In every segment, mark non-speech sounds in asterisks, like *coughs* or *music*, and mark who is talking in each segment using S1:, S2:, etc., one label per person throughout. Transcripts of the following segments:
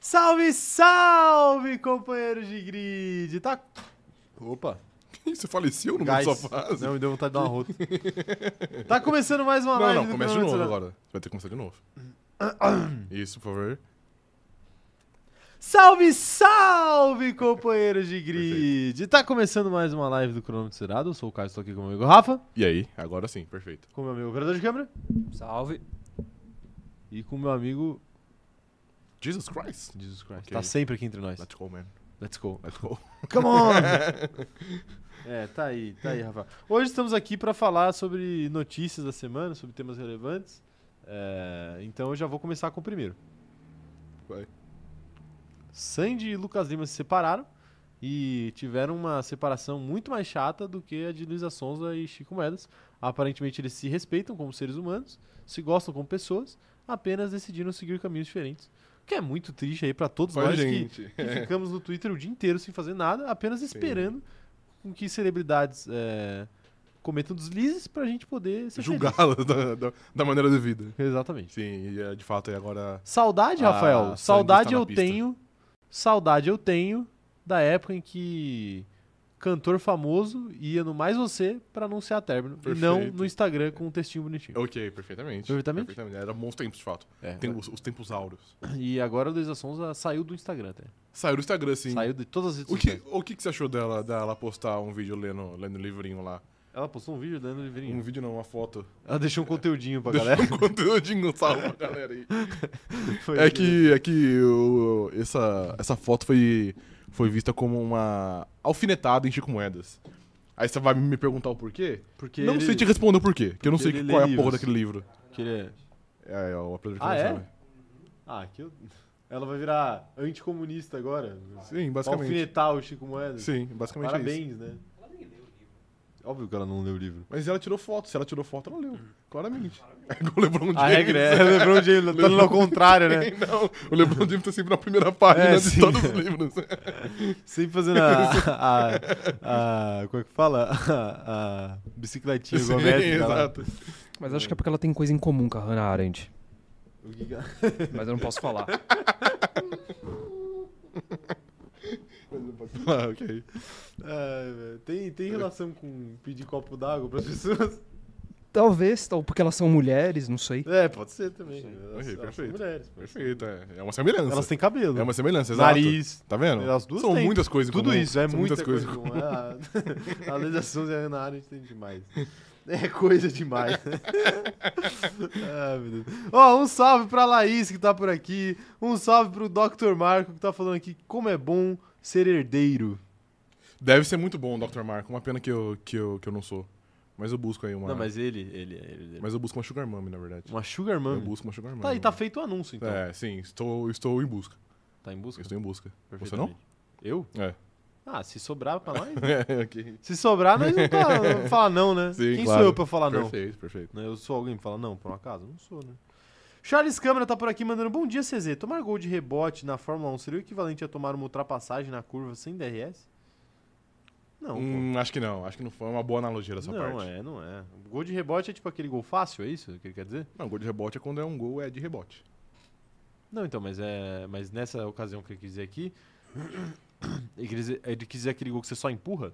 S1: Salve, salve, companheiros de grid! Tá. Opa!
S2: Você faleceu no meio
S1: Gás.
S2: da sua frase?
S1: Não, me deu vontade de dar uma rota. tá começando mais uma
S2: não,
S1: live.
S2: não,
S1: do
S2: começa de
S1: Cronômetro
S2: novo
S1: da-
S2: agora. Você vai ter que começar de novo.
S1: *coughs*
S2: Isso, por favor.
S1: Salve, salve, companheiros de grid! Tá começando mais uma live do Cronômetro Zerado. Eu sou o Caio, estou aqui com o meu amigo Rafa,
S2: E aí? Agora sim, perfeito.
S1: com o meu amigo operador de câmera
S3: Salve.
S1: e com o meu amigo
S2: Jesus Christ.
S1: Jesus Christ.
S2: Ok.
S1: Tá sempre aqui entre nós.
S2: Let's go, man.
S1: Let's go.
S2: Let's go.
S1: Come on! *laughs* é, tá aí, tá aí, Rafa. Hoje estamos aqui para falar sobre notícias da semana, sobre temas relevantes. É, então eu já vou começar com o primeiro.
S2: Vai.
S1: Sandy e Lucas Lima se separaram e tiveram uma separação muito mais chata do que a de Luísa Sonza e Chico Moedas. Aparentemente eles se respeitam como seres humanos, se gostam como pessoas, apenas decidiram seguir caminhos diferentes. O que é muito triste aí para todos
S2: Olha,
S1: nós que
S2: gente.
S1: *laughs* que ficamos no Twitter o dia inteiro sem fazer nada, apenas esperando com que celebridades é, cometam deslizes pra gente poder ser é feliz.
S2: Julgá-la da, da, da maneira devida.
S1: Exatamente.
S2: Sim, e é, de fato, e agora...
S1: Saudade,
S2: Ah,
S1: Rafael.
S2: sangue
S1: Saudade
S2: está na
S1: eu
S2: pista.
S1: tenho. Saudade eu tenho da época em que cantor famoso ia no Mais Você pra anunciar término. E não
S2: Perfeito.
S1: no Instagram com um textinho bonitinho.
S2: Ok, perfeitamente.
S1: Perfeitamente?
S2: Era bons tempos, de fato.
S1: É,
S2: Tem os, os tempos áureos.
S1: E agora a Luísa Sonza saiu do Instagram até.
S2: Saiu do Instagram, sim.
S1: Saiu de todas as redes
S2: O que,
S1: sociais.
S2: o que, que você achou dela, dela postar um vídeo lendo, lendo livrinho lá?
S1: Ela postou um vídeo dando livrinho.
S2: Um vídeo não, uma foto.
S1: Ela deixou um conteúdinho pra
S2: Deixa
S1: galera. *laughs*
S2: um conteúdinho salvo pra galera aí.
S1: Foi
S2: É
S1: isso.
S2: que, é que o- essa, essa foto foi, foi vista como uma alfinetada em Chico Moedas. Aí você vai me perguntar o porquê?
S1: Porque
S2: não
S1: ele-
S2: sei te responder o porquê, que eu não
S1: porque
S2: sei
S1: ele
S2: qual é
S1: lê
S2: a porra
S1: livros.
S2: daquele livro.
S1: que ele é-
S2: É, é o apresentador
S1: Ah,
S2: que
S1: é?
S2: sabe.
S1: Ah, que eu... *laughs* Ela vai virar anticomunista agora.
S2: Sim,
S1: Vai
S2: basicamente.
S1: alfinetar o Chico Moedas.
S2: Sim, basicamente é isso.
S1: Parabéns, né? Óbvio que ela não leu o livro.
S2: Mas ela tirou foto, se ela tirou foto, ela leu. Claramente. É *laughs* igual o LeBron James. assim,
S1: A regra é, lembrou de
S2: *laughs*
S1: ele, tá no contrário, né?
S2: Não, o LeBron James tá sempre na primeira página
S1: É,
S2: de
S1: sim.
S2: todos os livros. né?
S1: Sempre fazendo a, a, a- Como é que fala? A, a bicicletinha
S2: Sim,
S1: isométrica lá.
S2: *laughs* exato.
S3: Mas acho que é porque ela tem coisa em comum com a Hannah Arendt.
S1: O que que-
S3: Mas eu não posso falar.
S2: Ah, ok.
S1: Ai, velho. tem, tem relação com pedir copo d'água pras pessoas? *laughs*
S3: Talvez, tal, porque elas são mulheres, não sei.
S1: É, pode ser também. Elas,
S2: Ok,
S1: elas são
S2: perfeito.
S1: mulheres. pô.
S2: Perfeito, é. É uma semelhança.
S1: Elas têm cabelo.
S2: É uma semelhança, exato.
S1: nariz.
S2: Tá vendo?
S1: As duas
S2: São
S1: têm.
S2: muitas coisas em
S1: Tudo
S2: comum.
S1: isso, é
S2: São
S1: muita coisa.
S2: em
S1: comum.
S2: *laughs*
S1: É, A Leda Souza e a Ana Arendt tem demais. É coisa
S2: *laughs*
S1: demais. ah, meu Deus. Ó, um salve pra Laís que tá por aqui. Um salve pro Dr. Marco que tá falando aqui como é bom ser herdeiro.
S2: Deve ser muito bom o Dr. Marco. Uma pena que eu, que eu, que eu não sou. Mas eu busco aí uma.
S1: Não, mas ele, ele é herdeiro.
S2: mas eu busco uma Sugar Mummy, na verdade.
S1: Uma Sugar
S2: Eu
S1: Mummy.
S2: busco uma Sugar Mummy.
S1: Tá aí, tá feito o anúncio então.
S2: É, sim, estou, estou em busca.
S1: Tá em busca?
S2: Estou em busca. Você
S1: Perfeitamente.
S2: não?
S1: Eu?
S2: É. *laughs*
S1: Ah, se sobrar pra nós.
S2: é, ok.
S1: *laughs* se sobrar, nós não tá.
S2: *laughs*
S1: Falar não, né?
S2: Sim,
S1: Quem
S2: claro.
S1: sou eu pra falar não?
S2: perfeito, perfeito.
S1: né? Eu sou alguém que fala, não, por um acaso? Não sou, né? Charles Câmara tá por aqui mandando bom dia, CZ. Tomar gol de rebote na Fórmula 1 seria o equivalente a tomar uma ultrapassagem na curva sem DRS? Não, pô.
S2: Hum, acho que não. Acho que não foi uma boa analogia dessa
S1: Não,
S2: parte.
S1: é, não é. Gol de rebote é tipo aquele gol fácil, é isso que ele quer dizer?
S2: Não, gol de rebote é quando é um gol é de rebote.
S1: Não, então, mas é. Mas nessa ocasião que ele quis dizer aqui. *coughs* Ele quis dizer, ele quis dizer aquele gol que você só empurra,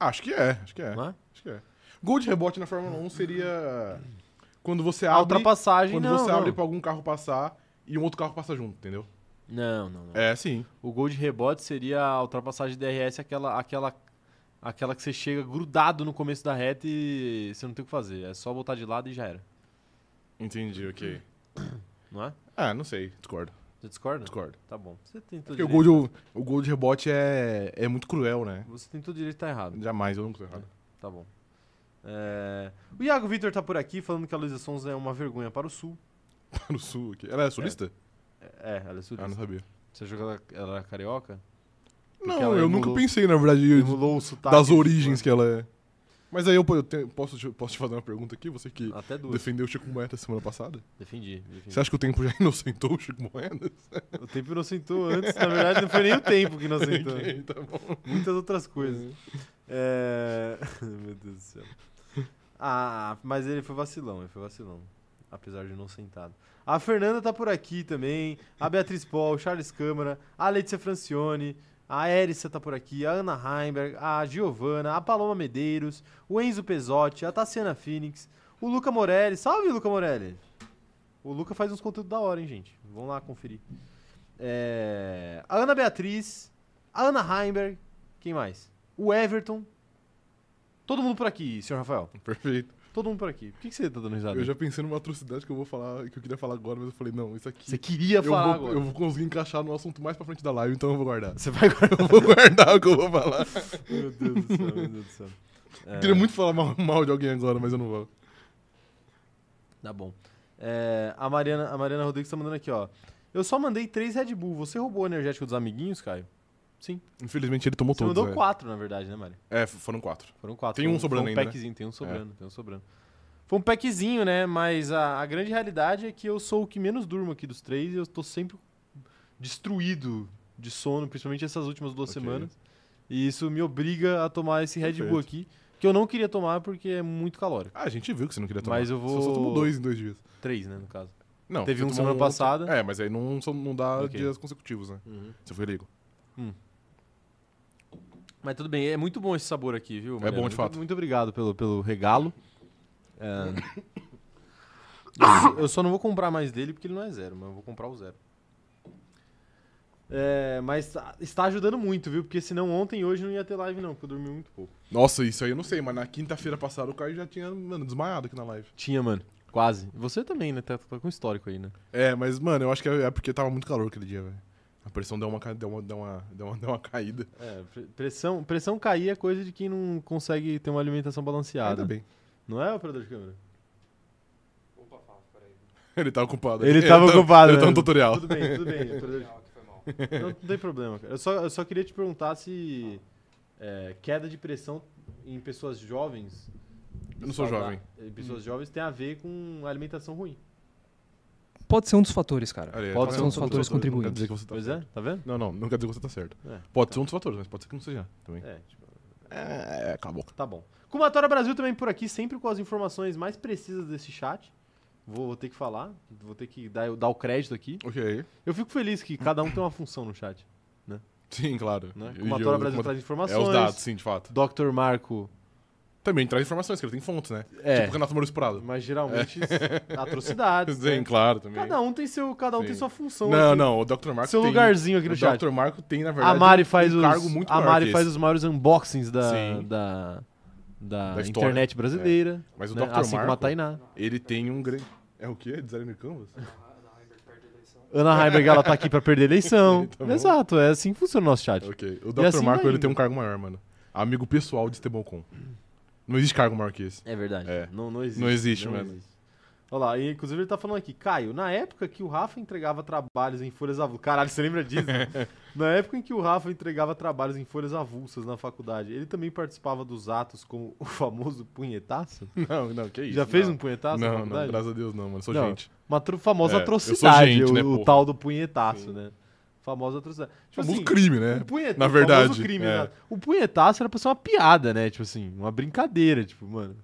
S2: Acho que é, acho que é.
S1: não é?
S2: Acho que é. Gol de rebote na Fórmula 1 seria quando você
S1: É A
S2: abre
S1: ultrapassagem
S2: Quando
S1: não.
S2: você
S1: não.
S2: abre pra algum carro passar e um outro carro passa junto, entendeu?
S1: não, não, não.
S2: É, sim.
S1: O gol de rebote seria a ultrapassagem de DRS, aquela, aquela, aquela que você chega grudado no começo da reta e você não tem o que fazer. É só botar de lado e já era.
S2: Entendi, ok.
S1: Não é?
S2: Ah, não sei. Discordo,
S1: Você discorda?
S2: discordo.
S1: Tá bom. Você tem todo
S2: Porque o
S1: direito.
S2: gol, de, o gol de rebote é, é muito cruel, né?
S1: Você tem todo direito de estar errado.
S2: Jamais, eu não tô errado.
S1: Tá bom. É, O Iago Vitor tá por aqui falando que a Luísa Sonza é uma vergonha para o Sul.
S2: Tá no sul aqui. Ela é sulista?
S1: É, ela é
S2: Ah, não
S1: sulista.
S2: sabia.
S1: Você achou que ela, ela era carioca? Porque
S2: Não,
S1: ela
S2: eu
S1: emulou-
S2: nunca pensei, na verdade,
S1: Emulou o sotaque. né?
S2: das origens que ela é. Mas aí eu, eu tenho- posso, te, posso te fazer uma pergunta aqui? Você que
S1: Até Ah, duas.
S2: defendeu o Chico Moedas semana passada?
S1: Defendi. defendi.
S2: Você acha que o tempo já *laughs* inocentou o Chico Moedas?
S1: O tempo inocentou antes. Na verdade, não foi nem o tempo que
S2: *laughs*
S1: inocentou.
S2: Ok, tá bom.
S1: *laughs* Muitas outras coisas. *laughs* É... Meu Deus do céu. Ah, mas ele foi vacilão, ele foi vacilão. apesar de não sentado. A Fernanda tá por aqui também, a Beatriz Paul, Charles Câmara, a Letícia Francione, a Érissa tá por aqui, a Ana Heimberg, a Giovana, a Paloma Medeiros, o Enzo Pesotti, a Tassiana Phoenix, o Luca Morelli. Salve, Luca Morelli! O Luca faz uns conteúdos da hora, hein, gente? Vão lá conferir. É, A Ana Beatriz, a Ana Heimberg, quem mais? O Everton. Todo mundo por aqui, senhor Rafael.
S2: Perfeito.
S1: Todo mundo por aqui. Por que, que você tá dando risada?
S2: Eu já pensei numa atrocidade que eu vou falar, que eu queria falar agora, mas eu falei, não, isso aqui.
S1: Você queria
S2: eu, vou,
S1: falar agora.
S2: eu vou conseguir encaixar no assunto mais pra frente da live, então eu vou guardar.
S1: Você vai agora.
S2: Eu vou guardar o que eu vou falar.
S1: *laughs* Meu Deus do céu, meu Deus do céu. *laughs* É,
S2: Eu queria muito falar mal, mal de alguém agora, mas eu não vou.
S1: Tá bom. É, a, Mariana, a Mariana Rodrigues tá mandando aqui, ó. Eu só mandei três Red Bull. Você roubou o energético dos amiguinhos, Caio? Sim.
S2: Infelizmente ele tomou
S1: Você
S2: todos.
S1: mandou
S2: velho.
S1: quatro, na verdade, né, Mari?
S2: É, f- foram quatro.
S1: Foram quatro.
S2: Tem
S1: Foi
S2: um sobrando
S1: foi um
S2: ainda, né?
S1: packzinho, tem um sobrando, tem um sobrando. Foi um packzinho, né? Mas a, a grande realidade é que eu sou o que menos durmo aqui dos três e eu tô sempre destruído de sono, principalmente essas últimas duas
S2: Ok.
S1: semanas. E isso me obriga a tomar esse Red Bull
S2: Perfeito.
S1: aqui, que eu não queria tomar porque é muito calórico.
S2: Ah, a gente viu que você não queria tomar.
S1: Mas eu
S2: Você só
S1: vou-
S2: tomou dois em dois dias.
S1: Três, né, no caso.
S2: Não.
S1: Teve
S2: você
S1: um
S2: tomou
S1: semana
S2: outro-
S1: passada.
S2: É, mas aí não, são- não dá
S1: Ok. Uhum.
S2: dias consecutivos, né? Você foi leigo.
S1: Mas tudo bem, é muito bom esse sabor aqui, viu? Mariana?
S2: bom, de
S1: Muito-
S2: fato.
S1: Muito obrigado pelo, pelo regalo. É, eu, só- *coughs* eu só não vou comprar mais dele porque ele não é zero, mas eu vou comprar o zero. É, mas tá- está ajudando muito, viu? Porque senão ontem e hoje não ia ter live, não, porque eu dormi muito pouco.
S2: Nossa, isso aí eu não sei, mas na quinta-feira passada o Caio já tinha, mano, desmaiado aqui na live.
S1: Tinha, mano. Quase. Você também, né? Tá, tá com histórico aí, né?
S2: É, mas, mano, eu acho que é é porque tava muito calor aquele dia, velho. A pressão deu uma, ca- deu uma, deu uma, deu uma, deu uma caída.
S1: É, pre- pressão, pressão cair é coisa de quem não consegue ter uma alimentação
S2: Ainda
S1: balanceada.
S2: bem.
S1: Não é, operador de câmera?
S3: Opa, Fábio, peraí.
S2: Ele tava ocupado.
S1: Ele tava ocupado,
S2: Ele tá
S1: né?
S2: no tutorial.
S1: Tudo bem, tudo bem. operador de
S3: foi mal.
S1: Não, não tem problema, cara. Eu só, eu só queria te perguntar se é, queda de pressão em pessoas jovens.
S2: Eu não sou
S1: saudável-
S2: jovem. Tá
S1: Em pessoas jovens tem a ver com alimentação ruim.
S3: Pode ser um dos fatores, cara.
S2: Olha,
S1: Pode
S2: tá
S1: ser
S2: vendo?
S1: um dos
S2: Não
S1: fatores
S2: quer dizer
S3: contribuintes.
S2: que você tá
S1: pois
S2: certo.
S1: é, tá vendo?
S2: Não, não, não quer dizer que você tá certo.
S1: É,
S2: Pode
S1: tá.
S2: ser um dos fatores, mas pode ser que não seja também.
S1: É, tipo,
S2: É, cala a boca.
S1: tá bom. Kumatora Brasil também por aqui, sempre com as informações mais precisas desse chat. Vou, vou ter que falar, vou ter que dar, dar o crédito aqui.
S2: Ok.
S1: Eu fico feliz que cada um tem uma função no chat.
S2: Sim, claro.
S1: Né?
S2: E
S1: Kumatora
S2: eu-
S1: Brasil
S2: Kumatora-
S1: traz informações.
S2: É os dados, sim, de fato.
S1: Dr. Marco.
S2: Também traz informações, que ele tem fontes, né?
S1: É,
S2: Tipo o Renato Maurício Prado.
S1: mas
S2: *laughs*
S1: geralmente atrocidades.
S2: Sim,
S1: né?
S2: claro, também.
S1: Cada um tem seu, cada um
S2: Sim.
S1: tem sua função.
S2: Não,
S1: aqui.
S2: não, o Dr. Marco
S1: Seu
S2: tem...
S1: lugarzinho aqui no
S2: o
S1: chat.
S2: Dr. Marco tem, na verdade,
S1: A Mari faz
S2: um
S1: os,
S2: cargo muito
S1: a
S2: maior
S1: Mari
S2: que
S1: faz
S2: esse.
S1: os maiores unboxings da
S2: Sim.
S1: da, da,
S2: Da história. É.
S1: internet brasileira.
S2: Mas o
S1: né?
S2: Dr.
S1: Assim como a
S2: Marco,
S1: Tainá.
S2: ele tem um grande... É o quê? Designer
S1: *laughs*
S2: Canvas?
S1: Ana Heimberg, ela tá aqui pra perder a eleição.
S2: *laughs* Tá bom.
S1: Exato, é assim que funciona o nosso chat.
S2: ok. O
S1: E
S2: Dr.
S1: assim
S2: Marco,
S1: vai
S2: ele
S1: indo.
S2: tem um cargo maior, mano. Amigo pessoal de Estebão Com. Não existe cargo maior que
S1: *laughs*
S2: esse.
S1: É verdade.
S2: É.
S1: Não, não existe.
S2: Não existe, mano.
S1: Olha lá, e inclusive ele tá falando aqui, Caio, na época que o Rafa entregava trabalhos em folhas avulsas. Caralho, você lembra
S2: *laughs*
S1: disso? na época em que o Rafa entregava trabalhos em folhas avulsas na faculdade, ele também participava dos atos como o famoso punhetaço?
S2: Não, não, que isso.
S1: Já fez um
S2: não.
S1: punhetaço na
S2: Não, não,
S1: faculdade?
S2: graças a Deus não, mano. Sou
S1: Não.
S2: gente.
S1: Uma tru- famosa
S2: É, eu sou
S1: atrocidade,
S2: gente,
S1: o,
S2: né,
S1: o
S2: porra?
S1: tal do punhetaço,
S2: Sim.
S1: né? Famosa atrocidade. Tipo
S2: Famoso
S1: assim,
S2: crime,
S1: o
S2: né?
S1: punheta-
S2: na
S1: o famoso
S2: verdade,
S1: crime,
S2: é.
S1: né? O punhetaço era pra ser uma piada, né? Tipo assim, uma brincadeira, tipo, mano.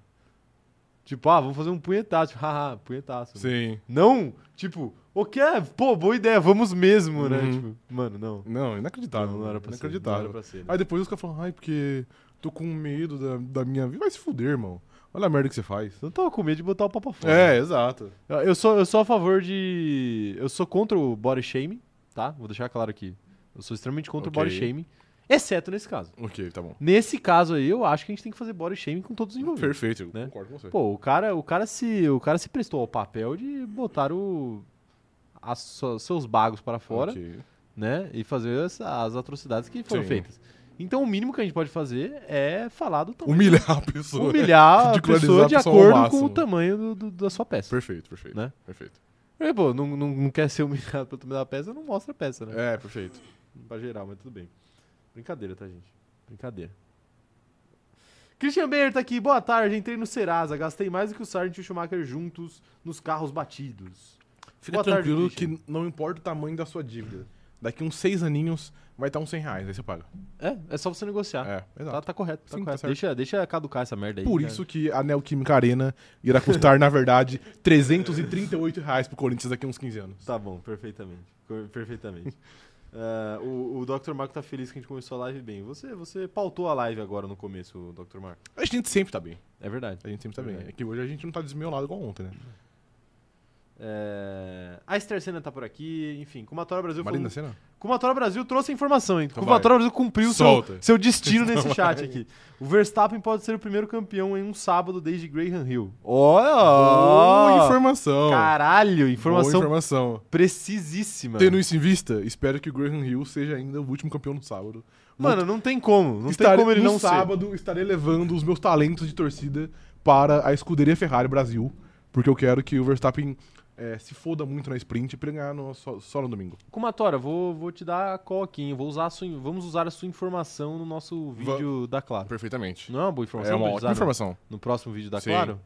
S1: Tipo, ah, vamos fazer um punhetaço. *laughs* Tipo, haha, punhetaço. né?
S2: Sim.
S1: Não, tipo, o que é? Pô, boa ideia, vamos mesmo, né?
S2: Uhum.
S1: Tipo, mano, não.
S2: Não, inacreditável.
S1: não, não era pra ser. Não era
S2: inacreditável.
S1: pra ser.
S2: Aí depois os caras falam, ai, porque tô com medo da, da minha vida. Vai se fuder, irmão. Olha a merda que você faz.
S1: Eu não tava com medo de botar o papo fora.
S2: É, exato.
S1: Eu sou, eu sou a favor de. Eu sou contra o body shaming, tá? Vou deixar claro aqui. Eu sou extremamente contra
S2: Ok.
S1: o body shaming, exceto nesse caso.
S2: Ok, tá bom.
S1: Nesse caso aí, eu acho que a gente tem que fazer body shaming com todos os envolvidos.
S2: Uhum. Perfeito, eu
S1: Né?
S2: concordo com você.
S1: Pô, o cara, o cara se, o cara se prestou ao papel de botar o as su- seus bagos para fora,
S2: Ok.
S1: né, e fazer as, as atrocidades que foram
S2: Sim.
S1: feitas. Então, o mínimo que a gente pode fazer é falar do tamanho,
S2: Humilhar a pessoa.
S1: humilhar a
S2: Ridicularizar
S1: pessoa
S2: a
S1: de
S2: pessoa ao
S1: acordo com
S2: máximo.
S1: o tamanho do- do- da sua peça.
S2: *laughs* Perfeito, perfeito.
S1: Né?
S2: Perfeito.
S1: É, pô, não, não, não quer ser humilhado *laughs* pelo tamanho da peça, não mostra a peça, né?
S2: É, perfeito.
S1: Pra geral, mas tudo bem. Brincadeira, tá, gente? Brincadeira. Christian Beyer tá aqui. Boa tarde, entrei no Serasa. Gastei mais do que o Sargent e o Schumacher juntos nos carros batidos.
S2: Fica
S1: Boa tarde,
S2: tranquilo
S1: Christian.
S2: que não importa o tamanho da sua dívida. daqui uns seis aninhos vai estar uns 100 reais, aí você paga.
S1: É, é só você negociar.
S2: É,
S1: Tá,
S2: exato.
S1: tá correto, tá
S2: Sim, tá
S1: correto.
S2: certo.
S1: deixa, deixa caducar essa merda aí.
S2: Por
S1: cara.
S2: isso que a Neoquímica Arena irá custar, na
S1: *laughs*
S2: verdade, 338 reais pro Corinthians daqui a uns 15 anos.
S1: Tá bom, perfeitamente. Cor- *laughs* Perfeitamente. Ah, o, o Dr. Marco tá feliz que a gente começou a live bem. Você, você pautou a live agora no começo, Dr. Marco.
S2: A gente sempre tá bem.
S1: É verdade.
S2: A gente sempre tá bem.
S1: Verdade.
S2: É que hoje a gente não tá desmiolado igual ontem, né?
S1: É, A Estercena tá por aqui, enfim. Kumatora Brasil falou-
S2: Marina, Senna?
S1: Kumatora Brasil trouxe a informação, hein?
S2: Então
S1: Kumatora Brasil cumpriu seu,
S2: Solta.
S1: seu destino
S2: *laughs*
S1: nesse chat aqui. O Verstappen pode ser o primeiro campeão em um sábado desde Graham Hill.
S2: Boa
S1: Olha!
S2: informação.
S1: Caralho,
S2: Boa
S1: informação
S2: informação.
S1: precisíssima.
S2: Tendo isso em vista, espero que o Graham Hill seja ainda o último campeão no sábado.
S1: Mano, não tem como. Não
S2: Estarei-
S1: tem como ele
S2: no
S1: não ser.
S2: sábado estarei levando os meus talentos de torcida para a escuderia Ferrari Brasil, porque eu quero que o Verstappen eh, se foda muito na sprint para ganhar no- só, só no domingo.
S1: Kumatora, vou, vou te dar a call aqui, hein? Vou usar a sua, in- vamos usar a sua informação no nosso vídeo da Claro.
S2: Perfeitamente.
S1: Não é uma boa informação?
S2: é uma
S1: pra
S2: ótima
S1: utilizar no-
S2: informação.
S1: No próximo vídeo da
S2: Sim.
S1: Claro?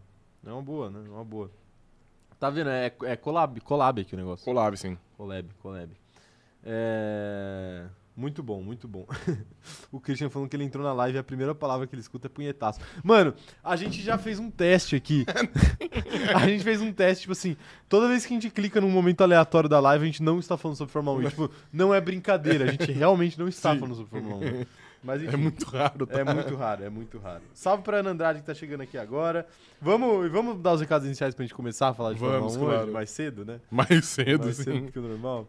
S1: É uma boa, né? É uma boa. Tá vendo? É, é collab, collab aqui o negócio.
S2: Colab, sim.
S1: Collab, collab. É... Muito bom, muito bom. *laughs* o Christian falando que ele entrou na live e a primeira palavra que ele escuta é punhetaço. Mano, a gente já fez um teste
S2: *laughs*
S1: aqui. a gente fez um teste, tipo assim, toda vez que a gente clica num momento aleatório da live, a gente não está falando sobre Fórmula 1. Tipo, não é brincadeira, a
S2: *laughs*
S1: gente realmente não está
S2: Sim.
S1: falando sobre Fórmula 1. Mas enfim.
S2: É muito raro, tá?
S1: É muito raro, é muito raro. Salve pra Ana Andrade que tá chegando aqui agora. Vamos, e vamos dar os recados iniciais pra gente começar a falar de
S2: Vamos,
S1: Fórmula 1
S2: claro.
S1: hoje, mais cedo, né?
S2: É, Mais cedo,
S1: mais
S2: sim.
S1: cedo que o normal.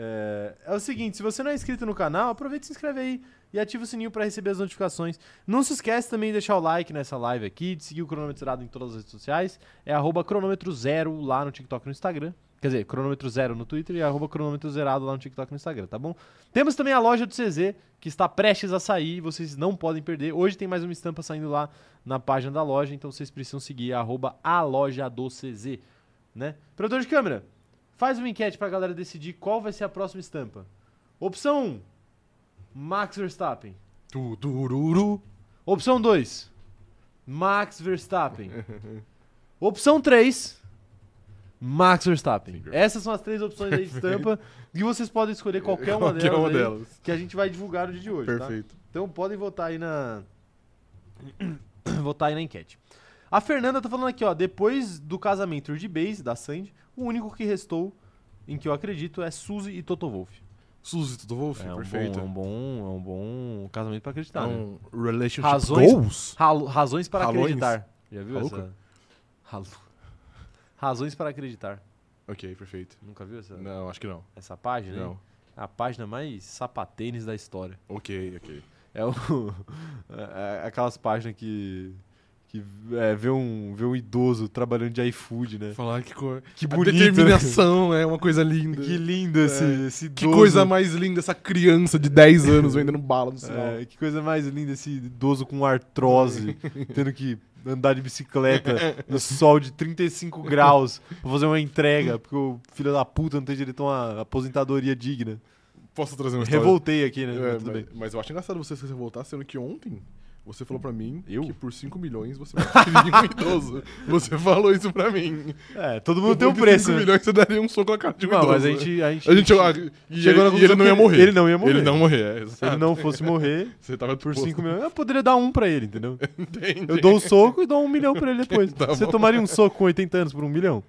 S1: É, é o seguinte, se você não é inscrito no canal, aproveita e se inscreve aí e ativa o sininho pra receber as notificações. Não se esquece também de deixar o like nessa live aqui, de seguir o cronômetro zerado em todas as redes sociais. É arroba cronômetro zero lá no TikTok e no Instagram. Quer dizer, cronômetro zero no Twitter e arroba cronômetro zerado lá no TikTok e no Instagram, tá bom? Temos também a loja do CZ, que está prestes a sair, vocês não podem perder. Hoje tem mais uma estampa saindo lá na página da loja, então vocês precisam seguir arroba a loja do CZ, né? Produtor de câmera, faz uma enquete pra galera decidir qual vai ser a próxima estampa. Opção 1, Max Verstappen.
S2: Tu, tururu.
S1: Opção 2, Max
S2: *laughs*
S1: Verstappen. Opção 3, Max Verstappen.
S2: Sim.
S1: Essas são as três opções
S2: *laughs*
S1: aí de estampa e vocês podem escolher qualquer uma
S2: Qualquer
S1: delas,
S2: uma
S1: aí,
S2: delas.
S1: que a gente vai divulgar no dia de hoje, tá?
S2: Perfeito.
S1: Então podem votar aí na. *clears throat* votar aí na enquete. A Fernanda tá falando aqui, ó. Depois do casamento de Base, da Sandy, o único que restou, em que eu acredito, é Suzy e Toto Wolff.
S2: Suzy do Wolf,
S1: É, um
S2: perfeito.
S1: Bom, é um bom, é um bom casamento pra acreditar, né?
S2: Então, relationship
S1: Razões-
S2: goals?
S1: Ralo- razões para
S2: Ralões?
S1: acreditar. Já viu
S2: Maluco?
S1: essa? Ralo- *laughs* Razões para acreditar.
S2: Ok, perfeito.
S1: Nunca viu essa,
S2: Não, acho que não.
S1: essa página? hein?
S2: Não.
S1: A página mais sapatênis da história.
S2: Ok, *laughs* ok.
S1: É o, *laughs* é- é aquelas páginas que, que é, vê, um, vê um idoso trabalhando de iFood, né?
S2: Falar que cor.
S1: Que
S2: A
S1: bonito.
S2: determinação é uma coisa
S1: né?
S2: linda.
S1: *laughs* Que lindo esse, esse
S2: Que
S1: idoso.
S2: coisa mais linda essa criança de *laughs* 10 anos vendendo bala no sinal.
S1: é, que coisa mais linda esse idoso com artrose, *laughs* tendo que andar de bicicleta no sol de 35 graus pra fazer uma entrega, porque o filho da puta não tem direito a uma aposentadoria digna.
S2: Posso trazer uma história?
S1: Revoltei aqui, né?
S2: É,
S1: Mas tudo
S2: mas,
S1: bem.
S2: mas eu acho engraçado você se revoltar, sendo que ontem você falou pra mim
S1: Eu?
S2: que por 5 milhões você *laughs* mataria um idoso. Você falou isso pra mim.
S1: É, todo mundo tem um
S2: Por
S1: preço.
S2: 5
S1: né?
S2: milhões você daria um soco na cara de um
S1: Não,
S2: idoso.
S1: mas a gente. A gente, é
S2: A gente ah, e
S1: Chegou na
S2: ele, e ele
S1: conclusão
S2: não
S1: que
S2: ia morrer.
S1: ele não ia morrer.
S2: Ele não ia morrer, é,
S1: se ele
S2: exato.
S1: não *laughs* fosse morrer,
S2: Você tava tipo,
S1: por
S2: disposto.
S1: 5 milhões. Eu poderia dar um pra ele, entendeu?
S2: *laughs* Entendi.
S1: Eu dou o soco e dou um milhão pra ele depois.
S2: *laughs* Tá
S1: Você
S2: bom.
S1: tomaria um soco com 80 anos por um
S2: *laughs*
S1: milhão?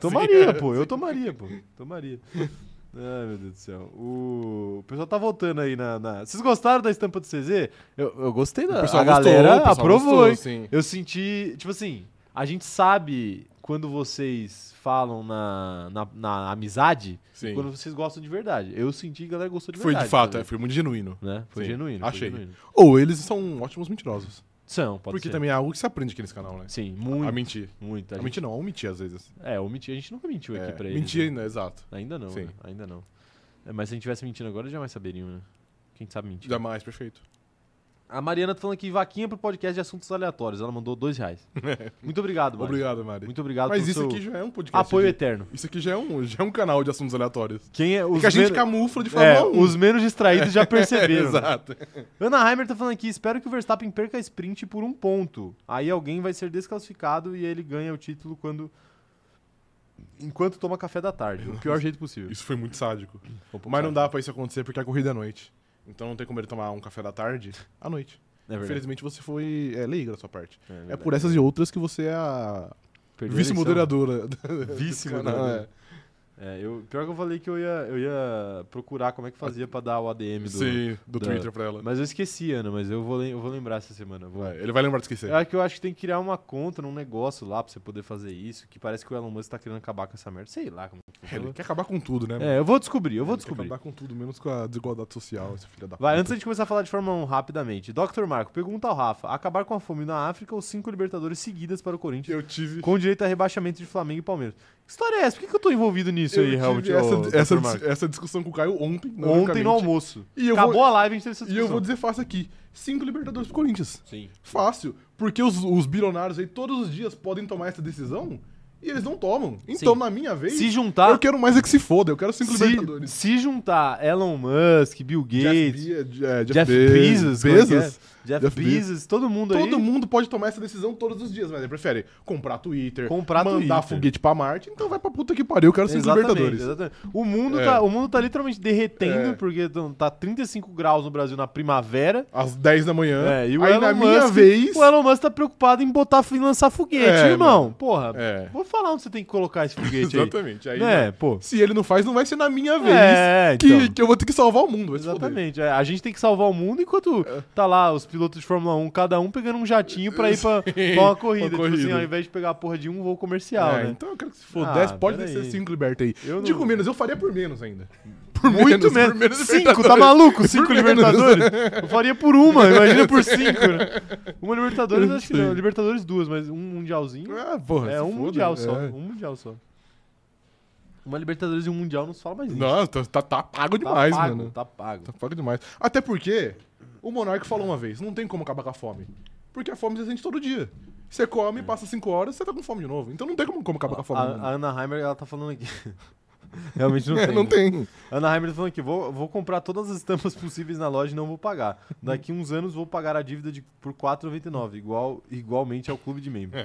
S1: Tomaria, pô. Eu tomaria, pô. Tomaria. Ai, meu Deus do céu. O, o pessoal tá voltando aí na, na- Vocês gostaram da estampa do CZ? Eu, eu gostei da.
S2: O pessoal
S1: a
S2: gostou,
S1: galera
S2: o pessoal
S1: aprovou,
S2: gostou,
S1: hein?
S2: sim.
S1: Eu senti. Tipo assim, a gente sabe quando vocês falam na, na, na amizade,
S2: Sim.
S1: quando vocês gostam de verdade. Eu senti que a galera gostou de
S2: Foi
S1: verdade.
S2: de fato,
S1: também,
S2: é, foi muito genuíno.
S1: né? Foi
S2: Sim,
S1: genuíno. foi
S2: achei.
S1: genuíno.
S2: Ou eles são ótimos mentirosos.
S1: São, pode
S2: porque
S1: ser.
S2: também é algo que se aprende aqui nesse canal, né?
S1: Sim, muito.
S2: A mentir.
S1: Muito. A
S2: A
S1: gente-
S2: mentir não, a omitir às vezes.
S1: É, eu menti. A gente nunca mentiu aqui
S2: É,
S1: pra eles.
S2: mentir,
S1: né?
S2: né? Exato.
S1: Ainda não,
S2: Sim.
S1: né? Ainda não. É, mas se a gente tivesse mentindo agora, jamais saberiam, né? Quem sabe mentir.
S2: Jamais, perfeito.
S1: A Mariana tá falando aqui, vaquinha pro podcast de assuntos aleatórios. Ela mandou dois *laughs* reais. Muito É. obrigado, Mari.
S2: Obrigado, Mari.
S1: Muito obrigado
S2: Mas
S1: pelo
S2: isso
S1: seu
S2: aqui já é um podcast.
S1: apoio
S2: de-
S1: eterno.
S2: Isso aqui já é, um, já é um canal de assuntos aleatórios.
S1: Quem é os
S2: Porque que a gente
S1: men-
S2: camufla
S1: *laughs*
S2: de
S1: é,
S2: Fórmula 1. *laughs*
S1: os menos distraídos *laughs* já perceberam. né?
S2: Exato.
S1: Ana Heimer tá falando aqui, espero que o Verstappen perca a sprint por um ponto. Aí alguém vai ser desclassificado e ele ganha o título quando enquanto toma café da tarde. O
S2: *laughs*
S1: pior jeito possível.
S2: Isso foi muito
S1: Hum,
S2: sádico.
S1: um
S2: Mas não dá pra isso acontecer porque a corrida é à noite. Então não tem como ele tomar um café da tarde à noite.
S1: É verdade.
S2: Infelizmente você foi é, leiga da sua parte.
S1: verdade.
S2: É por essas e outras que você é a
S1: Perdeu a
S2: vice-moderadora. *laughs* do
S1: Vice-moderadora.
S2: canal, é.
S1: É, eu, pior que eu falei que eu ia, eu ia procurar como é que fazia pra dar o ADM do.
S2: Sim, do
S1: da-
S2: Twitter pra ela.
S1: Mas eu esqueci, Ana, mas eu vou, lem- eu vou lembrar essa semana. eu Vou...
S2: Vai, ele vai lembrar de esquecer.
S1: Eu acho que eu acho que tem que criar uma conta num negócio lá pra você poder fazer isso, que parece que o Elon Musk tá querendo acabar com essa merda. Sei lá como é que
S2: Ele
S1: funciona.
S2: quer acabar com tudo, né? mano?
S1: É, eu vou descobrir, eu vou
S2: Ele quer
S1: descobrir.
S2: acabar com tudo, menos com a desigualdade social, esse filho da
S1: Vai,
S2: puta.
S1: antes de começar a falar de Fórmula 1 rapidamente. Dr. Marco, pergunta ao Rafa: acabar com a fome na África ou cinco Libertadores seguidas para o Corinthians?
S2: Eu tive.
S1: Com direito a rebaixamento de Flamengo e Palmeiras. Que história é essa? Por que, que eu tô envolvido nisso
S2: eu
S1: aí,
S2: tive
S1: realmente? ô,
S2: essa,
S1: Dr.
S2: essa, dis-
S1: Marco?
S2: essa discussão com o Caio ontem. não,
S1: Ontem
S2: ironicamente.
S1: no almoço.
S2: E eu,
S1: Acabou
S2: vou,
S1: a live, a gente teve essa
S2: e
S1: discussão.
S2: eu vou dizer fácil aqui: cinco Libertadores pro Corinthians.
S1: Sim.
S2: Fácil. Porque os, os bilionários aí todos os dias podem tomar essa decisão e eles não tomam. Então,
S1: Sim.
S2: na minha vez,
S1: Se juntar,
S2: eu quero mais é que se foda. Eu quero cinco
S1: se,
S2: Libertadores.
S1: se juntar Elon Musk, Bill Gates,
S2: Be- é,
S1: Jeff,
S2: Be-
S1: Bezos, como é que é? Jeff,
S2: Jeff Bezos.
S1: Bezos, todo mundo aí.
S2: Todo mundo pode tomar essa decisão todos os dias, mas ele prefere comprar Twitter,
S1: Comprar
S2: mandar
S1: Twitter.
S2: foguete pra Marte, então vai pra puta que pariu, eu quero cinco
S1: Exatamente,
S2: Libertadores.
S1: exatamente. O mundo,
S2: É.
S1: tá, o mundo tá literalmente derretendo,
S2: É.
S1: porque tão- tá 35 graus no Brasil na primavera.
S2: Às 10 da manhã.
S1: É, e o
S2: aí
S1: Elon
S2: na
S1: Musk,
S2: minha vez.
S1: O Elon Musk tá preocupado em botar e lançar foguete,
S2: É,
S1: irmão.
S2: mano.
S1: Porra,
S2: É.
S1: vou falar onde você tem que colocar esse foguete aí.
S2: Exatamente. Aí,
S1: É, pô.
S2: Se ele não faz, não vai ser na minha vez.
S1: É,
S2: que,
S1: então.
S2: que eu vou ter que salvar o mundo. vai se foder.
S1: Exatamente. é, a gente tem que salvar o mundo enquanto tá lá os pilotos de Fórmula 1, cada um pegando um jatinho pra ir *laughs* pra, pra uma corrida.
S2: uma
S1: Tipo
S2: corrida.
S1: assim, ao invés de pegar a porra de um voo comercial,
S2: É,
S1: né?
S2: Então eu quero que se fodesse,
S1: Ah,
S2: pode
S1: pera
S2: descer
S1: aí.
S2: 5 liberta aí.
S1: Eu não-
S2: Digo menos, eu faria por
S1: *laughs*
S2: menos ainda. Por
S1: Muito menos.
S2: por *laughs* menos
S1: cinco, tá
S2: Libertadores.
S1: maluco? Cinco
S2: Por menos.
S1: Libertadores? Eu faria por uma, imagina por cinco.
S2: *laughs*
S1: né? Uma Libertadores, acho que não. Libertadores duas, mas um Mundialzinho.
S2: Ah, porra. se
S1: É, um
S2: foda,
S1: Mundial só.
S2: é.
S1: Um Mundial só. Uma Libertadores e um Mundial não se fala mais isso.
S2: Não, tá, tá, tá pago
S1: tá
S2: demais,
S1: pago,
S2: mano.
S1: Tá pago.
S2: Tá pago demais. Até porque o Monark falou uma vez, não tem como acabar com a fome. Porque a fome você sente todo dia. Você come, passa 5 horas, você tá com fome de novo. Então não tem como, como acabar com a
S1: A,
S2: fome. mano. *laughs*
S1: a Ana Heimer, ela tá falando aqui. *laughs* Realmente Ah, não
S2: É,
S1: tem.
S2: não
S1: né?
S2: tem.
S1: Ana Heimer tá falando aqui, vou, vou comprar todas as estampas *laughs* possíveis na loja e não vou pagar. Daqui uns anos vou pagar a dívida de, por R$4,99, igual, igualmente ao clube de
S2: *laughs*
S1: membro.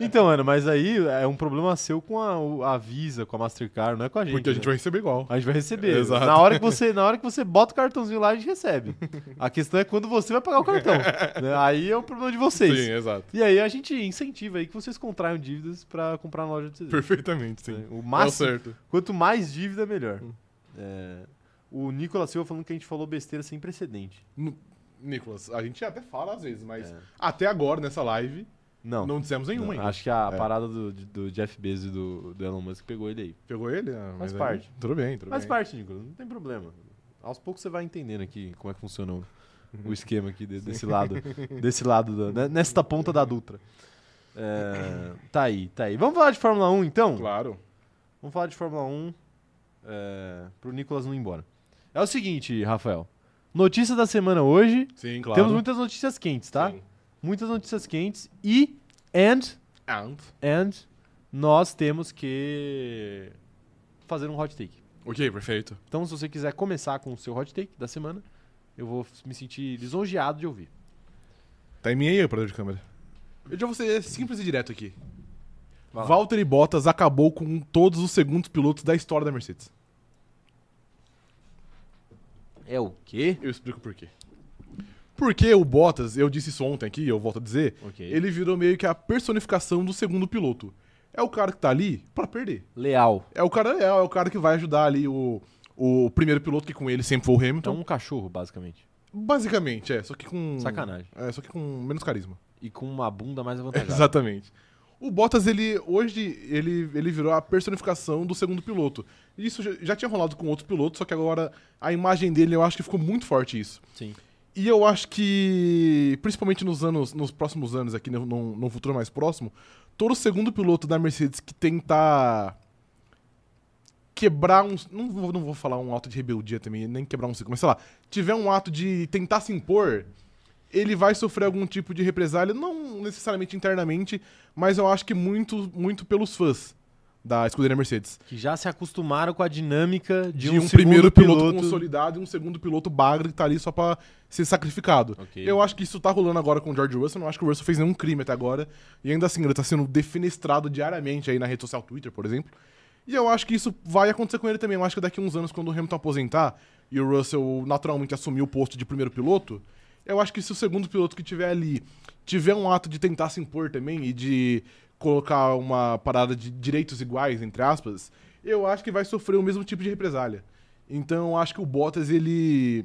S1: Então, Ana, mas aí é um problema seu com a, o- a Visa, com a Mastercard, não é com a gente.
S2: Porque a gente
S1: né?
S2: vai receber igual.
S1: A gente vai receber.
S2: Exato.
S1: Na hora, que você, na hora que você bota o cartãozinho lá, a gente recebe. A questão é quando você vai pagar o cartão. né? Aí é o problema de vocês.
S2: Sim, exato.
S1: E aí a gente incentiva aí que vocês contraiam dívidas pra comprar na loja de vocês. Né?
S2: Perfeitamente, sim.
S1: O
S2: Mas
S1: máximo
S2: certo.
S1: Quanto mais dívida, melhor. É, o Nicolas Silva falando que a gente falou besteira sem precedente.
S2: N- Nicolas, a gente até fala às vezes, mas
S1: É.
S2: até agora, nessa live,
S1: Não.
S2: não, dissemos
S1: não,
S2: nenhuma ainda.
S1: acho que a
S2: É.
S1: parada do, do Jeff Bezos e do, do Elon Musk pegou ele aí.
S2: Pegou ele? Ah,
S1: Faz
S2: mas aí-
S1: parte.
S2: tudo bem, tudo
S1: Faz
S2: bem.
S1: parte, Nicolas, não tem problema. Aos poucos você vai entendendo aqui como é que funciona o, o esquema aqui de- desse *laughs* lado. desse lado, da, né, nesta ponta da Dutra. É, tá aí, tá aí. Vamos falar de Fórmula 1 então?
S2: Claro.
S1: Vamos falar de Fórmula 1 é, pro Nicolas não ir embora. É o seguinte, Rafael. Notícia da semana hoje
S2: Sim, claro.
S1: Temos muitas notícias quentes, tá?
S2: Sim.
S1: Muitas notícias quentes e and
S2: And.
S1: and nós temos que fazer um hot take.
S2: Ok, perfeito.
S1: Então, se você quiser começar com o seu hot take da semana, eu vou me sentir lisonjeado de ouvir.
S2: Tá em mim aí, operador de câmera. Eu já vou ser simples e direto aqui.
S1: Vai lá.
S2: Valtteri Bottas acabou com todos os segundos pilotos da história da Mercedes.
S1: É o quê?
S2: Eu explico por quê. Porque o Bottas, eu disse isso ontem aqui, eu volto a dizer,
S1: Ok.
S2: ele virou meio que a personificação do segundo piloto. É o cara que tá ali pra perder.
S1: Leal.
S2: É o cara leal, é o cara que vai ajudar ali o, o primeiro piloto, que com ele sempre foi o
S1: Então,
S2: Hamilton.
S1: um cachorro, basicamente.
S2: Basicamente, é, só que com.
S1: Sacanagem.
S2: É, só que com menos carisma.
S1: E com uma bunda mais avantajada.
S2: Exatamente. O Bottas, ele hoje, ele, ele virou a personificação do segundo piloto. Isso já, já tinha rolado com outros pilotos, só que agora a imagem dele, eu acho que ficou muito forte isso.
S1: Sim.
S2: E eu acho que, principalmente nos anos, nos próximos anos aqui, num- num num futuro mais próximo, todo segundo piloto da Mercedes que tentar quebrar um... Não vou, não vou falar um ato de rebeldia também, nem quebrar um ciclo, mas sei lá, tiver um ato de tentar se impor, ele vai sofrer algum tipo de represália, não necessariamente internamente, mas eu acho que muito, muito pelos fãs da escuderia Mercedes.
S1: Que já se acostumaram com a dinâmica de,
S2: De, um,
S1: segundo
S2: primeiro piloto,
S1: piloto
S2: consolidado e um segundo piloto bagre que tá ali só pra ser sacrificado.
S1: Ok.
S2: Eu acho que isso tá rolando agora com o George Russell, não acho que o Russell fez nenhum crime até agora. E ainda assim, ele tá sendo defenestrado diariamente aí na rede social Twitter, por exemplo. E eu acho que isso vai acontecer com ele também. Eu acho que daqui a uns anos, quando o Hamilton aposentar e o Russell naturalmente assumir o posto de primeiro piloto, eu acho que se o segundo piloto que tiver ali tiver um ato de tentar se impor também e de colocar uma parada de direitos iguais, entre aspas, eu acho que vai sofrer o mesmo tipo de represália. Então eu acho que o Bottas, ele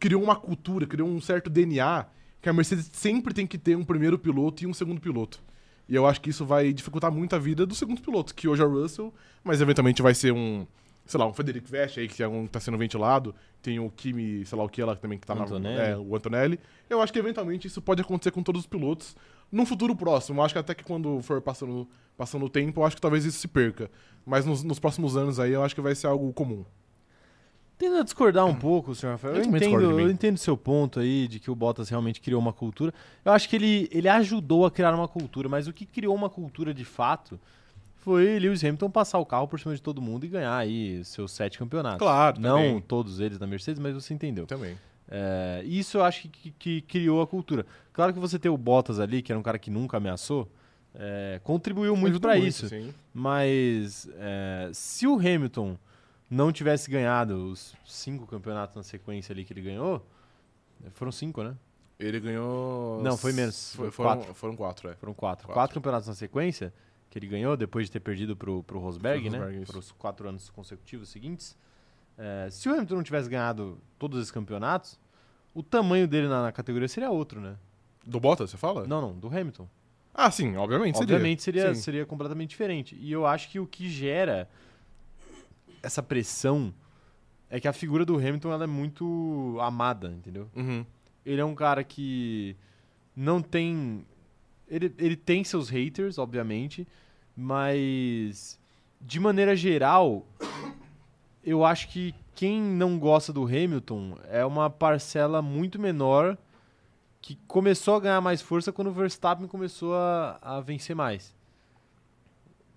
S2: criou uma cultura, criou um certo DNA que a Mercedes sempre tem que ter um primeiro piloto e um segundo piloto. E eu acho que isso vai dificultar muito a vida do segundo piloto, que hoje é o Russell, mas eventualmente vai ser um, sei lá, um Federico Veste aí que é um que tá sendo ventilado, tem o Kimi, sei lá o que ela também que tá
S1: Antonelli.
S2: na é, o Antonelli. Eu acho que eventualmente isso pode acontecer com todos os pilotos num futuro próximo. Eu acho que até que quando for passando passando o tempo, eu acho que talvez isso se perca. Mas nos, nos próximos anos aí eu acho que vai ser algo comum.
S1: Tendo a discordar um pouco, senhor Rafael, eu,
S2: Eu também discordo de
S1: entendo,
S2: mim.
S1: eu entendo seu ponto aí de que o Bottas realmente criou uma cultura. Eu acho que ele, ele ajudou a criar uma cultura, mas o que criou uma cultura de fato foi Lewis Hamilton passar o carro por cima de todo mundo e ganhar aí seus sete campeonatos.
S2: Claro,
S1: Não
S2: também.
S1: todos eles da Mercedes, mas você entendeu.
S2: Também.
S1: É, isso eu acho que, que criou a cultura. Claro que você ter o Bottas ali, que era um cara que nunca ameaçou, é, contribuiu muito
S2: Ajuda
S1: para isso.
S2: sim.
S1: Mas é, se o Hamilton não tivesse ganhado os cinco campeonatos na sequência ali que ele ganhou, foram cinco, né?
S2: Ele ganhou.
S1: Não, foi menos.
S2: Foi-
S1: Foi
S2: foram,
S1: quatro.
S2: foram quatro, é.
S1: Foram quatro.
S2: Quatro.
S1: Quatro campeonatos na sequência que ele ganhou depois de ter perdido pro, pro Rosberg,
S2: Pro
S1: né?
S2: Rosberg, isso.
S1: Para os quatro anos consecutivos seguintes. É, se o Hamilton não tivesse ganhado todos esses campeonatos, o tamanho dele na, na categoria seria outro, né?
S2: Do Bottas, você fala?
S1: Não, não, do Hamilton.
S2: Ah, sim, obviamente. seria.
S1: Obviamente seria,
S2: Sim.
S1: seria completamente diferente. E eu acho que o que gera essa pressão é que a figura do Hamilton ela é muito amada, entendeu?
S2: Uhum.
S1: Ele é um cara que não tem. Ele, ele tem seus haters, obviamente, mas de maneira geral, eu acho que quem não gosta do Hamilton é uma parcela muito menor que começou a ganhar mais força quando o Verstappen começou a, a vencer mais.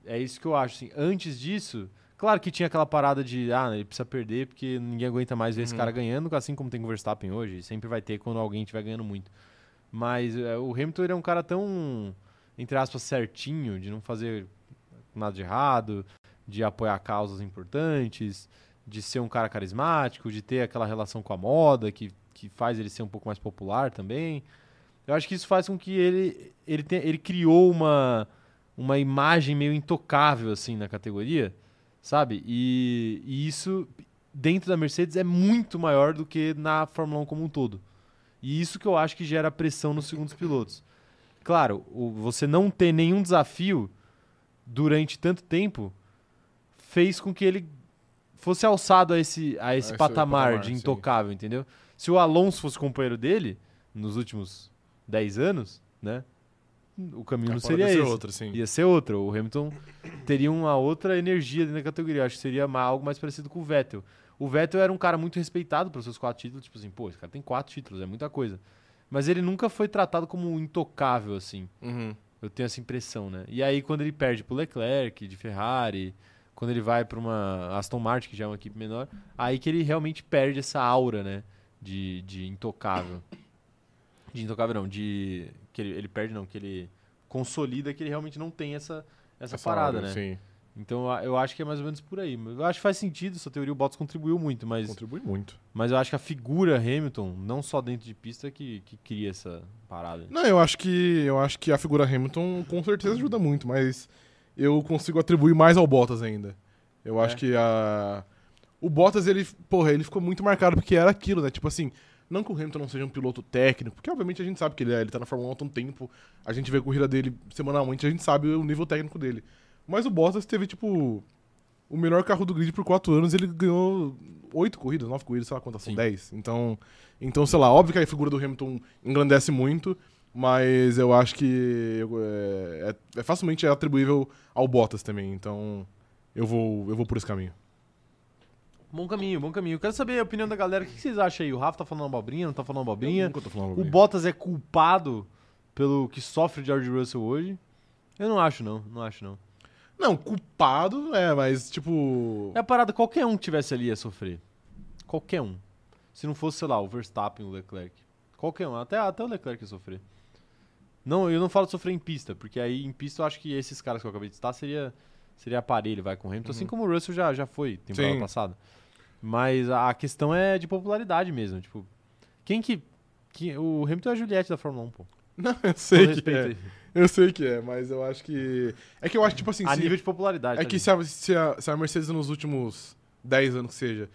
S1: É isso que eu acho. Assim. Antes disso, claro que tinha aquela parada de ah, ele precisa perder porque ninguém aguenta mais ver esse
S2: Uhum.
S1: cara ganhando, assim como tem com o Verstappen hoje, sempre vai ter quando alguém estiver ganhando muito. Mas é, o Hamilton ele é um cara tão, entre aspas, certinho, de não fazer nada de errado, de apoiar causas importantes, de ser um cara carismático, de ter aquela relação com a moda que, que faz ele ser um pouco mais popular também. Eu acho que isso faz com que ele ele, tenha- ele criou uma uma imagem meio intocável assim na categoria, sabe? E, e isso dentro da Mercedes é muito maior do que na Fórmula 1 como um todo. E isso que eu acho que gera pressão nos segundos pilotos. Claro, o- você não ter nenhum desafio durante tanto tempo fez com que ele fosse alçado a esse, a esse
S2: esse
S1: patamar,
S2: patamar,
S1: de
S2: sim.
S1: intocável, entendeu? Se o Alonso fosse companheiro dele nos últimos 10 anos, né? O caminho
S2: A
S1: não
S2: parada
S1: seria
S2: ia É, ser
S1: esse.
S2: outra, sim.
S1: Ia ser outra. O Hamilton teria uma outra energia dentro da categoria. Eu Acho que seria ma- algo mais parecido com o Vettel. O Vettel era um cara muito respeitado pelos seus quatro títulos. Tipo assim, pô, esse cara tem quatro títulos, é muita coisa. Mas ele nunca foi tratado como intocável, assim.
S2: Uhum.
S1: Eu tenho essa impressão, né? E aí, quando ele perde pro Leclerc, de Ferrari, quando ele vai pra uma Aston Martin, que já é uma equipe menor, aí que ele realmente perde essa aura, né? De, de intocável. De intocável, não. De. Que ele, ele perde, não. Que ele consolida que ele realmente não tem essa, essa, parada,
S2: hora,
S1: né?
S2: Sim.
S1: Então, a- eu acho que é mais ou menos por aí. Eu acho que faz sentido, sua teoria, o Bottas contribuiu muito, mas,
S2: Contribui muito.
S1: mas eu acho que a figura Hamilton, não só dentro de pista, que, que cria essa parada. né?
S2: Não, eu acho que eu acho que a figura Hamilton com certeza ajuda muito, mas eu consigo atribuir mais ao Bottas ainda. Eu acho
S1: É.
S2: que a o Bottas ele, porra, ele ficou muito marcado porque era aquilo, né? Tipo assim, não que o Hamilton não seja um piloto técnico, porque obviamente a gente sabe que ele é, ele tá na Fórmula 1 há tanto tempo, a gente vê a corrida dele semanalmente, a gente sabe o nível técnico dele. Mas o Bottas teve tipo o melhor carro do grid por quatro anos, ele ganhou oito corridas, nove corridas, sei lá quantas são,
S1: Sim.
S2: dez. Então, então, sei lá, óbvio que a figura do Hamilton engrandece muito, mas eu acho que é, é- é facilmente atribuível ao Bottas também. Então, eu vou, eu vou por esse caminho.
S1: Bom caminho, bom caminho. Eu Quero saber a opinião da galera. O que vocês acham aí? O Rafa tá falando abobrinha, não tá falando
S2: Eu
S1: abobrinha?
S2: nunca tô falando
S1: O
S2: abobrinha.
S1: Bottas é culpado pelo que sofre o George Russell hoje? Eu não acho, não. Não acho, não.
S2: Não, culpado é, mas tipo.
S1: É a parada, qualquer um que tivesse ali ia sofrer. Qualquer um. Se não fosse, sei lá, o Verstappen, o Leclerc. Qualquer um, até, até o Leclerc ia sofrer. Não, eu não falo de sofrer em pista, porque aí em pista eu acho que esses caras que eu acabei de citar seria, seria aparelho, vai com o Hamilton, assim como o Russell já, já foi temporada
S2: Uhum. Sim.
S1: passada. Mas a questão é de popularidade mesmo, tipo, quem que... que- o Hamilton é a Juliette da Fórmula 1, pô.
S2: *laughs* Não, eu
S1: Com
S2: sei que
S1: respeito
S2: é.
S1: aí.
S2: Eu sei que é, mas eu acho que. É que eu acho, tipo assim.
S1: A
S2: se-
S1: nível de popularidade.
S2: É
S1: tá
S2: que
S1: ligado?
S2: se a, se a- se a Mercedes nos últimos 10 anos que seja.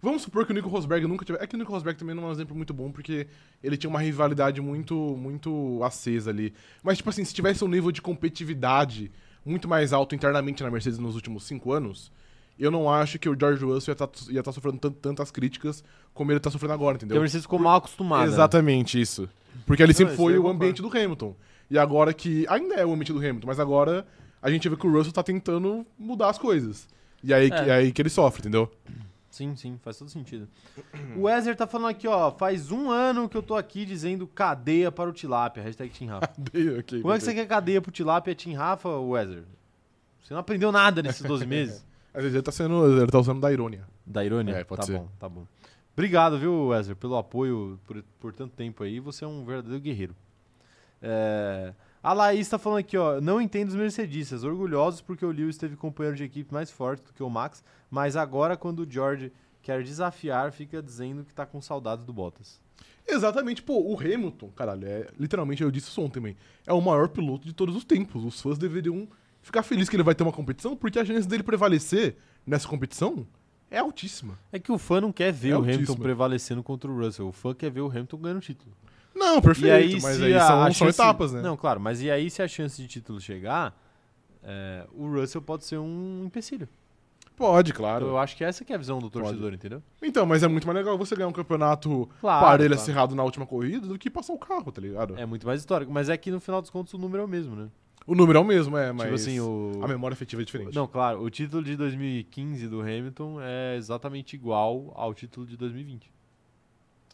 S2: Vamos supor que o Nico Rosberg nunca tiver. É que o Nico Rosberg também não é um exemplo muito bom, porque ele tinha uma rivalidade muito, muito acesa ali. Mas, tipo assim, se tivesse um nível de competitividade muito mais alto internamente na Mercedes nos últimos 5 anos, eu não acho que o George Russell ia estar sofrendo tan- tantas críticas como ele tá sofrendo agora,
S1: Porque a
S2: entendeu?
S1: Mercedes ficou mal acostumada. né?
S2: Exatamente isso. Porque ele sempre
S1: isso
S2: foi
S1: aí eu
S2: o ambiente do Hamilton. E agora que. Ainda é o ambiente do Hamilton, mas agora a gente vê que o Russell tá tentando mudar as coisas. E aí, que-
S1: É.
S2: é aí que ele sofre, entendeu? *laughs*
S1: Sim, sim, faz todo sentido. O Wezer tá falando aqui, ó, faz um ano que eu tô aqui dizendo cadeia para o Tilápia, hashtag Team Rafa.
S2: Dei ok,
S1: Como é que
S2: dei.
S1: você quer cadeia pro Tilápia, Team Rafa, Wezer? Você não aprendeu nada nesses 12 meses?
S2: Às vezes ele tá, sendo, ele tá usando da irônia.
S1: Da irônia?
S2: É, pode
S1: tá
S2: ser.
S1: bom, tá bom. Obrigado, viu, Wezer, pelo apoio por, por tanto tempo aí. Você é um verdadeiro guerreiro. É, A Laís tá falando aqui, ó. Não entendo os mercedistas. Orgulhosos porque o Lewis teve companheiro de equipe mais forte do que o Max. Mas agora, quando o George quer desafiar, fica dizendo que tá com saudades do Bottas.
S2: Exatamente, pô, o Hamilton, caralho, é, literalmente eu disse isso ontem também. É o maior piloto de todos os tempos. Os fãs deveriam ficar felizes que ele vai ter uma competição, porque a chance dele prevalecer nessa competição é altíssima.
S1: É que o fã não quer ver
S2: É
S1: o Hamilton
S2: altíssimo.
S1: prevalecendo contra o Russell. O fã quer ver o Hamilton ganhando o título.
S2: Não, perfeito, mas aí são, são
S1: chance-
S2: etapas, né?
S1: Não, claro, mas e aí se a chance de título chegar, é, o Russell pode ser um empecilho.
S2: Pode,
S1: Então,
S2: claro.
S1: eu acho que essa que é a visão do torcedor, entendeu?
S2: Então, mas é muito mais legal você ganhar um campeonato
S1: Claro,
S2: parelho
S1: claro.
S2: acirrado na última corrida do que passar o carro, tá ligado?
S1: É muito mais histórico, mas é que no final dos contos o número é o mesmo, né?
S2: O número é o mesmo, é, mas
S1: Tipo assim, o...
S2: a memória afetiva é diferente.
S1: Não, claro, o título de 2015 do Hamilton é exatamente igual ao título de 2020.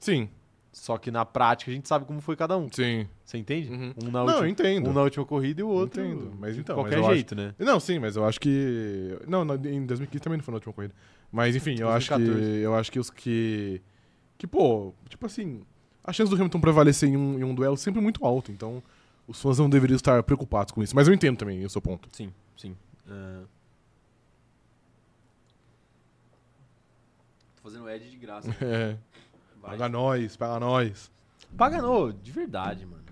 S2: Sim,
S1: Só que na prática a gente sabe como foi cada um.
S2: sim.
S1: Você entende?
S2: Uhum.
S1: Um, na
S2: Não, eu
S1: última,
S2: entendo.
S1: um na última corrida e o outro.
S2: Entendo, mas
S1: de
S2: então, mas
S1: qualquer
S2: eu acho-
S1: jeito, né?
S2: Não, sim, mas eu acho que. Não, na- em 2015 também não foi na última corrida. Mas enfim, eu acho que.
S1: 2014.
S2: Eu acho que os que. Que, pô, tipo assim, a chance do Hamilton prevalecer em um, em um duelo é sempre muito alta, então os fãs não deveriam estar preocupados com isso. Mas eu entendo também o seu ponto.
S1: Sim, sim. Ah. Tô fazendo Ed de graça.
S2: *laughs* É.
S1: Vai.
S2: Paga nós, paga nós.
S1: Paga não, de verdade,
S2: *laughs*
S1: mano.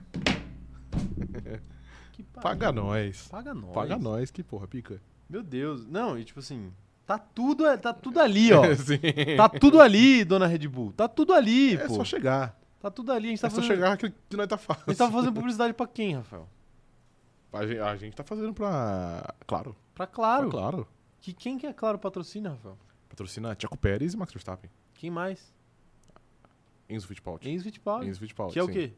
S1: Que
S2: Paga nós.
S1: Paga nós.
S2: Paga nós, que porra, pica.
S1: Meu Deus. Não, e tipo assim, tá tudo, tá tudo ali, *laughs* ó.
S2: *laughs* Sim.
S1: Tá tudo ali, dona Red Bull. Tá tudo ali,
S2: É
S1: pô.
S2: só chegar.
S1: Tá tudo ali. A gente tá
S2: é só
S1: fazendo...
S2: chegar que, que nós tá fácil.
S1: A gente tá fazendo publicidade pra quem, Rafael?
S2: A gente, a gente tá fazendo pra. Claro.
S1: Pra
S2: Claro.
S1: Claro.
S2: claro.
S1: Que, quem que é Claro patrocina, Rafael?
S2: Patrocina Tiago Pérez e Max Verstappen.
S1: Quem mais?
S2: Enzo Fittipaldi.
S1: Enzo Fittipaldi.
S2: Enzo Fittipaldi.
S1: Que é o
S2: sim.
S1: quê?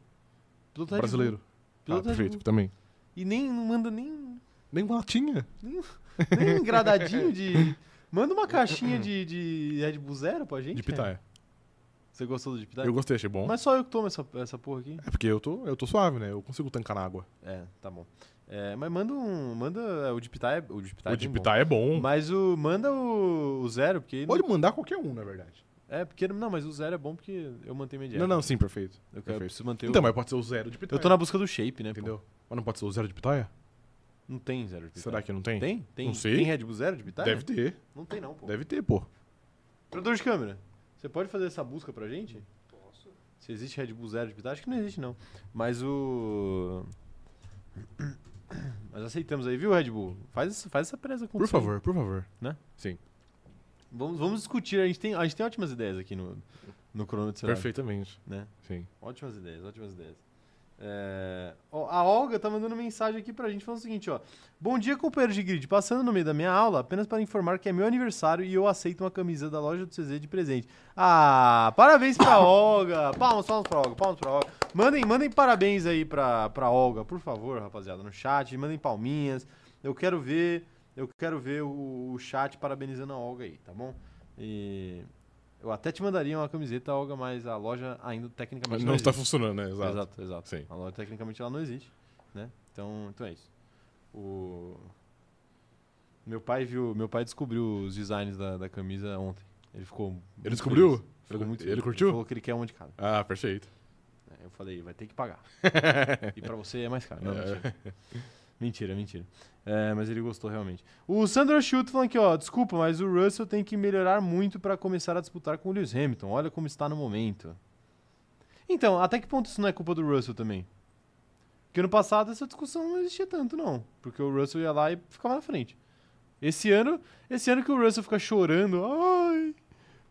S1: Piloto Red Bull.
S2: Brasileiro. Ah,
S1: Piloto Red
S2: perfeito,
S1: Bull.
S2: também.
S1: E nem não manda nem
S2: Nem uma latinha.
S1: Nem gradadinho
S2: *laughs*
S1: de. Manda uma caixinha de, de Red Bull Zero pra gente.
S2: de
S1: cara.
S2: pitaia.
S1: Você gostou do de pitaia?
S2: Eu gostei, achei bom.
S1: Mas só eu que tomo essa, essa porra aqui.
S2: É porque eu tô, eu tô suave, né? Eu consigo tancar na água.
S1: É, tá bom. É, mas manda um. Manda. é, O de pitaia. O de pitaia.
S2: o
S1: é
S2: de
S1: bem bom.
S2: pitaia é bom.
S1: Mas o. Manda o, o zero, porque.
S2: Pode mandar qualquer um, na verdade.
S1: É, porque. Não, mas o zero é bom porque eu mantenho mediano.
S2: Não, não, sim, perfeito.
S1: Eu, quero, eu
S2: perfeito.
S1: preciso manter o.
S2: Então, mas pode ser o zero de pitaia.
S1: Eu tô na busca do shape, né? pô?
S2: Entendeu? Mas não pode ser o zero de pitaia?
S1: Não tem zero de pitaia.
S2: Será que não tem?
S1: tem? Tem,
S2: Não sei.
S1: tem Red Bull Zero de pitaia?
S2: Deve ter.
S1: Não tem, não, pô.
S2: Deve ter, pô.
S1: Produtor de câmera, você pode fazer essa busca pra gente? Posso. Se existe Red Bull Zero de pitaia? Acho que não existe, não. Mas o. *coughs* Mas aceitamos aí, viu, Red Bull? Faz, essa- faz essa presa com
S2: Por favor, por favor.
S1: Vamos, vamos discutir. A gente, tem, a gente tem ótimas ideias aqui no, no cronômetro. Será,
S2: Perfeitamente.
S1: Né?
S2: Sim.
S1: Ótimas ideias, ótimas ideias. É, ó, a Olga tá mandando mensagem aqui pra gente falando o seguinte, ó. Bom dia, companheiro de grid. Passando no meio da minha aula, apenas para informar que é meu aniversário e eu aceito uma camisa da loja do CZ de presente. Ah, parabéns pra Olga! Palmas, palmas pra Olga, palmas pra Olga. Mandem, mandem parabéns aí pra, pra Olga, por favor, rapaziada, no chat. Mandem palminhas. Eu quero ver, eu quero ver o, o chat parabenizando a Olga aí, tá bom? E eu até te mandaria uma camiseta, Olga, mas a loja ainda tecnicamente
S2: não está
S1: existe.
S2: funcionando, né? Exato.
S1: Exato, exato.
S2: Sim.
S1: A loja tecnicamente ela não existe, né? Então, então é isso. O... Meu pai viu, meu pai descobriu os designs da, da camisa ontem. Ele ficou. muito
S2: descobriu?
S1: feliz. Ficou
S2: Ele-
S1: muito
S2: ele
S1: feliz.
S2: curtiu?
S1: Ele falou que ele quer uma de cada.
S2: Ah, perfeito.
S1: É, Eu falei, vai ter que
S2: *laughs*
S1: pagar. e pra você é mais caro. Não,
S2: É.
S1: mentira. mentira, mentira. É, mas ele gostou realmente. O Sandro Schutt falando aqui, ó, desculpa, mas o Russell tem que melhorar muito pra começar a disputar com o Lewis Hamilton. Olha como está no momento. Então, até que ponto isso não é culpa do Russell também? Porque ano passado essa discussão não existia tanto, não. Porque o Russell ia lá e ficava na frente. Esse ano, esse ano que o Russell fica chorando, ai,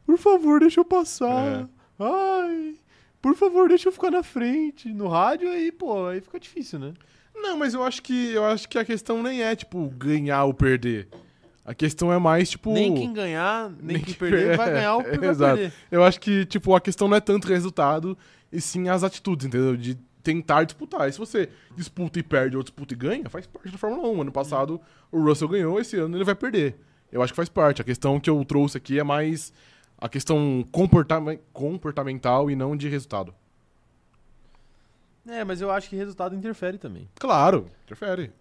S1: por favor, deixa eu passar.
S2: É.
S1: Ai, por favor, deixa eu ficar na frente. No rádio, aí, pô, aí fica difícil, né?
S2: Não, mas eu acho que eu acho que a questão nem é, tipo, ganhar ou perder. A questão é mais, tipo.
S1: Nem quem ganhar, nem,
S2: nem
S1: quem
S2: que-
S1: perder, *laughs* vai ganhar
S2: *laughs*
S1: ou
S2: é,
S1: vai
S2: exato.
S1: perder.
S2: Eu acho que, tipo, a questão não é tanto resultado, e sim as atitudes, entendeu? De tentar disputar. E se você disputa e perde ou disputa e ganha, faz parte da Fórmula 1. Ano passado o Russell ganhou, esse ano ele vai perder. Eu acho que faz parte. A questão que eu trouxe aqui é mais a questão comportame- comportamental e não de resultado.
S1: É, mas eu acho que resultado interfere também. *clears throat*
S2: Claro, interfere.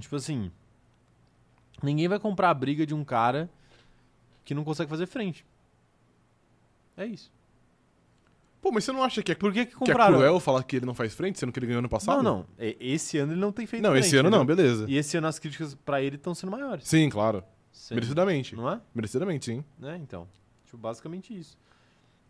S1: tipo assim, ninguém vai comprar a briga de um cara que não consegue fazer frente. É isso.
S2: Pô, mas você não acha que é,
S1: Por que que
S2: que é
S1: compraram?
S2: cruel falar que ele não faz frente, sendo que ele ganhou ano passado?
S1: não, não. E- Esse ano ele não tem feito
S2: Não, esse
S1: frente,
S2: ano não,
S1: entendeu?
S2: beleza.
S1: E esse ano as críticas pra ele estão sendo maiores.
S2: Sim, claro.
S1: Sim.
S2: Merecidamente.
S1: Não é?
S2: Merecidamente, sim.
S1: né? Então, tipo, basicamente isso.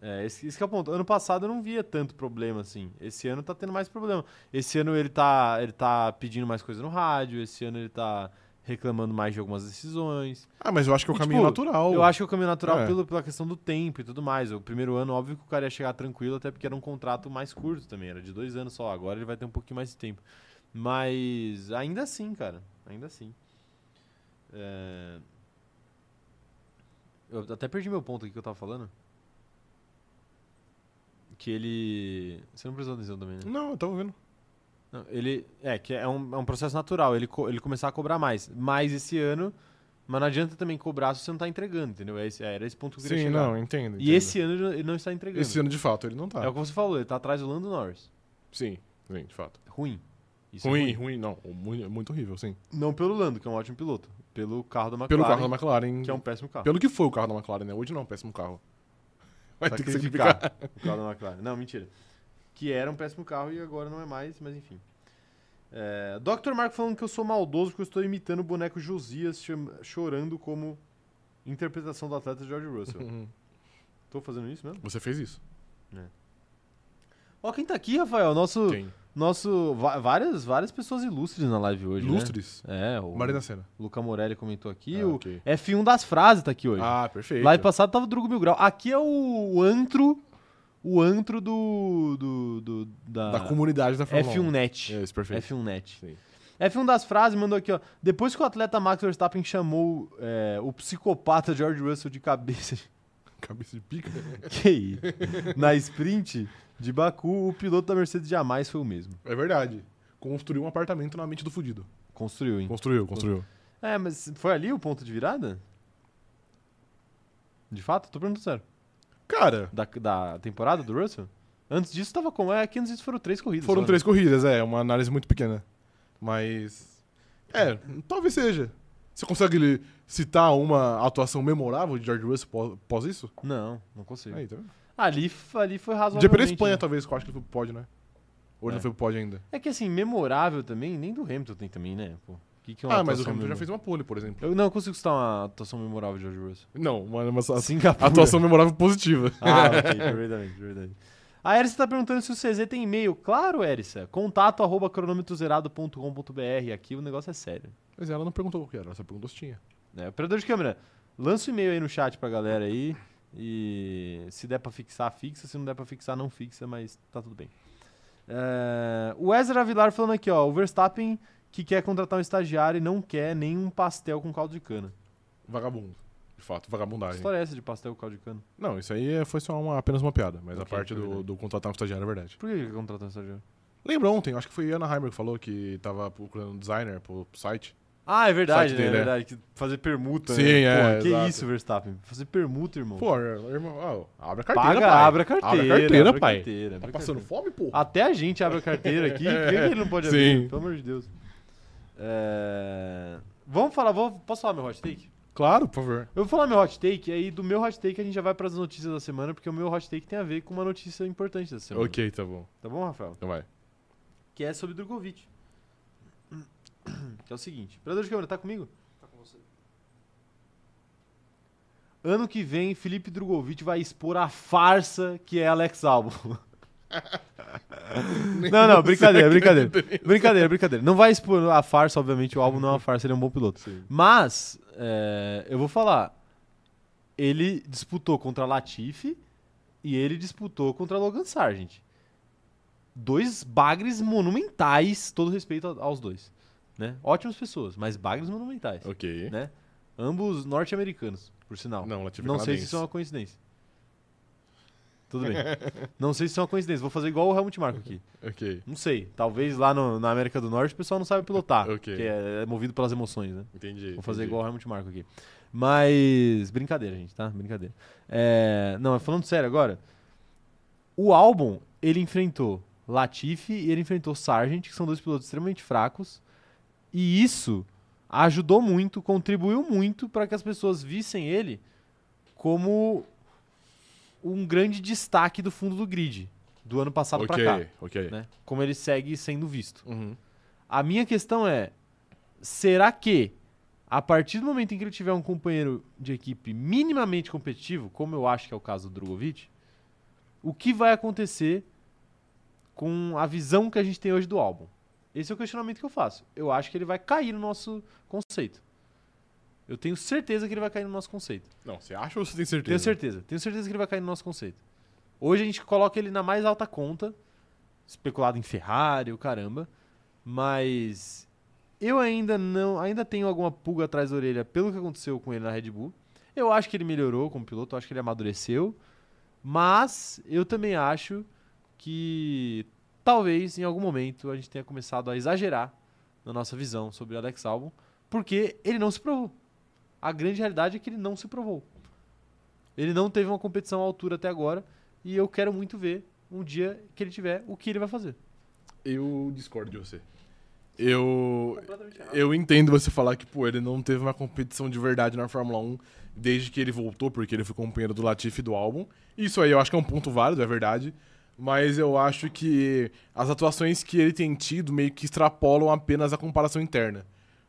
S1: É, esse, esse que é o ponto. Ano passado eu não via tanto problema assim. Esse ano tá tendo mais problema. Esse ano ele tá, ele tá pedindo mais coisa no rádio, esse ano ele tá reclamando mais de algumas decisões.
S2: Ah, mas eu acho que é o
S1: E,
S2: caminho
S1: tipo,
S2: natural.
S1: Eu acho que é o caminho natural
S2: É.
S1: pelo, pela questão do tempo e tudo mais. O primeiro ano, óbvio que o cara ia chegar tranquilo, até porque era um contrato mais curto também, era de dois anos só. Agora ele vai ter um pouquinho mais de tempo. Mas ainda assim, cara, ainda assim. É, Eu até perdi meu ponto aqui que eu tava falando. Que ele. Você não prestou atenção também, né?
S2: Não, eu tava vendo.
S1: Não, ele é que é um, é um processo natural, ele, co- ele começar a cobrar mais. Mais esse ano, mas não adianta também cobrar se você não tá entregando, entendeu? É esse- era esse ponto que eu queria
S2: Sim,
S1: chegar.
S2: não, entendo.
S1: e
S2: entendo.
S1: esse ano ele não- ele não está entregando.
S2: Esse ano, de fato, ele não tá.
S1: É o que você falou, ele tá atrás do Lando Norris.
S2: Sim, sim, de fato.
S1: Ruim. Isso é
S2: Ruim, ruim, não. Muito, muito horrível, sim.
S1: Não pelo Lando, que é um ótimo piloto, pelo carro da McLaren,
S2: Pelo carro da McLaren.
S1: É que é um péssimo carro.
S2: Pelo que foi o carro da McLaren, né? Hoje não, péssimo carro. Vai ter que
S1: Sacrificar
S2: sacrificar.
S1: o carro da McLaren. Não, mentira. Que era um péssimo carro e agora não é mais, mas enfim. É, Dr. Marco falando que eu sou maldoso, que eu estou imitando o boneco Josias cham- chorando como interpretação do atleta George
S2: *laughs*
S1: Russell.
S2: Uhum.
S1: Tô fazendo isso mesmo?
S2: Você fez isso.
S1: Ó, quem tá aqui, Rafael? Nosso.
S2: Tem.
S1: nosso va- várias, várias pessoas ilustres na live hoje. né?
S2: Ilustres.
S1: É, o
S2: Marina Senna.
S1: Luca Morelli comentou aqui.
S2: Ah,
S1: o
S2: ok.
S1: F1 das frases tá aqui hoje.
S2: Ah, perfeito.
S1: Live passado tava o Drugo Mil Grau. Aqui é o antro. O antro do. do, do- da,
S2: Da comunidade da Fórmula
S1: F1 Net.
S2: É, isso, perfeito.
S1: F1 Net.
S2: Sim.
S1: F1 das frases mandou aqui, ó. Depois que o atleta Max Verstappen chamou é, o psicopata George Russell de cabeça.
S2: Cabeça de pica.
S1: que
S2: *laughs*
S1: isso? Na sprint de Baku, o piloto da Mercedes jamais foi o mesmo.
S2: É verdade. Construiu um apartamento na mente do fudido.
S1: Construiu, hein?
S2: Construiu, construiu.
S1: É, mas foi ali o ponto de virada? De fato? Tô perguntando sério.
S2: Cara,
S1: Da, da temporada do Russell? Antes disso tava como? É, que antes disso foram três corridas.
S2: foram
S1: só, né?
S2: três corridas, é. Uma análise muito pequena. Mas. É, talvez seja. Você consegue citar uma atuação memorável de George Russell pós, pós isso?
S1: né? Não, não consigo.
S2: Aí, tá vendo?
S1: Ali, f- ali foi
S2: GP da
S1: razoavelmente.
S2: Espanha,
S1: né?
S2: tá? talvez, que eu acho que ele foi pro pódio, né? Ou ele
S1: É.
S2: não foi pro pódio ainda.
S1: É que assim, memorável também, nem do Hamilton tem também, né? Pô, que que é uma
S2: Ah, mas o
S1: atuação
S2: Hamilton já fez um
S1: memorável?
S2: uma pole, por exemplo.
S1: Eu não consigo citar uma atuação memorável de George Russell.
S2: Não, uma, uma atua-
S1: Singapura.
S2: *laughs* atuação memorável positiva.
S1: *laughs* Ah, ok,
S2: *laughs*
S1: de verdade, de verdade. A Erissa tá perguntando se o CZ tem e-mail. Claro, Erissa. Contato arroba cronômetrozerado.com.br. Aqui o negócio é sério.
S2: Mas ela não perguntou o que era, ela só perguntou se tinha.
S1: né? Operador de câmera, lança o e-mail aí no chat pra galera aí. E se der pra fixar, fixa. Se não der pra fixar, não fixa, mas tá tudo bem. É, o Ezra Vilar falando aqui, ó. O Verstappen que quer contratar um estagiário e não quer nenhum pastel com caldo de cana.
S2: Vagabundo. De fato,
S1: Que
S2: vagabundagem.
S1: história é essa de pastel com caldo de cana?
S2: Não, isso aí é- foi só uma, apenas uma piada, mas a
S1: Ok,
S2: parte
S1: é
S2: do,
S1: verdade.
S2: do contratar um estagiário é verdade.
S1: Por que ele quer contratar um estagiário?
S2: Lembra ontem, acho que foi Ana Heimer que falou que tava procurando um designer pro pro site.
S1: Ah, é verdade,
S2: Site
S1: né?
S2: dele,
S1: é verdade. que Fazer permuta.
S2: Sim,
S1: né?
S2: é,
S1: Pô, que
S2: exato.
S1: isso, Verstappen. Fazer permuta, irmão.
S2: Pô, é, irmão, ó, abre a
S1: Paga,
S2: carteira, pai.
S1: abre a carteira.
S2: carteira,
S1: abre a
S2: pai.
S1: carteira, Ah,
S2: Tá
S1: abre a
S2: passando
S1: carteira.
S2: fome, pô?
S1: Até a gente abre a carteira aqui. Por que que ele não pode abrir?
S2: Sim.
S1: Pelo amor de Deus. É, Vamos falar, vou, posso falar meu hot take?
S2: Claro, por favor.
S1: Eu vou falar meu hot take, aí do meu hot take a gente já vai pras notícias da semana, porque o meu hot take tem a ver com uma notícia importante da semana.
S2: Ok, tá bom.
S1: Tá bom, Rafael?
S2: Então vai.
S1: Que é sobre Drogovic. *coughs* Que é o seguinte. Operador de câmera, tá comigo?
S3: Tá com você.
S1: Ano que vem, Felipe Drogovic vai expor a farsa que é Alex Albo. não, não, brincadeira, brincadeira. Brincadeira, brincadeira. Não vai expor a farsa, obviamente, o álbum não é uma farsa, ele é um bom piloto.
S2: Sim.
S1: Mas, é, eu vou falar. Ele disputou contra Latifi e ele disputou contra Logan Sargent. Dois bagres monumentais, todo respeito a- aos dois. Né? Ótimas pessoas, mas bagres monumentais.
S2: Ok.
S1: Né? Ambos norte-americanos, por sinal.
S2: Não, Latifi
S1: Não sei
S2: canadense.
S1: se isso é uma coincidência. Tudo
S2: *laughs*
S1: bem. não sei se isso é uma coincidência. Vou fazer igual o Helmut Marko aqui.
S2: Ok,
S1: Não sei. Talvez lá no- na América do Norte o pessoal não sabe pilotar.
S2: Ok.
S1: Que é, é movido pelas emoções, né?
S2: entendi.
S1: Vou fazer
S2: entendi.
S1: igual o Helmut Marko aqui. Mas. Brincadeira, gente, tá? Brincadeira. É, não, falando sério agora. O álbum, ele enfrentou Latifi e ele enfrentou Sargent, que são dois pilotos extremamente fracos. E isso ajudou muito, contribuiu muito para que as pessoas vissem ele como um grande destaque do fundo do grid do ano passado
S2: Ok,
S1: pra cá,
S2: ok.
S1: né? Como ele segue sendo visto.
S2: Uhum.
S1: A minha questão é: será que a partir do momento em que ele tiver um companheiro de equipe minimamente competitivo, como eu acho que é o caso do Drogovic, o que vai acontecer com a visão que a gente tem hoje do álbum? Esse é o questionamento que eu faço. Eu acho que ele vai cair no nosso conceito. Eu tenho certeza que ele vai cair no nosso conceito.
S2: Não, você acha ou você tem certeza?
S1: Tenho certeza. Tenho certeza que ele vai cair no nosso conceito. Hoje a gente coloca ele na mais alta conta, especulado em Ferrari, o caramba. Mas eu ainda não, ainda tenho alguma pulga atrás da orelha pelo que aconteceu com ele na Red Bull. Eu acho que ele melhorou como piloto, eu acho que ele amadureceu, mas eu também acho que talvez em algum momento a gente tenha começado a exagerar na nossa visão sobre o Alex Albon, porque ele não se provou. A grande realidade é que ele não se provou. Ele não teve uma competição à altura até agora e eu quero muito ver um dia que ele tiver o que ele vai fazer.
S2: Eu discordo de você. Eu, eu entendo você falar que, pô, ele não teve uma competição de verdade na Fórmula 1 desde que ele voltou, porque ele foi companheiro do Latifi e do álbum. Isso aí eu acho que é um ponto válido, é verdade. Mas eu acho que as atuações que ele tem tido meio que extrapolam apenas a comparação interna.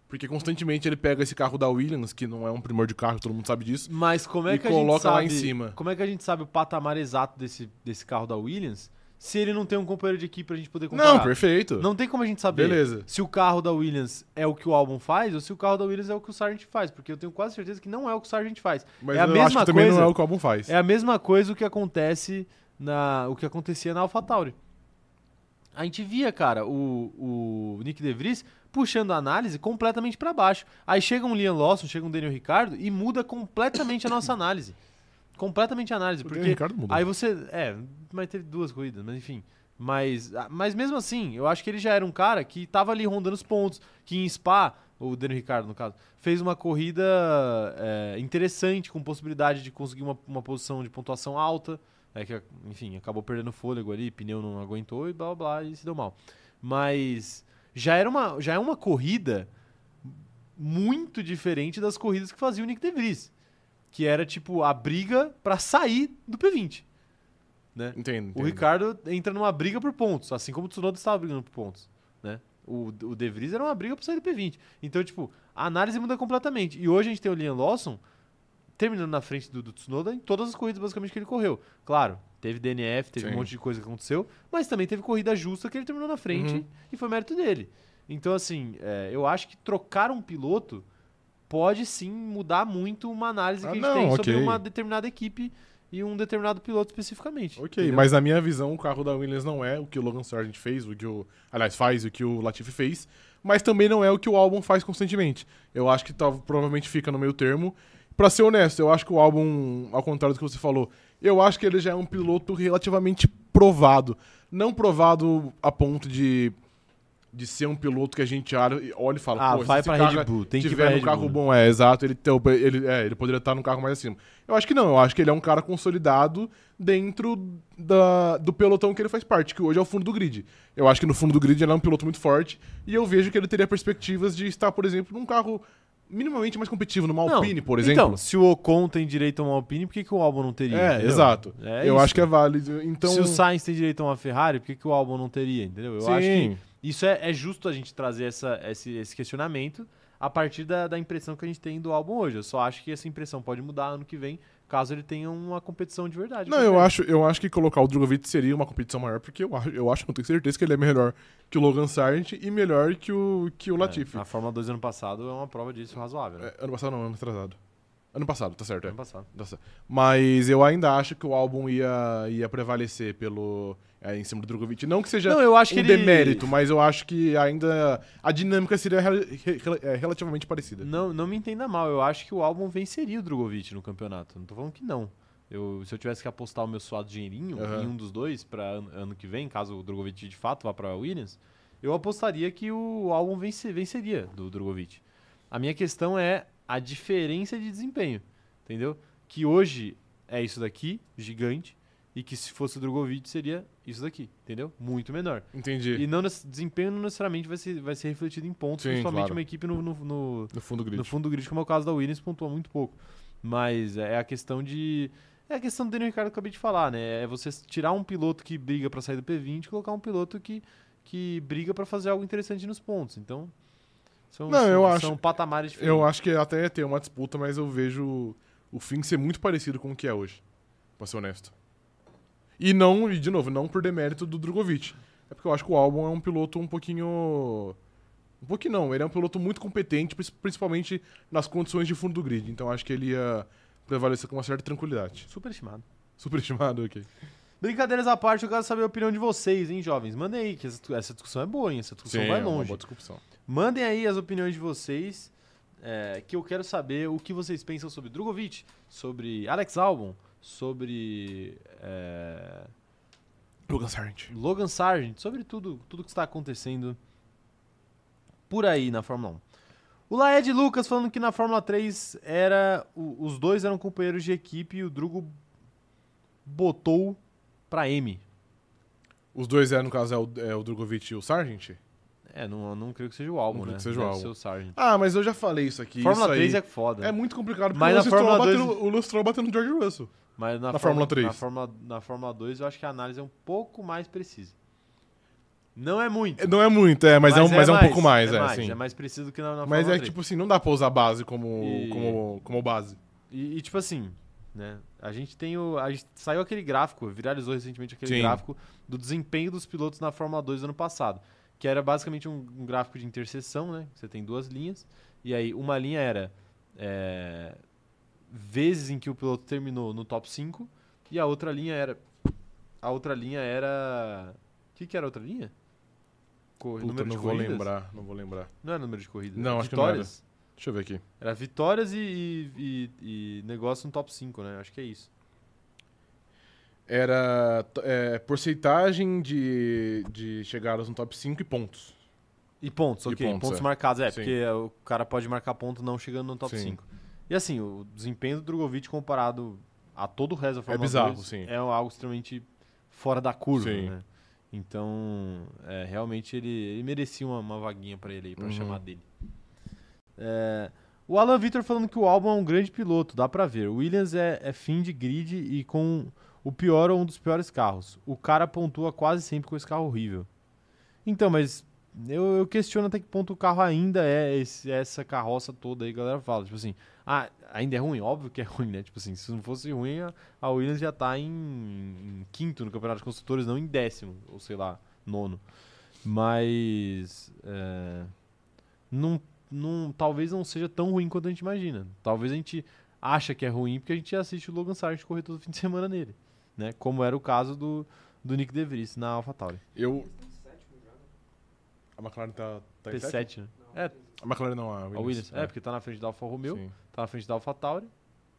S2: Porque constantemente ele pega esse carro da Williams, que não é um primor de carro, todo mundo sabe disso.
S1: Mas como é
S2: E
S1: que a gente
S2: coloca
S1: sabe,
S2: lá em cima.
S1: Como é que a gente sabe o patamar exato desse, desse carro da Williams se ele não tem um companheiro de equipe pra gente poder comparar?
S2: Não, perfeito.
S1: Não tem como a gente saber
S2: Beleza.
S1: se o carro da Williams é o que o álbum faz ou se o carro da Williams é o que o Sargent faz, porque eu tenho quase certeza que não é o que o Sargent faz.
S2: Mas
S1: é a
S2: eu
S1: mesma
S2: acho que também
S1: coisa.
S2: não é o que o álbum faz.
S1: É a mesma coisa o que acontece na o que acontecia na AlphaTauri. A gente via, cara, o, o Nick DeVries puxando a análise completamente pra baixo. Aí chega um Liam Lawson, chega um Daniel Ricardo e muda completamente a nossa análise. Completamente a análise,
S2: O
S1: porque
S2: Daniel Ricciardo mudou.
S1: aí você, é, mas teve duas corridas, mas enfim. Mas, ah, mas mesmo assim, eu acho que ele já era um cara que tava ali rondando os pontos, que em Spa, o Daniel Ricardo no caso, fez uma corrida é, interessante, com possibilidade de conseguir uma, uma posição de pontuação alta, é, que, enfim, acabou perdendo fôlego ali, pneu não aguentou e blá blá, blá e se deu mal. Mas já, era uma, já é uma corrida muito diferente das corridas que fazia o Nick DeVries, que era tipo a briga pra sair do P20.
S2: Entendo,
S1: O
S2: entendo.
S1: Ricardo entra numa briga por pontos, assim como o Tsunoda estava brigando por pontos, né? O, o De Vries era uma briga para sair do P20. Então, tipo, a análise muda completamente. E hoje a gente tem o Liam Lawson terminando na frente do, do Tsunoda em todas as corridas basicamente que ele correu. Claro, teve DNF, teve
S2: Sim.
S1: um monte de coisa que aconteceu, mas também teve corrida justa que ele terminou na frente
S2: Uhum.
S1: e foi mérito dele. Então, assim, é, eu acho que trocar um piloto pode sim mudar muito uma análise
S2: Ah,
S1: que a gente
S2: não,
S1: tem
S2: ok.
S1: sobre uma determinada equipe e um determinado piloto especificamente.
S2: Ok,
S1: entendeu?
S2: mas na minha visão, o carro da Williams não é o que o Logan Sargent fez, o que o. Aliás, faz, o que o Latifi fez, mas também não é o que o álbum faz constantemente. Eu acho que tal- provavelmente fica no meio termo. Pra ser honesto, eu acho que o álbum, ao contrário do que você falou, eu acho que ele já é um piloto relativamente provado. Não provado a ponto de. De ser um piloto que a gente olha e- olha e fala,
S1: Ah,
S2: pô, se
S1: vai
S2: esse
S1: pra
S2: cara
S1: Red Bull, tem que ir
S2: tiver
S1: pra
S2: um
S1: Red
S2: carro
S1: Bull, né?
S2: bom, é, exato, ele, tem o- ele, é, ele poderia estar num carro mais acima. Eu acho que não, eu acho que ele é um cara consolidado dentro da, do pelotão que ele faz parte, que hoje é o fundo do grid. Eu acho que no fundo do grid ele é um piloto muito forte e eu vejo que ele teria perspectivas de estar, por exemplo, num carro minimamente mais competitivo numa
S1: Não.
S2: Alpine, por exemplo.
S1: Então, se o Ocon tem direito a uma Alpine, por que, que o Albon não teria?
S2: é,
S1: entendeu?
S2: exato.
S1: É
S2: eu
S1: isso.
S2: acho que é válido. Então,
S1: Se o Sainz tem direito a uma Ferrari, por que, que o Albon não teria? Entendeu? Eu
S2: sim,
S1: acho que isso é, é justo a gente trazer essa, esse, esse questionamento a partir da, da impressão que a gente tem do Albon hoje. Eu só acho que essa impressão pode mudar ano que vem, caso ele tenha uma competição de verdade.
S2: Não, eu acho, eu acho que colocar o Drogovic seria uma competição maior, porque eu acho, eu acho, não tenho certeza que ele é melhor que o Logan Sargent e melhor que o, que o Latifi.
S1: É, a Fórmula 2 ano passado é uma prova disso razoável, né?
S2: É, ano passado não, ano atrasado. Ano passado, tá certo, é.
S1: Ano passado.
S2: Tá certo. Mas eu ainda acho que o álbum ia, ia prevalecer pelo, é, em cima do Drogovic. Não que seja
S1: Não, eu acho
S2: um
S1: que ele...
S2: demérito, mas eu acho que ainda a dinâmica seria rel- re- rel- é, relativamente parecida.
S1: Não, não me entenda mal, eu acho que o álbum venceria o Drogovic no campeonato. Não tô falando que não. Eu, se eu tivesse que apostar o meu suado dinheirinho
S2: Aham.
S1: em um dos dois para ano, ano que vem, caso o Drogovic de fato vá para Williams, eu apostaria que o álbum vence- venceria do Drogovic. A minha questão é a diferença de desempenho, entendeu? Que hoje é isso daqui, gigante, e que se fosse o Drogovic seria isso daqui, entendeu? Muito menor.
S2: Entendi.
S1: E não, nece- desempenho não necessariamente vai ser, vai ser refletido em pontos,
S2: Sim,
S1: principalmente
S2: claro.
S1: uma equipe no- no- no,
S2: No fundo do grid.
S1: no fundo do grid, como é o caso da Williams, pontua muito pouco. Mas é a questão de. É a questão do Daniel Ricardo que eu acabei de falar, né? É você tirar um piloto que briga pra sair do P20 e colocar um piloto que, que briga pra fazer algo interessante nos pontos. Então. São,
S2: Não,
S1: são,
S2: eu acho-
S1: são patamares diferentes.
S2: Eu acho que até ia ter uma disputa, mas eu vejo o fim ser muito parecido com o que é hoje, pra ser honesto. E não, e de novo, não por demérito do Drogovic. É porque eu acho que o Albon é um piloto um pouquinho. Um pouquinho não, ele é um piloto muito competente, pris- principalmente nas condições de fundo do grid. Então eu acho que ele ia prevalecer com uma certa tranquilidade. *laughs*
S1: Superestimado.
S2: Superestimado, ok.
S1: Brincadeiras à parte, eu quero saber a opinião de vocês, hein, jovens? Mandem aí, que essa, essa discussão é boa, hein? Essa discussão vai
S2: é uma
S1: longe.
S2: boa discussão.
S1: Mandem aí as opiniões de vocês, é, que eu quero saber o que vocês pensam sobre Drogovic, sobre Alex Albon, sobre é,
S2: Logan Sargent.
S1: Logan Sargent, sobre tudo, tudo que está acontecendo por aí na Fórmula 1. O Laed Lucas falando que na Fórmula 3 era o- os dois eram companheiros de equipe e o Drugo botou pra M.
S2: Os dois, é, no caso, é o, é o Drogovic e o Sargent?
S1: É, não, não creio que seja o Albon,
S2: Não
S1: né?
S2: creio que seja o
S1: Deve
S2: Albon.
S1: ser Sargent.
S2: Ah, mas eu já falei isso aqui.
S1: Fórmula
S2: isso aí
S1: 3 é foda.
S2: É muito complicado porque
S1: Mas
S2: o,
S1: na
S2: Lance Stroll
S1: Fórmula
S2: bateu,
S1: dois-
S2: no- o Lance Stroll bateu no George Russell.
S1: Mas na,
S2: Na
S1: Fórmula,
S2: Fórmula 3.
S1: Na Fórmula, na Fórmula 2, eu acho que a análise é um pouco mais precisa. Não é muito.
S2: É, Não é muito, é, mas, é, um, mas é um pouco mais, é,
S1: mais,
S2: sim.
S1: É mais preciso do que na, na
S2: mas
S1: Fórmula
S2: é
S1: 3.
S2: tipo assim, não dá pra usar base como,
S1: E-
S2: como, como base.
S1: E, e, tipo assim, né? A gente tem o. A gente, saiu aquele gráfico, viralizou recentemente aquele
S2: Sim.
S1: gráfico do desempenho dos pilotos na Fórmula 2 do ano passado. Que era basicamente um, um gráfico de interseção, né? Você tem duas linhas. E aí, uma linha era é, vezes em que o piloto terminou no top 5. E a outra linha era. A outra linha era. O que, que era a outra linha? Co-
S2: Puta, não vou
S1: corridas?
S2: lembrar, não vou lembrar.
S1: Não era número de corridas.
S2: Não,
S1: era
S2: acho que não era.
S1: vitórias?
S2: Deixa eu ver aqui.
S1: Era vitórias e, e- e- e negócio no top 5, né? Acho que é isso.
S2: Era t- é, porcentagem de, de chegadas no top 5 e pontos.
S1: E pontos,
S2: E
S1: ok.
S2: pontos,
S1: Pontos,
S2: é.
S1: marcados, é,
S2: Sim.
S1: porque é, o cara pode marcar ponto não chegando no top
S2: Sim.
S1: 5. E assim, o desempenho do Drogovic comparado a todo o resto da Fórmula
S2: bizarro,
S1: 2
S2: sim.
S1: é algo extremamente fora da curva,
S2: Sim.
S1: né? Então, é, realmente ele, ele merecia uma, uma vaguinha pra ele aí, pra
S2: Uhum.
S1: chamar dele. É, o Alan Vitor falando que o álbum é um grande piloto, dá pra ver. O Williams é, é fim de grid e com o pior ou um dos piores carros. O cara pontua quase sempre com esse carro horrível. Então, mas eu, eu questiono até que ponto o carro ainda é esse- essa carroça toda aí, que a galera fala. Tipo assim, ah, ainda é ruim? Óbvio que é ruim, né? Tipo assim, se não fosse ruim, a, a Williams já tá em, em quinto no Campeonato de Construtores, não em décimo, ou sei lá, nono. Mas. é, não, não, talvez não seja tão ruim quanto a gente imagina. Talvez a gente acha que é ruim porque a gente assiste o Logan Sargent correr todo fim de *laughs* semana nele. Né? Como era o caso do, do Nick DeVries na AlphaTauri.
S2: Eu. A McLaren tá, tá em sétimo?
S1: P7, né? É,
S2: A McLaren não, a Williams.
S1: a Williams. É, porque tá na frente da Alfa Romeo,
S2: Sim,
S1: tá na frente da Alfa Tauri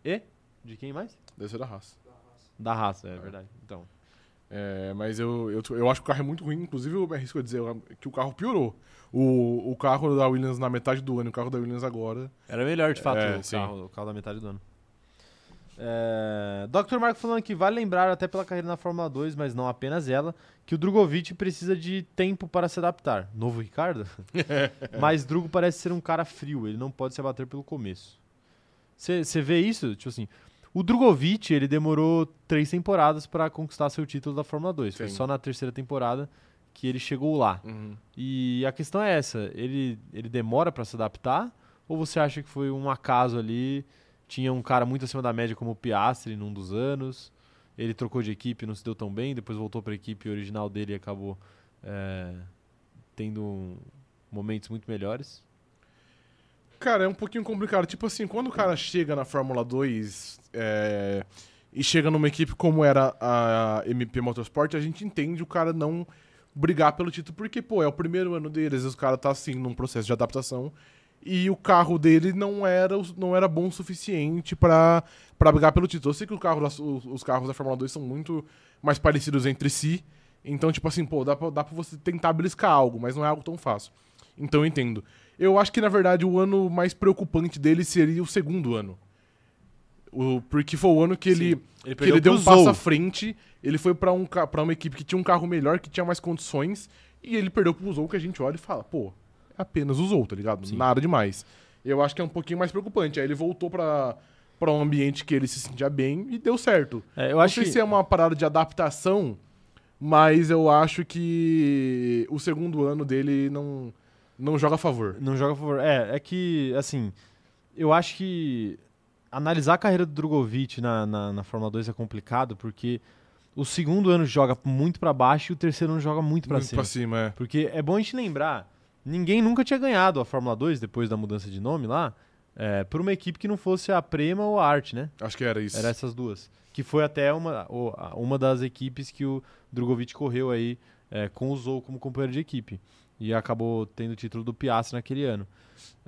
S1: e de quem mais?
S2: deve ser da raça.
S1: Da raça, é, verdade. Então,
S2: É, mas eu, eu, eu acho que o carro é muito ruim. Inclusive, eu me arrisco a dizer que o carro piorou. O, o carro da Williams na metade do ano e o carro da Williams agora
S1: era melhor de fato
S2: É,
S1: o,
S2: sim.
S1: carro, o carro da metade do ano. É, Dr. Marco falando que vale lembrar, até pela carreira na Fórmula 2, mas não apenas ela, que o Drogovic precisa de tempo para se adaptar. Novo
S2: *laughs*
S1: Ricardo? mas Drugo parece ser um cara frio, ele não pode se abater pelo começo. Você vê isso? Tipo assim, o Drogovic, ele demorou três temporadas para conquistar seu título da Fórmula 2. Foi
S2: Sim.
S1: só na terceira temporada que ele chegou lá.
S2: Uhum.
S1: E a questão é essa: ele, ele demora pra se adaptar? Ou você acha que foi um acaso ali? Tinha um cara muito acima da média como o Piastri num dos anos. Ele trocou de equipe, não se deu tão bem. Depois voltou pra equipe original dele e acabou é, tendo um- momentos muito melhores.
S2: Cara, é um pouquinho complicado. Tipo assim, quando o cara chega na Fórmula 2 é, e chega numa equipe como era a MP Motorsport, a gente entende o cara não brigar pelo título, porque, pô, é o primeiro ano deles, os cara tá assim, num processo de adaptação, e o carro dele não era, o- não era bom o suficiente pra pra brigar pelo título. Eu sei que o carro da- os, os carros da Fórmula 2 são muito mais parecidos entre si, então, tipo assim, pô, dá pra, dá pra você tentar beliscar algo, mas não é algo tão fácil. Então eu entendo. Eu acho que, na verdade, o ano mais preocupante dele seria o segundo ano. O, porque foi o ano que ele,
S1: Ele
S2: que ele deu um passo à frente, ele foi pra um, ca- pra uma equipe que tinha um carro melhor, que tinha mais condições, e ele perdeu pro Zou, que a gente olha e fala, pô, apenas usou, tá ligado?
S1: Sim.
S2: Nada demais. Eu acho que é um pouquinho mais preocupante. Aí ele voltou pra, pra um ambiente que ele se sentia bem e deu certo.
S1: eu
S2: Não
S1: acho
S2: sei
S1: que
S2: se é uma parada de adaptação, mas eu acho que o segundo ano dele não, não joga a favor.
S1: Não joga a favor. É, é que, assim, eu acho que analisar a carreira do Drogovic na, na, na Fórmula 2 é complicado, porque o segundo ano joga muito pra baixo e o terceiro ano joga muito pra
S2: Muito
S1: cima.
S2: é.
S1: Porque é bom a gente lembrar, ninguém nunca tinha ganhado a Fórmula 2, depois da mudança de nome lá, é, por uma equipe que não fosse a Prema ou a Arte, né?
S2: é. Acho que era isso.
S1: Era essas duas. Que foi até uma, o- a- uma das equipes que o Drogovic correu aí é, com o Zou como companheiro de equipe. E acabou tendo o título do Piastri naquele ano.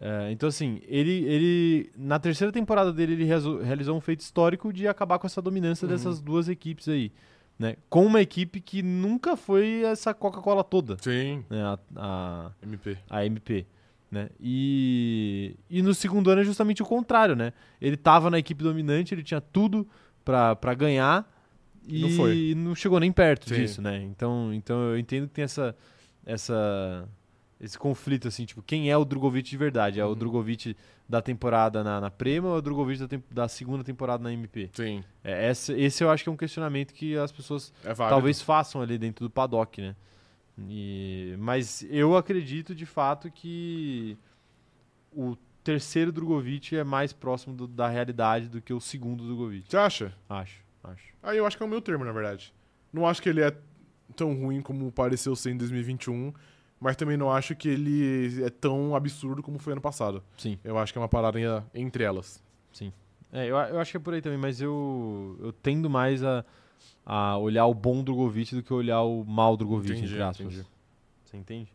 S1: É, então, assim, ele, ele. Na terceira temporada dele, ele reazo- realizou um feito histórico de acabar com essa dominância dessas duas equipes aí. Né? Com uma equipe que nunca foi essa Coca-Cola toda.
S2: Sim,
S1: Né? A- a,
S2: MP.
S1: a MP. Né? E, e no segundo ano é justamente o contrário, né? Ele tava na equipe dominante, ele tinha tudo pra pra ganhar e
S2: Não foi.
S1: não chegou nem perto
S2: Sim.
S1: disso, né? Então, então eu entendo que tem essa, essa, esse conflito, assim, tipo, quem é o Drogovic de verdade?
S2: Uhum.
S1: É o Drogovic da temporada na, na Prema ou é o Drogovic da, temp- da segunda temporada na MP?
S2: Sim.
S1: É, essa- esse eu acho que é um questionamento que as pessoas
S2: É válido.
S1: talvez façam ali dentro do paddock, né? E- mas eu acredito de fato que o terceiro Drogovic é mais próximo do- da realidade do que o segundo Drogovic.
S2: Você acha?
S1: Acho, acho.
S2: Aí eu acho que é o meu termo, na verdade. Não acho que ele é tão ruim como pareceu ser em 2021, mas também não acho que ele é tão absurdo como foi ano passado.
S1: Sim.
S2: Eu acho que é uma parada entre elas.
S1: É, eu, a- eu acho que é por aí também, mas eu, eu tendo mais a, a olhar o bom Drogovic do que olhar o mal Drogovic,
S2: Entendi,
S1: entre aspas.
S2: entendi.
S1: Você entende?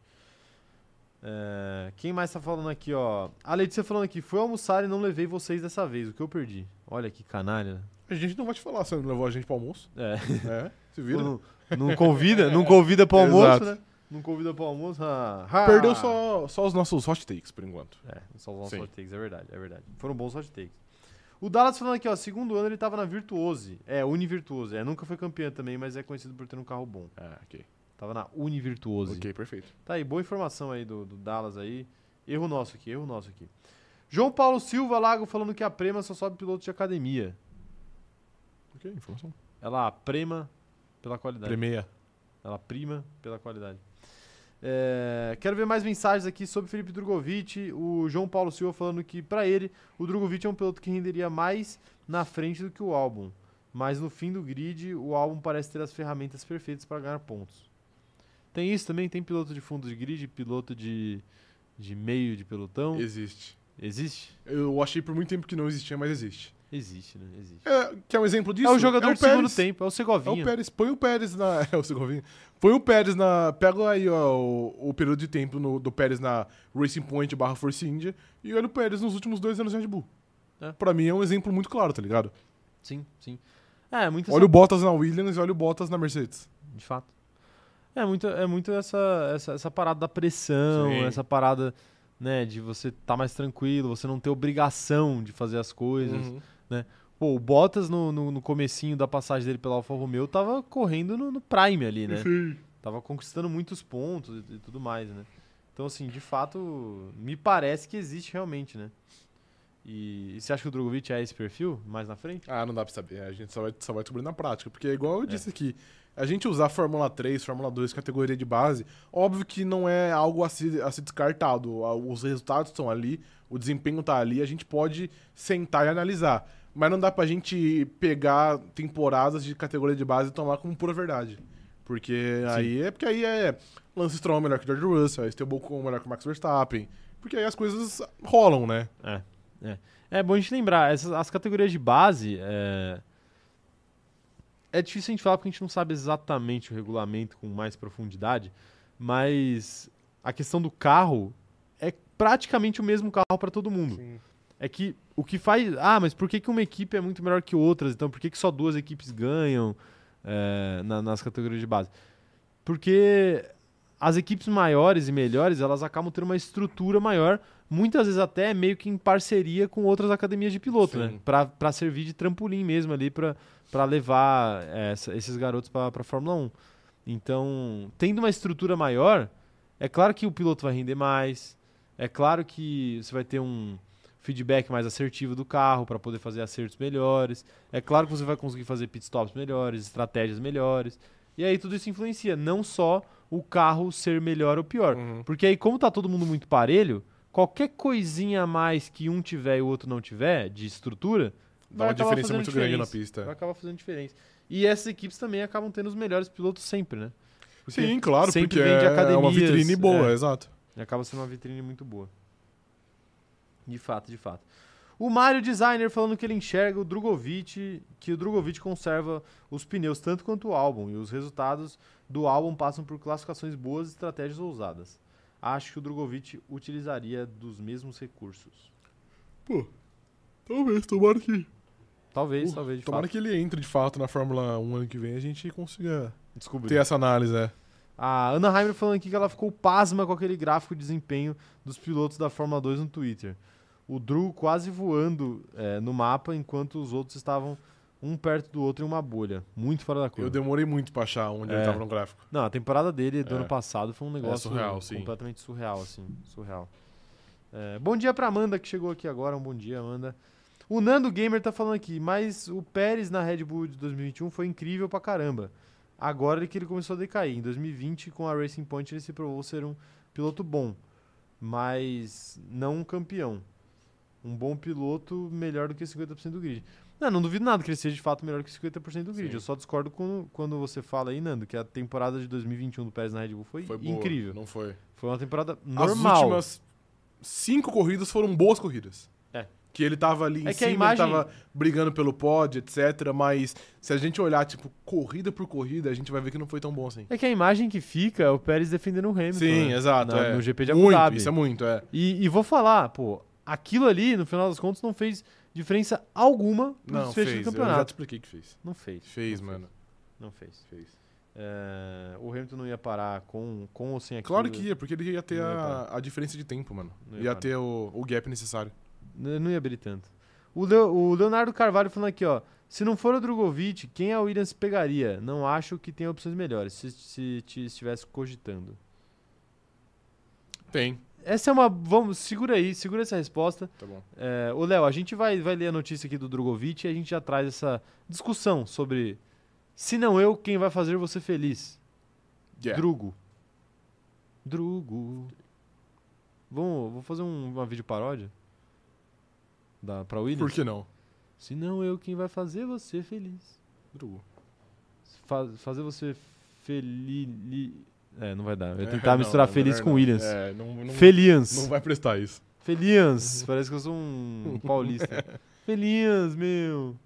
S1: É, quem mais tá falando aqui, ó? A Letícia falando aqui, fui almoçar e não levei vocês dessa vez, o que eu perdi. Olha que canalha.
S2: A gente não vai te falar se não levou a gente pro almoço.
S1: É.
S2: É, se vira. É.
S1: Não, não convida, não convida pro almoço,
S2: Exato.
S1: né? Não convida pro almoço. ah, ah.
S2: Perdeu só, só os nossos hot takes, por enquanto.
S1: É, só os nossos
S2: Sim.
S1: hot takes, é verdade, é verdade. Foram bons hot takes. O Dallas falando aqui, ó, segundo ano ele tava na Virtuose. É, Univirtuose. É, nunca foi campeã também, mas é conhecido por ter um carro bom.
S2: Ah, ok.
S1: Tava na Univirtuose.
S2: Ok, perfeito.
S1: Tá aí, boa informação aí do, do Dallas aí. Erro nosso aqui, erro nosso aqui. João Paulo Silva Lago falando que a Prema só sobe piloto de academia.
S2: Ok, informação.
S1: Ela prema pela qualidade.
S2: Premeia.
S1: Ela é prima pela qualidade. É, quero ver mais mensagens aqui sobre Felipe Drogovic. O João Paulo Silva falando que, pra ele, o Drogovic é um piloto que renderia mais na frente do que o álbum. Mas no fim do grid, o álbum parece ter as ferramentas perfeitas para ganhar pontos. Tem isso também? Tem piloto de fundo de grid, piloto de, de meio de pelotão?
S2: Existe.
S1: Existe?
S2: Eu achei por muito tempo que não existia, mas existe.
S1: Existe, né? Existe.
S2: É, quer um exemplo disso?
S1: é o jogador
S2: do
S1: do segundo tempo, é o
S2: É o
S1: Segovinha.
S2: Pérez. Põe o Pérez na. *laughs* É o Segovinho. Põe o Pérez na. Pega aí, ó, o, o período de tempo no- do Pérez na Racing Point barra Force India e olha o Pérez nos últimos dois anos de Red Bull.
S1: É.
S2: Pra mim é um exemplo muito claro, tá ligado?
S1: sim, sim. É, muita
S2: Olha o Bottas na Williams e olha o Bottas na Mercedes.
S1: De fato. É muito, é muito essa, essa, essa parada da pressão,
S2: Sim.
S1: essa parada tá né, de você estar mais tranquilo, você não ter obrigação de fazer as coisas.
S2: Uhum.
S1: Pô, o Bottas no, no, no comecinho da passagem dele pela Alfa Romeo tava correndo no, no prime ali, né?
S2: Sim.
S1: Tava conquistando muitos pontos e, e tudo mais, né? Então, assim, de fato, me parece que existe realmente, né? E, e você acha que o Drogovic é esse perfil mais na frente?
S2: Ah, não dá pra saber. A gente só vai, só vai descobrir na prática. Porque é igual eu disse aqui, a gente usar Fórmula 3, Fórmula 2, categoria de base, óbvio que não é algo a se, a se descartado. A- Os resultados estão ali, o desempenho tá ali, a gente pode sentar e analisar. Mas não dá pra gente pegar temporadas de categoria de base e tomar como pura verdade. Porque aí é porque aí é Lance Stroll melhor que George Russell, aí Esteban Ocon melhor que Max Verstappen. Porque aí as coisas rolam, né?
S1: É, é. É bom a gente lembrar, essas, as categorias de base. É... é difícil a gente falar porque a gente não sabe exatamente o regulamento com mais profundidade, mas a questão do carro é praticamente o mesmo carro para todo mundo. É que o que faz. Ah, mas por que, que uma equipe é muito melhor que outras? Então por que, que só duas equipes ganham é, na- nas categorias de base? Porque as equipes maiores e melhores elas acabam tendo uma estrutura maior, muitas vezes até meio que em parceria com outras academias de piloto,
S2: Sim.
S1: né? Pra, pra servir de trampolim mesmo ali, pra, pra levar eh, essa- esses garotos pra, pra Fórmula 1. Então, tendo uma estrutura maior, é claro que o piloto vai render mais, é claro que você vai ter um feedback mais assertivo do carro para poder fazer acertos melhores. É claro que você vai conseguir fazer pitstops melhores, estratégias melhores. E aí tudo isso influencia, não só o carro ser melhor ou pior.
S2: Uhum.
S1: Porque aí, como tá todo mundo muito parelho, qualquer coisinha a mais que um tiver e o outro não tiver, de estrutura,
S2: Dá uma
S1: acabar
S2: diferença
S1: fazendo
S2: muito grande na
S1: diferença.
S2: pista.
S1: vai acabar fazendo diferença. E essas equipes também acabam tendo os melhores pilotos sempre, né? Porque
S2: Sim, claro,
S1: sempre
S2: porque
S1: vem de
S2: é uma
S1: academias,
S2: vitrine boa,
S1: é.
S2: exato.
S1: E acaba sendo uma vitrine muito boa. De fato, de fato. O Mario Designer falando que ele enxerga o Drogovic, que o Drogovic conserva os pneus tanto quanto o álbum, e os resultados do álbum passam por classificações boas e estratégias ousadas. Acho que o Drogovic utilizaria dos mesmos recursos.
S2: Pô, talvez, tomara que.
S1: Talvez,
S2: Uh,
S1: talvez, de
S2: Tomara
S1: fato.
S2: que ele entre de fato na Fórmula 1 ano que vem a gente consiga
S1: Descobri.
S2: ter essa análise, é.
S1: A Ana Heimer falando aqui que ela ficou pasma com aquele gráfico de desempenho dos pilotos da Fórmula 2 no Twitter. O Drew quase voando eh, no mapa, enquanto os outros estavam um perto do outro em uma bolha. Muito fora da
S2: Eu
S1: curva.
S2: demorei muito pra achar onde
S1: É.
S2: ele tava no gráfico.
S1: Não, a temporada dele do
S2: É.
S1: ano passado foi um negócio
S2: surreal, sim.
S1: completamente surreal, assim. Surreal. Eh, bom dia pra Amanda, que chegou aqui agora. Um bom dia, Amanda. O Nando Gamer tá falando aqui, mas o Pérez na Red Bull de 2021 foi incrível pra caramba. Agora é que ele começou a decair. Em 2020, com a Racing Point, ele se provou ser um piloto bom, mas não um campeão. Um bom piloto melhor do que 50% do grid. Não, não duvido nada que ele seja de fato melhor que 50% do grid.
S2: Sim.
S1: Eu só discordo quando, quando você fala aí, Nando, que a temporada de 2021 do Pérez na Red Bull foi,
S2: Foi boa,
S1: incrível.
S2: Não foi.
S1: Foi uma temporada
S2: As
S1: normal.
S2: últimas cinco corridas foram boas corridas.
S1: É.
S2: Que ele tava ali em
S1: É que a
S2: cima,
S1: imagem-
S2: ele tava brigando pelo pódio, etc. Mas se a gente olhar, tipo, corrida por corrida, a gente vai ver que não foi tão bom assim.
S1: É que a imagem que fica é o Pérez defendendo o Hamilton.
S2: Sim,
S1: né?
S2: exato.
S1: Na-
S2: é.
S1: No GP de Abu
S2: muito,
S1: Dhabi.
S2: Isso é muito, é.
S1: E, e vou falar, pô, aquilo ali, no final das contas, não fez diferença alguma pro
S2: Não,
S1: desfecho
S2: fez.
S1: do
S2: Eu já te
S1: campeonato.
S2: expliquei que fez.
S1: Não fez.
S2: Fez,
S1: não
S2: mano.
S1: Não fez.
S2: Fez.
S1: É, o Hamilton não ia parar com, com ou sem aquilo.
S2: Claro que ia, porque ele ia ter
S1: Não ia
S2: a, a diferença de tempo, mano.
S1: Não ia
S2: Ia
S1: parar.
S2: ter o, o gap necessário.
S1: N- né, Não ia abrir tanto. O, Leo- o Leonardo Carvalho falando aqui, ó. Se não for o Drogovic, quem a Williams pegaria? Não acho que tenha opções melhores, se, se te estivesse cogitando.
S2: Tem,
S1: Essa é uma. Vamos, segura aí, segura essa resposta.
S2: tá bom.
S1: É, ô, Léo, a gente vai, vai ler a notícia aqui do Drogovic e a gente já traz essa discussão sobre se não eu, quem vai fazer você feliz?
S2: Yeah.
S1: Drugo. Drugo. Vamos, vou fazer um, uma vídeo paródia da, pra Williams.
S2: Por que não?
S1: Se não eu, quem vai fazer você feliz?
S2: Drugo.
S1: Fa- fazer você feliz. É, não vai dar. Eu ia
S2: É,
S1: tentar
S2: não,
S1: misturar
S2: é
S1: feliz
S2: melhor
S1: com
S2: não.
S1: Williams.
S2: É, não, não,
S1: Felians.
S2: não vai prestar isso.
S1: Felians, parece que eu sou
S2: *laughs*
S1: um paulista.
S2: É.
S1: Felians, meu.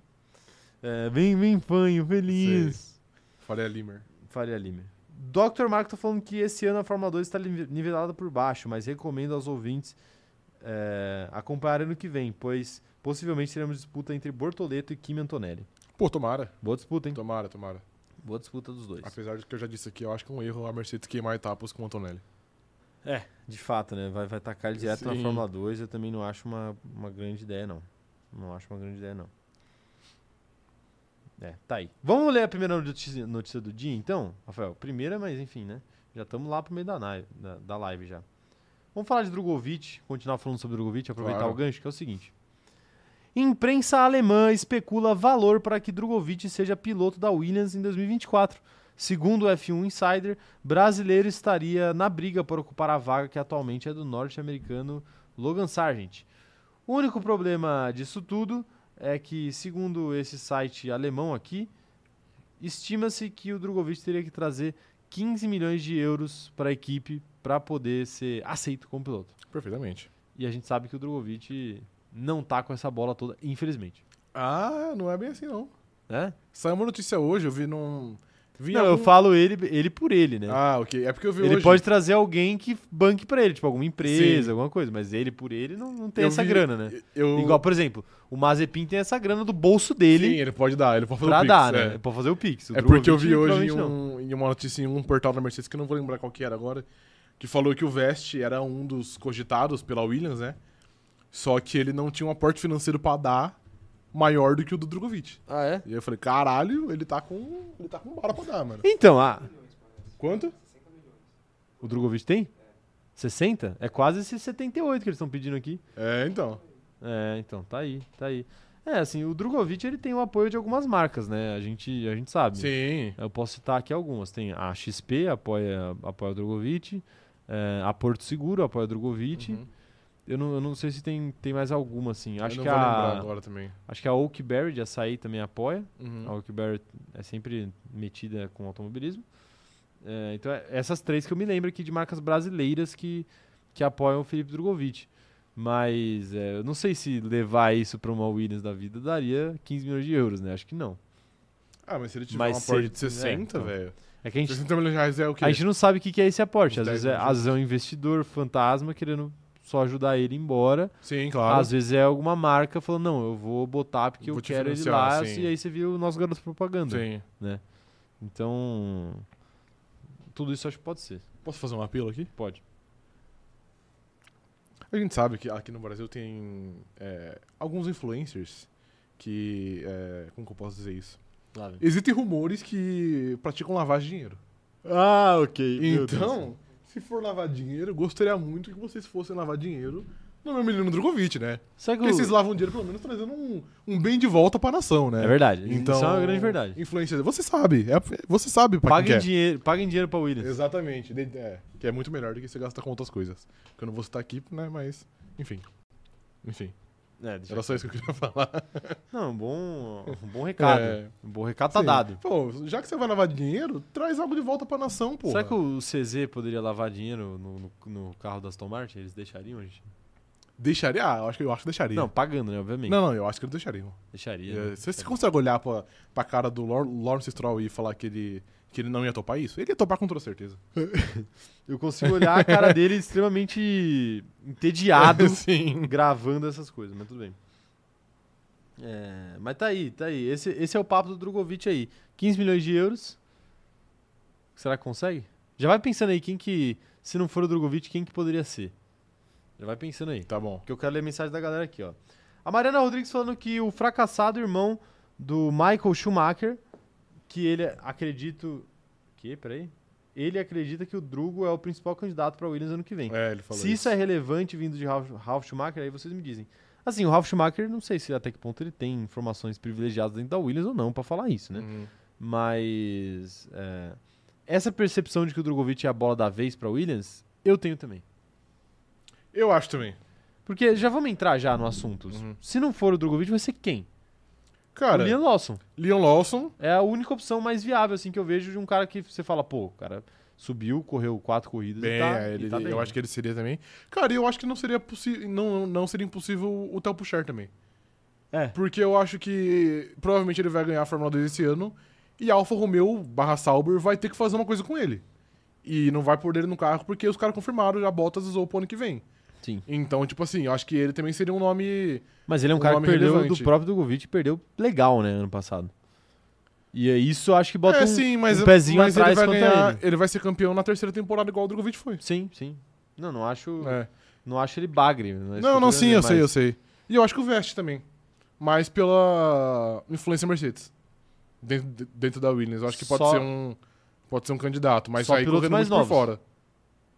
S1: É, vem, vem, fanho, feliz.
S2: Faria Limer.
S1: Faria Lima. Dr. Marco tá falando que esse ano a Fórmula 2 está nivelada por baixo, mas recomendo aos ouvintes é, acompanharem no que vem, pois possivelmente teremos disputa entre Bortoleto e Kimi Antonelli.
S2: Pô, tomara.
S1: Boa disputa, hein?
S2: Tomara, tomara.
S1: Boa disputa dos dois.
S2: Apesar de que eu já disse aqui, eu acho que é um erro a Mercedes queimar etapas com o Antonelli.
S1: De fato, né? Vai, vai tacar ele direto na
S2: Sim.
S1: Fórmula 2. Eu também não acho uma, uma grande ideia, não. Não acho uma grande ideia, não. É, tá aí. Vamos ler a primeira notícia, notícia do dia, então? Rafael, primeira, mas enfim, né? Já estamos lá pro meio da, nai- da, da live já. Vamos falar de Drogovic, continuar falando sobre Drogovic, aproveitar
S2: Claro.
S1: o gancho, que é o seguinte. Imprensa alemã especula valor para que Drogovic seja piloto da Williams em 2024. Segundo o F1 Insider, brasileiro estaria na briga para ocupar a vaga que atualmente é do norte-americano Logan Sargent. O único problema disso tudo é que, segundo esse site alemão aqui, estima-se que o Drogovic teria que trazer 15 milhões de euros para a equipe para poder ser aceito como piloto.
S2: Perfeitamente.
S1: E a gente sabe que o Drogovic não tá com essa bola toda, infelizmente.
S2: Ah, não é bem assim, não.
S1: Né?
S2: Saiu uma notícia hoje, eu vi num. Vi em
S1: Não, eu
S2: algum-
S1: falo ele, ele por ele, né?
S2: Ah, ok. É porque eu vi
S1: ele
S2: hoje.
S1: pode trazer alguém que banque para ele, tipo alguma empresa,
S2: Sim.
S1: alguma coisa, mas ele por ele não, não tem
S2: Eu
S1: essa
S2: vi-
S1: grana, né?
S2: Eu...
S1: Igual, por exemplo, o Mazepin tem essa grana do bolso
S2: Sim,
S1: dele.
S2: ele pode dar, ele pode fazer
S1: pra
S2: o Pix,
S1: dar,
S2: é.
S1: né? Pra fazer o Pix. O
S2: É porque eu
S1: Drogovic
S2: vi hoje em,
S1: provavelmente não.
S2: um- em uma notícia em um portal da Mercedes, que eu não vou lembrar qual que era agora, que falou que o Vest era um dos cogitados pela Williams, né? Só que ele não tinha um aporte financeiro pra dar maior do que o do Drogovic.
S1: Ah, é?
S2: E aí eu falei, caralho, ele tá com. Ele tá com bala pra dar, mano.
S1: Então, ah,
S2: Quanto?
S1: o Drogovic tem? 60? É quase esse 78 que eles estão pedindo aqui.
S2: É, então.
S1: É, então, tá aí, tá aí. É, assim, o Drogovic ele tem o apoio de algumas marcas, né? A gente, a gente sabe.
S2: Sim.
S1: Eu posso citar aqui algumas. Tem a XP, apoia, apoia o Drogovic. É, a Porto Seguro, apoia o Drogovic.
S2: Uhum.
S1: Eu, não, eu não sei se tem, tem mais alguma, assim.
S2: eu
S1: Acho
S2: não
S1: que,
S2: vou lembrar
S1: a,
S2: agora também.
S1: acho que a Oakberry de açaí também apoia.
S2: Uhum.
S1: A Huckberry é sempre metida com automobilismo. É, então, é essas três que eu me lembro aqui de marcas brasileiras que, que apoiam o Felipe Drogovic. Mas é, eu não sei se levar isso para uma Williams da vida daria 15 milhões de euros, né? Acho que não.
S2: Ah, mas se ele tiver
S1: Mas
S2: um
S1: se
S2: aporte
S1: ele
S2: de
S1: tiver,
S2: 60,
S1: então.
S2: velho.
S1: É que a gente,
S2: 60 milhões de reais é o quê?
S1: a gente não sabe o que que é esse aporte.
S2: Uns
S1: Às
S2: 10
S1: vezes, é,
S2: milhões de
S1: às vezes é um investidor fantasma querendo só ajudar ele embora.
S2: Sim, claro.
S1: Às vezes é alguma marca falando, não, eu vou botar porque
S2: Vou
S1: eu
S2: te
S1: quero ele
S2: financiar,
S1: lá.
S2: sim.
S1: E aí você viu o nosso garoto propaganda.
S2: Sim.
S1: Então, tudo isso acho que pode ser.
S2: Posso fazer um apelo aqui?
S1: Pode.
S2: A gente sabe que aqui no Brasil tem é, alguns influencers que. é, como que eu posso dizer isso? Existem rumores que praticam lavar dinheiro.
S1: Ah, ok.
S2: Então, se for lavar dinheiro, eu gostaria muito que vocês fossem lavar dinheiro no meu menino Drogovic, né?
S1: Será que
S2: Porque
S1: o-
S2: vocês lavam dinheiro pelo menos trazendo um, um bem de volta pra nação, né?
S1: É verdade.
S2: Então,
S1: Isso é uma grande verdade.
S2: Influencers, você sabe. É, você sabe pra quem
S1: Paguem
S2: quer.
S1: dinheiro, paguem dinheiro pra Williams.
S2: Exatamente. de- É, que é muito melhor do que você gastar com outras coisas. Que eu não vou citar aqui, né? Mas, enfim. Enfim.
S1: É, deixa-
S2: Era só isso que eu queria falar.
S1: Não, um bom, um bom recado.
S2: É.
S1: Um bom recado tá
S2: Sim.
S1: dado.
S2: Pô, já que você vai lavar dinheiro, traz algo de volta pra nação, pô.
S1: Será que o CZ poderia lavar dinheiro no, no- no carro da Aston Martin? Eles deixariam a gente?
S2: Deixaria? Ah, eu acho que, eu acho que deixaria.
S1: Não, pagando, né? Obviamente.
S2: não, não, eu acho que eles deixariam.
S1: Deixaria.
S2: É,
S1: né?
S2: Você se consegue olhar pra, pra cara do Lor- Lawrence Stroll e falar que ele, que ele não ia topar isso? Ele ia topar com toda certeza.
S1: Eu consigo olhar a cara dele extremamente entediado
S2: Sim.
S1: gravando essas coisas, mas tudo bem. É, mas tá aí, tá aí. Esse, esse é o papo do Drogovic aí. 15 milhões de euros. Será que consegue? Já vai pensando aí quem que, se não for o Drogovic, quem que poderia ser? Já vai pensando aí.
S2: Tá bom.
S1: Porque eu quero ler a mensagem da galera aqui, ó. A Mariana Rodrigues falando que o fracassado irmão do Michael Schumacher, que ele acredito. Que? Peraí. Ele acredita que o Drugo é o principal candidato para Williams ano que vem.
S2: É, ele falou
S1: Se isso é relevante vindo de Ralf, Ralf Schumacher, aí vocês me dizem. Assim, o Ralf Schumacher, não sei se até que ponto ele tem informações privilegiadas dentro da Williams ou não pra falar isso, né?
S2: Uhum.
S1: Mas é, essa percepção de que o Drogovic é a bola da vez pra Williams, eu tenho também.
S2: Eu acho também.
S1: Porque já vamos entrar já no assunto.
S2: Uhum.
S1: Se não for o Drogovic, vai ser quem?
S2: Cara,
S1: o Liam
S2: Leon,
S1: Lawson.
S2: Lawson.
S1: É a única opção mais viável assim que eu vejo de um cara que você fala, pô, o cara subiu, correu quatro corridas
S2: Bem,
S1: e tá,
S2: é,
S1: e
S2: ele-
S1: tá bem.
S2: eu acho que ele seria também. Cara, eu acho que não seria possível. Não, não seria impossível o Theo puxar também.
S1: É.
S2: Porque eu acho que provavelmente ele vai ganhar a Fórmula 2 esse ano. E a Alfa Romeo barra Sauber vai ter que fazer uma coisa com ele. E não vai pôr ele no carro porque os caras confirmaram já Bottas usou pro ano que vem.
S1: Sim.
S2: Então, tipo assim, eu acho que ele também seria um nome.
S1: Mas ele é um
S2: Um
S1: cara que
S2: nome
S1: perdeu do
S2: relevante.
S1: próprio Drogovic, perdeu legal, né, ano passado. E é isso eu acho que bota
S2: é,
S1: um,
S2: sim, mas,
S1: um pezinho
S2: mas
S1: atrás
S2: ele vai
S1: quanto a
S2: ganhar.
S1: ele.
S2: Ele vai ser campeão na terceira temporada, igual o Drogovic foi.
S1: Sim, sim. Não, não acho,
S2: É.
S1: não acho ele bagre. é isso que
S2: Não, não,
S1: tô
S2: sim,
S1: querendo
S2: eu
S1: dizer,
S2: sei, eu
S1: mas-
S2: sei. E eu acho que o Veste também. Mas pela influência Mercedes. Dentro, dentro da Williams. Eu acho que pode
S1: Só-
S2: ser um. Pode ser um candidato, mas
S1: Só
S2: aí
S1: pilotos
S2: correndo
S1: mais
S2: muito por
S1: novos.
S2: fora.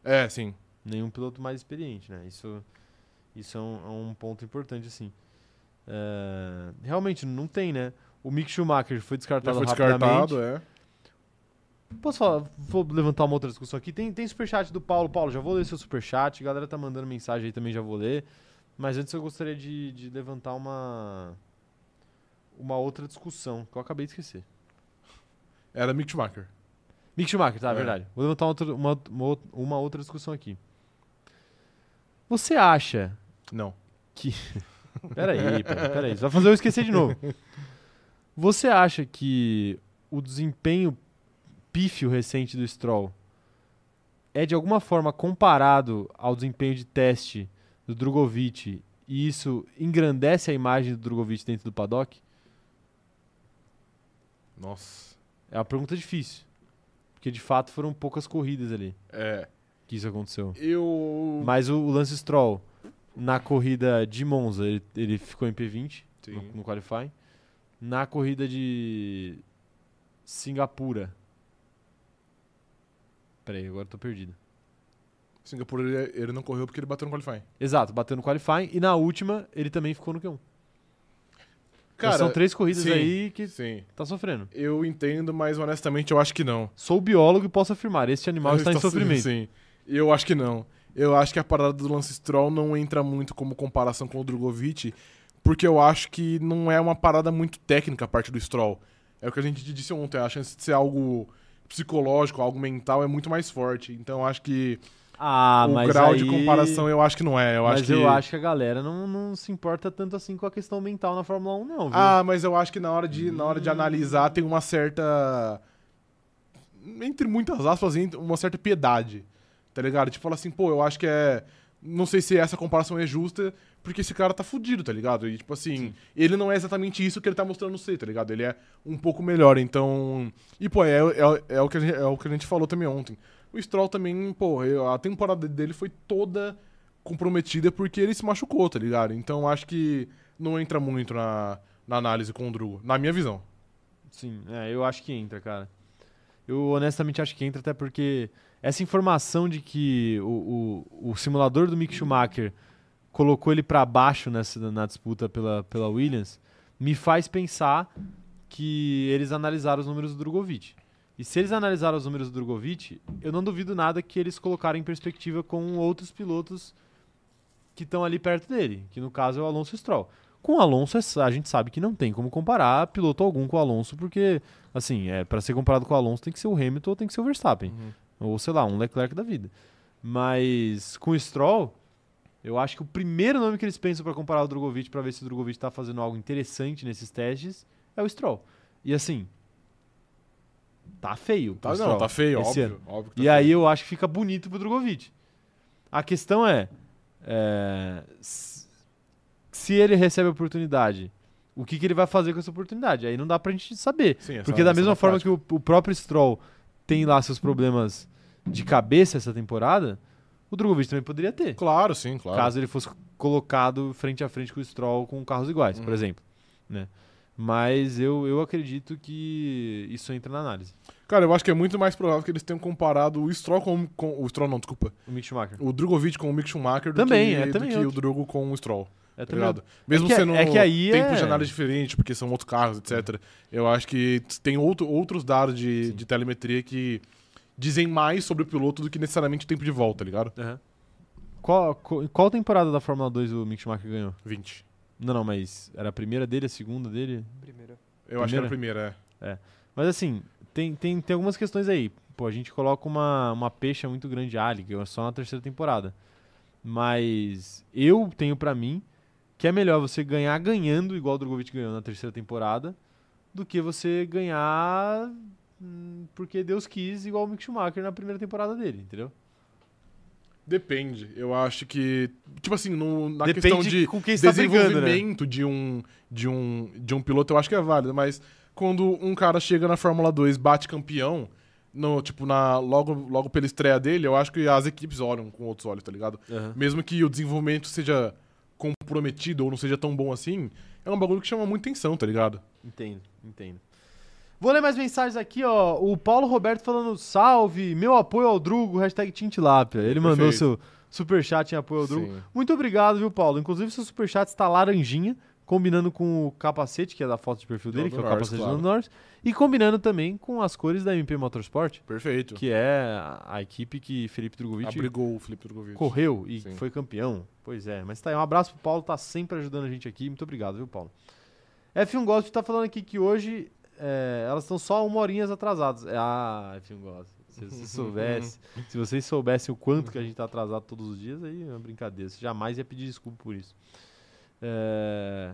S2: É, sim.
S1: nenhum piloto mais experiente, né? Isso, isso é, um, é um ponto importante, assim. É, realmente, não tem, né? O Mick Schumacher foi
S2: Já
S1: descartado
S2: foi
S1: rapidamente.
S2: descartado, é.
S1: Posso falar? Vou levantar uma outra discussão aqui. Tem, tem superchat do Paulo. Paulo, já vou ler seu superchat. A galera tá mandando mensagem aí também, já vou ler. Mas antes eu gostaria de, de levantar uma, uma outra discussão que eu acabei de esquecer.
S2: Era Mick Schumacher.
S1: Mick Schumacher, tá,
S2: É.
S1: verdade. Vou levantar outra- uma, uma, outra- uma outra discussão aqui. Você acha
S2: Não.
S1: Peraí, peraí, peraí. Você vai fazer eu esquecer de novo. Você acha que o desempenho pífio recente do Stroll é de alguma forma comparado ao desempenho de teste do Drogovic e isso engrandece a imagem do Drogovic dentro do paddock?
S2: Nossa.
S1: É uma pergunta difícil. Porque de fato foram poucas corridas ali
S2: É.
S1: que isso aconteceu.
S2: Eu.
S1: Mas o, o Lance Stroll, na corrida de Monza, ele, ele ficou em P20 no,
S2: Sim.
S1: no qualifying. Na corrida de Singapura. Peraí, agora eu tô perdido.
S2: Singapura ele, ele não correu porque ele bateu no qualifying.
S1: Exato, bateu no qualifying e na última ele também ficou no Q1. Então
S2: Cara,
S1: são três corridas
S2: sim.
S1: aí que
S2: Sim.
S1: tá sofrendo.
S2: Eu entendo, mas honestamente eu acho que não.
S1: Sou biólogo e posso afirmar, este animal está em
S2: Está-
S1: sofrimento.
S2: É, então, Sim. Eu acho que não. Eu acho que a parada do Lance Stroll não entra muito como comparação com o Drogovic, porque eu acho que não é uma parada muito técnica a parte do Stroll. É o que a gente disse ontem, a chance de ser algo psicológico, algo mental é muito mais forte. Então eu acho que
S1: Ah,
S2: o
S1: mas
S2: grau de
S1: aí-
S2: comparação eu acho que não é. Eu
S1: mas
S2: acho que...
S1: eu acho que a galera não, não se importa tanto assim com a questão mental na Fórmula 1, não, viu? Hum.
S2: Ah, mas eu acho que na hora de, na hora de analisar tem uma certa. Entre muitas aspas, ent- uma certa piedade. Tá ligado? Tipo, fala assim, pô, eu acho que é. Não sei se essa comparação é justa, porque esse cara tá fudido, tá ligado? E, tipo assim, ele não é exatamente isso que ele tá mostrando ser, tá ligado? Ele é um pouco melhor, então. E, pô, é, é, é o, que a gente, é o que a gente falou também ontem. O Stroll também, pô, eu- a temporada dele foi toda comprometida porque ele se machucou, tá ligado? Então acho que não entra muito na, na análise com o Drugo, na minha visão.
S1: Sim, é, eu acho que entra, cara. Eu honestamente acho que entra, até porque essa informação de que o, o, o simulador do Mick Schumacher colocou ele pra baixo nessa, na disputa pela, pela Williams me faz pensar que eles analisaram os números do Drogovic. E se eles analisaram os números do Drogovic, eu não duvido nada que eles colocaram em perspectiva com outros pilotos que estão ali perto dele, que no caso é o Alonso Stroll. Com o Alonso, é- a gente sabe que não tem como comparar piloto algum com o Alonso, porque, assim, é, para ser comparado com o Alonso tem que ser o Hamilton ou tem que ser o Verstappen.
S2: Uhum.
S1: Ou, sei lá, um Leclerc da vida. Mas com o Stroll, eu acho que o primeiro nome que eles pensam para comparar o Drogovic, para ver se o Drogovic tá fazendo algo interessante nesses testes, é o Stroll. E assim, tá feio.
S2: Tá,
S1: o
S2: não,
S1: Stroll
S2: tá feio,
S1: esse
S2: óbvio,
S1: ano.
S2: óbvio que tá
S1: E
S2: feio.
S1: aí eu acho que fica bonito pro Drogovic. A questão é, é, s- se ele recebe a oportunidade, o que, que ele vai fazer com essa oportunidade? Aí não dá pra gente saber.
S2: Sim, essa-
S1: Porque da
S2: essa é
S1: mesma
S2: na
S1: forma
S2: prática.
S1: que o, o próprio Stroll tem lá seus problemas de cabeça essa temporada, o Drogovic também poderia ter.
S2: Claro, sim, claro.
S1: Caso ele fosse colocado frente a frente com o Stroll com carros iguais, por
S2: Uhum.
S1: exemplo. né? Mas eu, eu acredito que isso entra na análise.
S2: Cara, eu acho que é muito mais provável que eles tenham comparado o Stroll com, com o Stroll não, desculpa,
S1: O Mick Schumacher.
S2: o Drogovic com o Mick Schumacher do
S1: Também,
S2: que,
S1: é,
S2: do
S1: também
S2: que o
S1: outro.
S2: Drogo com o Stroll.
S1: É
S2: tá
S1: também
S2: ligado? Mesmo
S1: que-
S2: sendo
S1: é que aí
S2: tempos
S1: é-
S2: de análise diferente, porque são outros carros, etc. Eu acho que tem outro, outros dados de, de telemetria que dizem mais sobre o piloto do que necessariamente o tempo de volta, tá ligado?
S1: Qual, qual, qual temporada da Fórmula 2 o Mick Schumacher ganhou?
S2: 20.
S1: Não, não, mas era a primeira dele, a segunda dele?
S3: Primeira.
S2: Eu acho que era
S1: Primeira?
S2: a primeira, é.
S1: Mas assim, tem, tem, tem algumas questões aí. Pô, a gente coloca uma, uma peixa muito grande ali, que é só na terceira temporada. Mas eu tenho pra mim que é melhor você ganhar ganhando, igual o Drogovic ganhou na terceira temporada, do que você ganhar hum, porque Deus quis, igual o Mick Schumacher na primeira temporada dele, entendeu?
S2: Depende. Eu acho que. Tipo assim, no- na
S1: Depende
S2: questão de
S1: com quem está brigando, né?
S2: desenvolvimento de, um, de, um, de um piloto, eu acho que é válido, mas quando um cara chega na Fórmula 2, bate campeão, no, tipo, na, logo, logo pela estreia dele, eu acho que as equipes olham com outros olhos, tá ligado? Mesmo que o desenvolvimento seja comprometido ou não seja tão bom assim, é um bagulho que chama muita atenção, tá ligado?
S1: Entendo, entendo. Vou ler mais mensagens aqui, ó. O Paulo Roberto falando salve, meu apoio ao Drugo, hashtag Tintilápia. Ele mandou
S2: Perfeito.
S1: seu superchat em apoio ao Drugo.
S2: Sim.
S1: Muito obrigado, viu, Paulo? Inclusive, seu superchat está laranjinha, combinando com o capacete, que é da foto de perfil
S2: Do
S1: dele,
S2: Lando
S1: que é o
S2: Norris,
S1: capacete do
S2: claro.
S1: Lando Norris, e combinando também com as cores da MP Motorsport,
S2: Perfeito.
S1: que é a- a equipe que Felipe Drogovic
S2: Abrigou o Felipe Drogovic.
S1: correu e
S2: Sim.
S1: foi campeão. Pois é, mas tá aí. Um abraço pro Paulo, tá sempre ajudando a gente aqui. Muito obrigado, viu, Paulo? F1 Gossip tá falando aqui que hoje é, elas estão só uma horinha atrasadas. É, Ah, F1 Gossip. Se você soubesse, se vocês soubessem o quanto que a gente tá atrasado todos os dias, aí é uma brincadeira. Você jamais ia pedir desculpa por isso. É,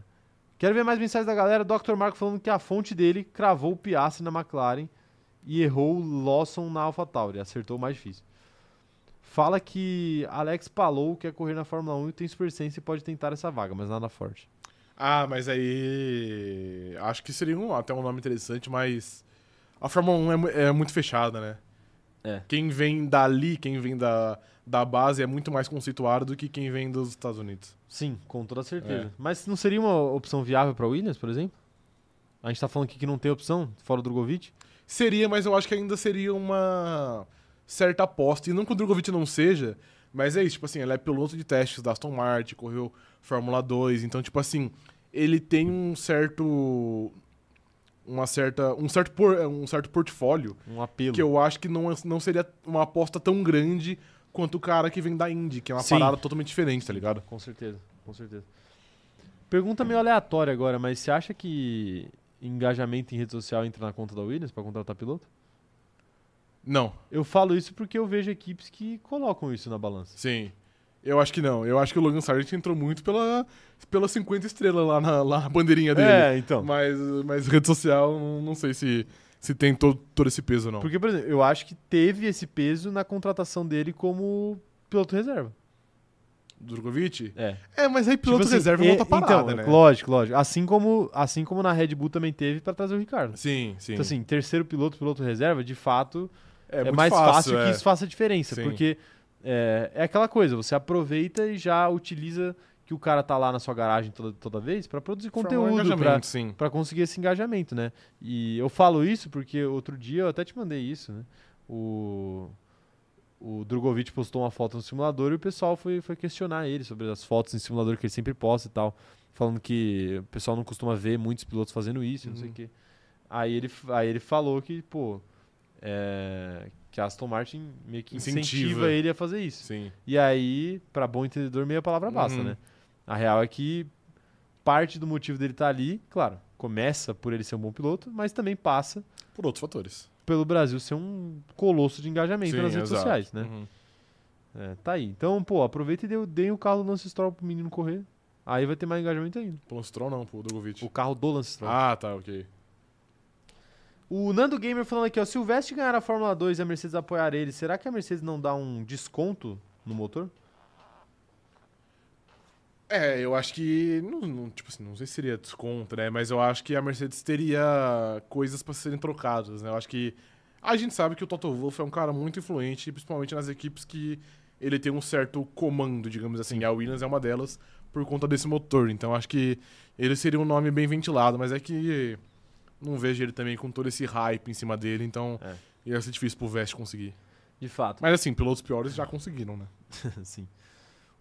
S1: Quero ver mais mensagens da galera. Dr. Marco falando que a fonte dele cravou o Piastri na McLaren e errou o Lawson na AlphaTauri. Acertou o mais difícil. Fala que Alex Palou quer correr na Fórmula 1 e tem Super Sense e pode tentar essa vaga, mas nada forte.
S2: Ah, mas aí. Acho que seria um- até um nome interessante, mas. A Fórmula 1 é mu- é, muito fechada, né?
S1: É.
S2: Quem vem dali, quem vem da, da base, é muito mais conceituado do que quem vem dos Estados Unidos.
S1: Sim, com toda certeza.
S2: É.
S1: Mas não seria uma opção viável para Williams, por exemplo? A gente tá falando aqui que não tem opção, fora o Drogovic.
S2: Seria, mas eu acho que ainda seria uma certa aposta. E não que o Drogovic não seja, mas é isso. Tipo assim, ele é piloto de testes da Aston Martin, correu Fórmula 2. Então, tipo assim, ele tem um certo. Uma certa, um, certo por, um certo portfólio
S1: Um apelo.
S2: que eu acho que não, é- não seria uma aposta tão grande quanto o cara que vem da Indy, que é uma
S1: Sim.
S2: parada totalmente diferente, tá ligado?
S1: Com certeza, com certeza. Pergunta meio aleatória agora, mas você acha que engajamento em rede social entra na conta da Williams para contratar piloto?
S2: Não,
S1: Eu falo isso porque eu vejo equipes que colocam isso na balança.
S2: sim. Eu acho que não. Eu acho que o Logan Sargent entrou muito pela, pela 50 estrela lá na, lá na bandeirinha dele.
S1: então.
S2: Mas, mas rede social, não, não sei se, se tem todo, todo esse peso, não.
S1: Porque, por exemplo, eu acho que teve esse peso na contratação dele como piloto reserva.
S2: Drogovic?
S1: É.
S2: É, mas aí piloto reserva é outra parada,
S1: então,
S2: né?
S1: Lógico, lógico. Assim como, assim como na Red Bull também teve para trazer o Ricardo.
S2: Sim, sim.
S1: Então, assim, terceiro piloto, piloto reserva, de fato, é,
S2: muito
S1: mais fácil,
S2: é.
S1: que isso faça diferença.
S2: Sim.
S1: Porque é, é aquela coisa, você aproveita e já utiliza que o cara tá lá na sua garagem toda, toda vez para produzir
S2: Formar um
S1: conteúdo, pra,
S2: engajamento, sim.
S1: para conseguir esse engajamento, né? E eu falo isso porque outro dia eu até te mandei isso, né? O, o Drogovic postou uma foto no simulador e o pessoal foi, foi questionar ele sobre as fotos em simulador que ele sempre posta e tal, falando que o pessoal não costuma ver muitos pilotos fazendo isso, não sei o
S2: Uhum.
S1: quê. Aí ele, f- aí ele falou que, pô, é, que a Aston Martin meio que incentiva,
S2: Incentiva.
S1: ele a fazer isso.
S2: Sim.
S1: E aí, pra bom entendedor, meia palavra basta,
S2: Uhum.
S1: né? A real é que parte do motivo dele estar ali, claro, começa por ele ser um bom piloto, mas também passa
S2: Por outros fatores.
S1: pelo Brasil ser um colosso de engajamento
S2: Sim,
S1: nas redes
S2: exato.
S1: sociais, né?
S2: Uhum.
S1: É, tá aí. Então, pô, aproveita e dê, dê o carro do Lance Stroll pro menino correr. Aí vai ter mais engajamento ainda.
S2: Pelo Stroll, não, pro Drogovic.
S1: O carro do Lance Stroll.
S2: Ah, tá, ok.
S1: O Nando Gamer falando aqui, ó, se o Vest ganhar a Fórmula 2 e a Mercedes apoiar ele, será que a Mercedes não dá um desconto no motor?
S2: É, eu acho que. Não, não- tipo assim, não sei se seria desconto, né? Mas eu acho que a Mercedes teria coisas pra serem trocadas, né? Eu acho que. A gente sabe que o Toto Wolff é um cara muito influente, principalmente nas equipes que ele tem um certo comando, digamos assim. E a Williams é uma delas por conta desse motor. Então eu acho que ele seria um nome bem ventilado, mas é que. Não vejo ele também com todo esse hype em cima dele, então.
S1: É.
S2: Ia ser difícil pro Vest conseguir.
S1: De fato.
S2: Mas assim, pilotos piores já conseguiram, né?
S1: *laughs* Sim. Assim.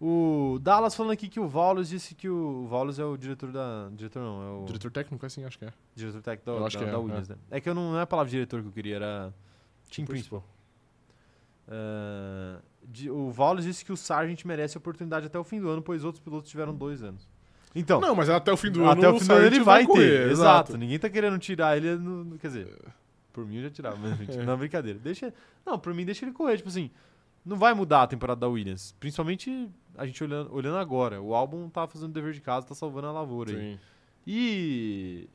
S1: O Dallas falando aqui que o Vaulus disse que o, o Vaulus é o diretor da. Diretor não, é o diretor,
S2: Diretor técnico, assim, acho que é.
S1: técnico da,
S2: Eu acho
S1: da-
S2: que é,
S1: da Williams, né? É que eu não, não é a palavra diretor que eu queria, era team principal. Ah, de- o Vaulus disse que o Sargent merece a oportunidade até o fim do ano, pois outros pilotos
S2: Hum.
S1: tiveram dois anos. Então,
S2: Não, mas até o fim *laughs* do ano
S1: até o fim do ano
S2: Sargent
S1: ele vai
S2: correr,
S1: ter. Exato. Ninguém tá querendo tirar ele. no- no- quer dizer, por mim eu já tirava,
S2: *laughs*
S1: mas gente, não é brincadeira. Deixa, não, por mim deixa ele correr. Tipo assim, não vai mudar a temporada da Williams. Principalmente a gente olhando, olhando agora. O álbum tá fazendo o dever de casa, tá salvando a lavoura aí.
S2: Sim.
S1: E.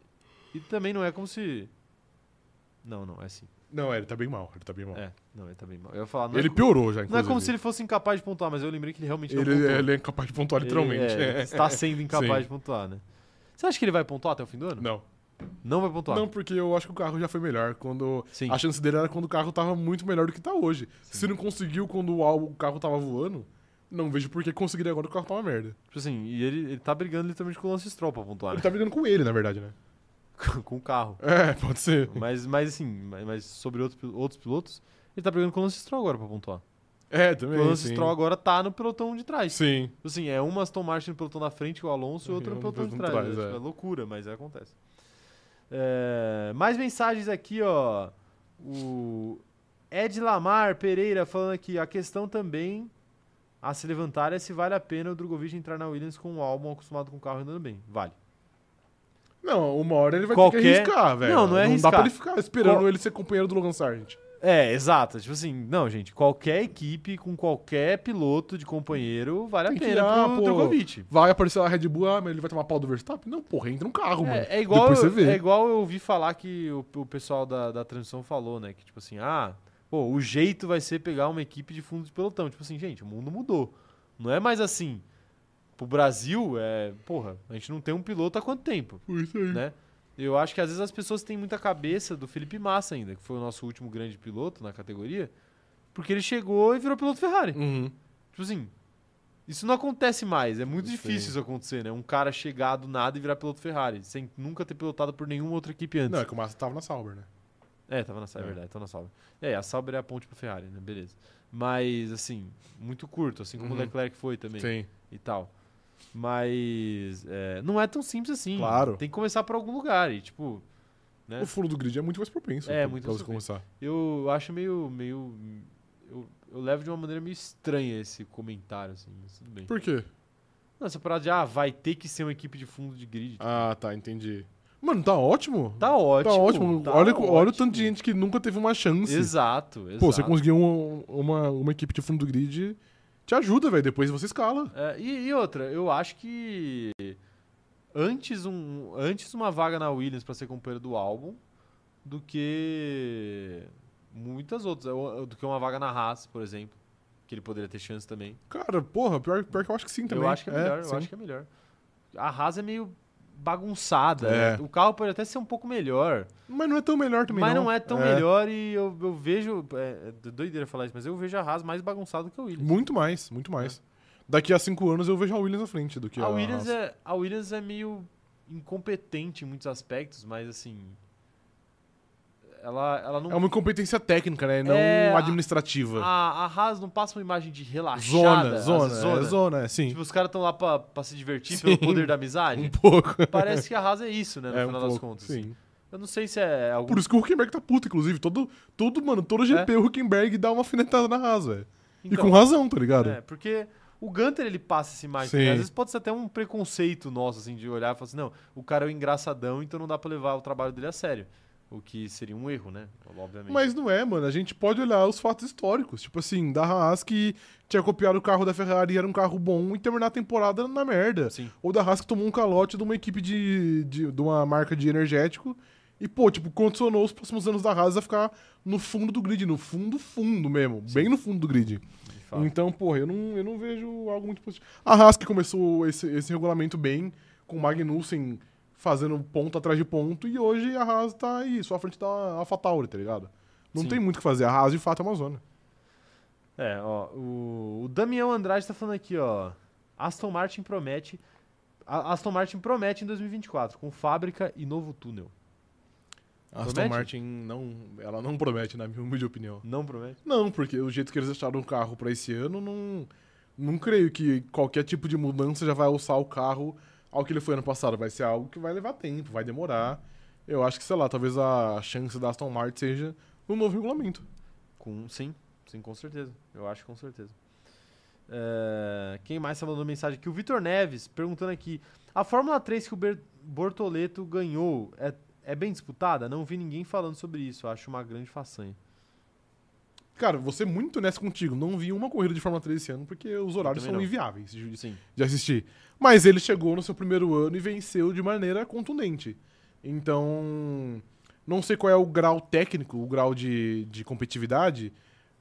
S1: E também não é como se. Não, não, é assim.
S2: Não, é, ele tá bem mal, ele tá bem mal.
S1: É, não, ele tá bem mal. Eu ia falar, não, é,
S2: Ele
S1: co-
S2: piorou já, inclusive.
S1: não é como se ele fosse incapaz de pontuar, mas eu lembrei que ele realmente não
S2: Ele,
S1: pontuou.
S2: ele é incapaz de pontuar,
S1: Ele,
S2: literalmente.
S1: é,
S2: É.
S1: está
S2: *laughs*
S1: sendo incapaz
S2: Sim.
S1: de pontuar, né? Você acha que ele vai pontuar até o fim do ano?
S2: Não.
S1: Não vai pontuar.
S2: Não, porque eu acho que o carro já foi melhor. Quando
S1: Sim.
S2: A chance dele era quando o carro tava muito melhor do que tá hoje. Se não conseguiu quando o al- o carro tava voando, não vejo por que conseguiria agora que o carro tá uma merda.
S1: Tipo assim, e ele, ele tá brigando literalmente com o Lance Stroll pra pontuar,
S2: Ele
S1: né? *laughs*
S2: tá brigando com ele, na verdade, né?
S1: com o carro.
S2: É, pode ser.
S1: Mas, mas assim, mas mas sobre outro pil- outros pilotos, ele tá brigando com o Lance Stroll agora pra pontuar.
S2: É,
S1: Porque
S2: também.
S1: o Lance
S2: sim.
S1: Stroll agora tá no pelotão de trás.
S2: Sim.
S1: Tipo Assim, é uma Aston Martin no pelotão da frente, o Alonso, e outra no
S2: Uhum,
S1: pelotão de
S2: pelotão
S1: trás.
S2: de
S1: né?
S2: trás,
S1: Tipo,
S2: é.
S1: é loucura, mas acontece. É, mais mensagens aqui, ó. O Ed Lamar Pereira falando aqui, a questão também a se levantar é se vale a pena o Drogovic entrar na Williams com o álbum acostumado com o carro andando bem. Vale.
S2: Não, uma hora ele vai ter
S1: Qualquer-
S2: que arriscar, velho.
S1: Não, não é arriscar.
S2: dá pra ele ficar esperando
S1: Qual-
S2: ele ser companheiro do Logan Sargent.
S1: É, exato. Tipo assim, não, gente, qualquer equipe com qualquer piloto de companheiro vale
S2: Tem
S1: a
S2: que
S1: pena
S2: ir, ah,
S1: pro
S2: pô,
S1: Drogovic.
S2: Vai aparecer lá a Red Bull, ah, mas ele vai tomar pau do Verstappen? Não, porra, entra um carro, mano.
S1: É, é igual,
S2: Depois você vê.
S1: é igual eu ouvi falar que o, o pessoal da, da transmissão falou, né? Que tipo assim, ah, pô, o jeito vai ser pegar uma equipe de fundo de pelotão. Tipo assim, gente, o mundo mudou. Não é mais assim. Pro Brasil, é. Porra, a gente não tem um piloto há quanto tempo,
S2: Por isso aí.
S1: né? Eu acho que às vezes as pessoas têm muita cabeça do Felipe Massa ainda, que foi o nosso último grande piloto na categoria, porque ele chegou e virou piloto Ferrari.
S2: Uhum.
S1: Tipo assim, isso não acontece mais. É muito
S2: Sim.
S1: difícil isso acontecer, né? Um cara chegar do nada e virar piloto Ferrari, sem nunca ter pilotado por nenhuma outra equipe antes.
S2: Não, é que o Massa tava na Sauber, né?
S1: É, tava na Sauber,
S2: É.
S1: é verdade, tava na Sauber. É, a Sauber é a ponte pro Ferrari, né? Beleza. Mas, assim, muito curto, assim como o
S2: Uhum.
S1: Leclerc foi também
S2: Sim.
S1: e tal. Mas é, não é tão simples assim.
S2: Claro.
S1: Tem que começar por algum lugar. E, tipo, É.
S2: O fundo do grid é muito mais propenso.
S1: É,
S2: pra-
S1: muito
S2: pra
S1: mais
S2: você começar.
S1: eu acho meio. meio eu, eu levo de uma maneira meio estranha esse comentário, assim, mas tudo bem.
S2: Por quê?
S1: Não, essa parada de, ah, vai ter que ser uma equipe de fundo de grid.
S2: Ah, tá, entendi. Mano, tá ótimo.
S1: Tá ótimo.
S2: ótimo.
S1: tá
S2: olha, olha o tanto de
S1: ótimo.
S2: gente que nunca teve uma chance.
S1: Exato, exato.
S2: Pô, você conseguiu um- uma, uma equipe de fundo do grid, te ajuda, velho. Depois você escala.
S1: É, e, e outra, eu acho que antes, um, antes uma vaga na Williams pra ser companheiro do álbum do que muitas outras. Ou- Do que uma vaga na Haas, por exemplo. Que ele poderia ter chance também.
S2: Cara, porra, pior, pior que eu acho que sim também.
S1: Eu acho que é melhor,
S2: sim.
S1: eu acho que é melhor. A Haas é meio bagunçada.
S2: É.
S1: né? O carro pode até ser um pouco melhor.
S2: Mas não é tão melhor também,
S1: mas não,
S2: não.
S1: é tão melhor e eu, eu vejo. É, é doideira falar isso, mas eu vejo a Haas mais bagunçada que a Williams.
S2: É. Muito mais, muito mais. Daqui a cinco anos eu vejo a Williams na frente do que a,
S1: É. A Williams,
S2: Haas.
S1: é, a Williams é meio incompetente em muitos aspectos, mas assim. Ela, ela não.
S2: É uma incompetência técnica, né? Não
S1: É, a-
S2: administrativa.
S1: a, a Haas não passa uma imagem de
S2: zona,
S1: relaxada. às
S2: zona,
S1: vezes,
S2: zona. É, zona, é, sim.
S1: Tipo, os caras estão lá pra, pra se divertir
S2: Sim.
S1: pelo poder da amizade.
S2: um pouco.
S1: *laughs* Parece que a Haas é isso, né? No
S2: é, um
S1: final das
S2: pouco,
S1: contas.
S2: sim.
S1: Eu não sei se é algum.
S2: Por isso que o Huckenberg tá puto, inclusive. Todo, todo mano, todo GP o Huckenberg dá uma finetada na Haas, velho. e
S1: É. Então,
S2: com razão, tá ligado?
S1: É, porque o Gunter ele passa essa imagem.
S2: Sim.
S1: né? Às vezes pode ser até um preconceito nosso, assim, de olhar e falar assim: não, o cara é um engraçadão, então não dá pra levar o trabalho dele a sério. O que seria um erro, né? Obviamente.
S2: Mas não é, mano. A gente pode olhar os fatos históricos. Tipo assim, da Haas que tinha copiado o carro da Ferrari e era um carro bom e terminar a temporada na merda.
S1: Sim.
S2: Ou da Haas que tomou um calote de uma equipe de, de, de uma marca de energético. E, pô, tipo, condicionou os próximos anos da Haas a ficar no fundo do grid, no fundo, fundo mesmo. Bem no fundo do grid.
S1: de fato.
S2: Então, porra, eu não, eu não vejo algo muito positivo. A Haas que começou esse, esse regulamento bem, com o Magnussen fazendo ponto atrás de ponto, e hoje a Haas tá aí, só à frente da AlphaTauri, tá ligado? Não
S1: Sim.
S2: tem muito o que fazer. A Haas, de fato, é uma zona.
S1: É, ó, o, o Damião Andrade tá falando aqui, ó. Aston Martin promete. a- Aston Martin promete em 2024, com fábrica e novo túnel.
S2: A
S1: Promete?
S2: Martin não, ela não promete, na minha humilde opinião.
S1: Não promete?
S2: Não, porque o jeito que eles deixaram o carro pra esse ano, não, não creio que qualquer tipo de mudança já vai alçar o carro ao que ele foi ano passado. Vai ser algo que vai levar tempo, vai demorar. Eu acho que, sei lá, talvez a chance da Aston Martin seja no novo regulamento.
S1: Com, sim, sim, com certeza. Eu acho com certeza. É, quem mais tá mandando mensagem aqui? O Vitor Neves perguntando aqui: a Fórmula 3 que o Ber- Bortoleto ganhou é, é bem disputada? Não vi ninguém falando sobre isso. Acho uma grande façanha.
S2: Cara, vou ser muito honesto contigo. Não vi uma corrida de Fórmula 3 esse ano porque os horários
S1: também
S2: são
S1: não.
S2: inviáveis de,
S1: Sim,
S2: de assistir. Mas ele chegou no seu primeiro ano e venceu de maneira contundente. Então, não sei qual é o grau técnico, o grau de, de competitividade,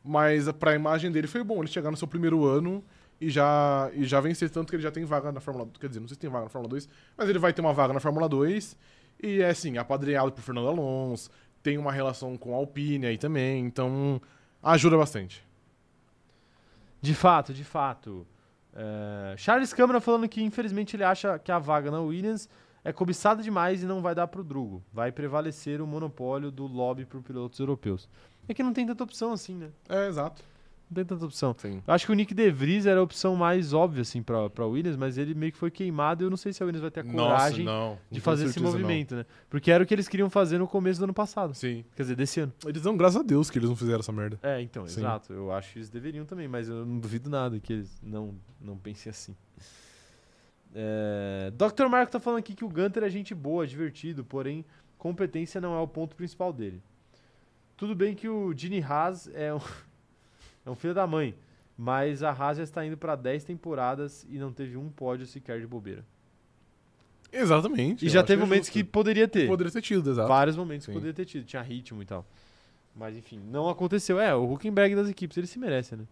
S2: mas pra imagem dele foi bom ele chegar no seu primeiro ano e já, e já vencer tanto que ele já tem vaga na Fórmula 2. Quer dizer, não sei se tem vaga na Fórmula 2, mas ele vai ter uma vaga na Fórmula 2 e é assim, apadreado por Fernando Alonso, tem uma relação com a Alpine aí também, então ajuda bastante.
S1: De fato, de fato. É, Charles Câmara falando que infelizmente ele acha que a vaga na Williams é cobiçada demais e não vai dar pro Drugo. Vai prevalecer o monopólio do lobby por pilotos europeus. É que não tem tanta opção assim, né?
S2: É, exato.
S1: Não tem tanta opção.
S2: Sim.
S1: Eu acho que o Nick De Vries era a opção mais óbvia, assim, pra, pra Williams, mas ele meio que foi queimado e eu não sei se a Williams vai ter a
S2: Nossa,
S1: coragem
S2: não.
S1: de
S2: Com
S1: fazer esse
S2: certeza não.
S1: movimento, né? Porque era o que eles queriam fazer no começo do ano passado.
S2: Sim.
S1: Quer dizer, desse ano.
S2: Eles dão graças a Deus que eles não fizeram essa merda.
S1: É, então,
S2: Sim.
S1: exato. Eu acho que eles deveriam também, mas eu não duvido nada que eles não, não pensem assim. É, Dr. Marco tá falando aqui que o Gunter é gente boa, divertido, porém competência não é o ponto principal dele. Tudo bem que o Gene Haas é um, *laughs* é um filho da mãe, mas a Haas já está indo para 10 temporadas e não teve um pódio sequer de bobeira.
S2: Exatamente.
S1: E
S2: eu
S1: já
S2: acho
S1: teve
S2: é
S1: momentos
S2: justo.
S1: que poderia ter.
S2: Poderia ter tido, exato.
S1: Vários momentos
S2: Sim.
S1: que poderia ter tido. Tinha ritmo e tal. Mas enfim, não aconteceu. É, o Huckenberg das equipes, ele se merece, né?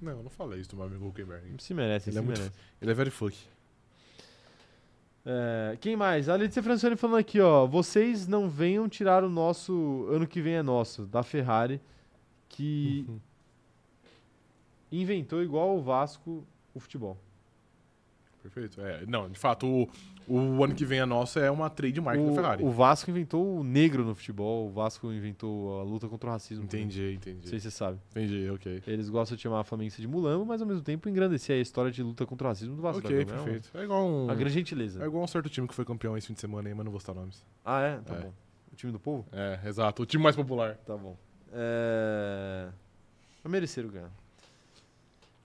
S2: Não, eu não falei isso do meu amigo Huckenberg.
S1: Se merece,
S2: Ele
S1: se
S2: é muito-
S1: merece.
S2: Ele é very fuck.
S1: É, quem mais? A Letícia Francione falando aqui, ó. Vocês não venham tirar o nosso ano que vem é nosso, da Ferrari, que
S2: Uhum.
S1: inventou igual o Vasco o futebol.
S2: Perfeito. É, não, de fato, o, o ano que vem a nossa é uma trademark da Ferrari.
S1: O, o Vasco inventou o negro no futebol, o Vasco inventou a luta contra o racismo.
S2: Entendi,
S1: Não sei
S2: entendi.
S1: se você sabe.
S2: Entendi, ok.
S1: Eles gostam de chamar a Flamengo de mulambo, mas ao mesmo tempo engrandecer a história de luta contra o racismo do Vasco. da
S2: ok,
S1: Gama. É um-
S2: perfeito. É igual um.
S1: Uma grande
S2: É
S1: gentileza.
S2: igual um certo time que foi campeão esse fim de semana aí, mas não vou citar nomes.
S1: Ah, é? Tá
S2: É.
S1: bom. O time do povo?
S2: É, exato. O time mais popular.
S1: Tá bom. É... Mas mereceram ganhar.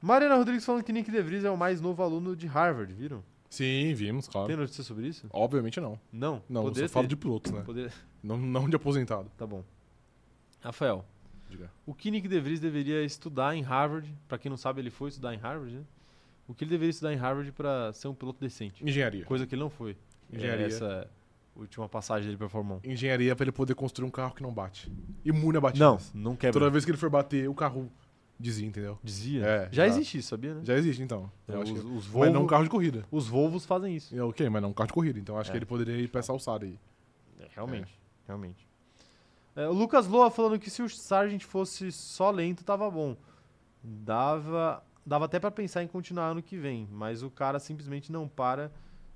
S1: Mariana Rodrigues falando que Nick DeVries é o mais novo aluno de Harvard, viram?
S2: Sim, vimos, claro.
S1: Tem notícia sobre isso?
S2: Obviamente não.
S1: Não.
S2: Não, eu
S1: Poderia
S2: só falo
S1: ter.
S2: de pilotos, né?
S1: Poderia-
S2: Não, não de aposentado.
S1: Tá bom. Rafael,
S2: Diga.
S1: o que Nick DeVries deveria estudar em Harvard? Pra quem não sabe, ele foi estudar em Harvard, né? O que ele deveria estudar em Harvard pra ser um piloto decente?
S2: Engenharia.
S1: Coisa que ele não foi.
S2: Engenharia.
S1: É Essa última passagem dele pra Fórmula
S2: Engenharia pra ele poder construir um carro que não bate. Imune a
S1: 1. Não,
S2: batidas.
S1: não quebra.
S2: Toda vez que ele for bater, o carro dizia, entendeu?
S1: Desvia.
S2: É,
S1: já
S2: já.
S1: existe isso, sabia, né?
S2: Já existe, então.
S1: É,
S2: Eu acho
S1: os,
S2: que-
S1: os,
S2: Mas não um
S1: Volvo-
S2: carro de corrida.
S1: os Volvos fazem isso.
S2: É, ok, mas não um carro de corrida. Então
S1: É.
S2: acho que ele poderia ir pra essa alçada aí.
S1: É, realmente, realmente. É, o Lucas Loa falando que se o Sargent fosse só lento, tava bom. Dava, dava até pra pensar em continuar ano que vem, mas o cara simplesmente não para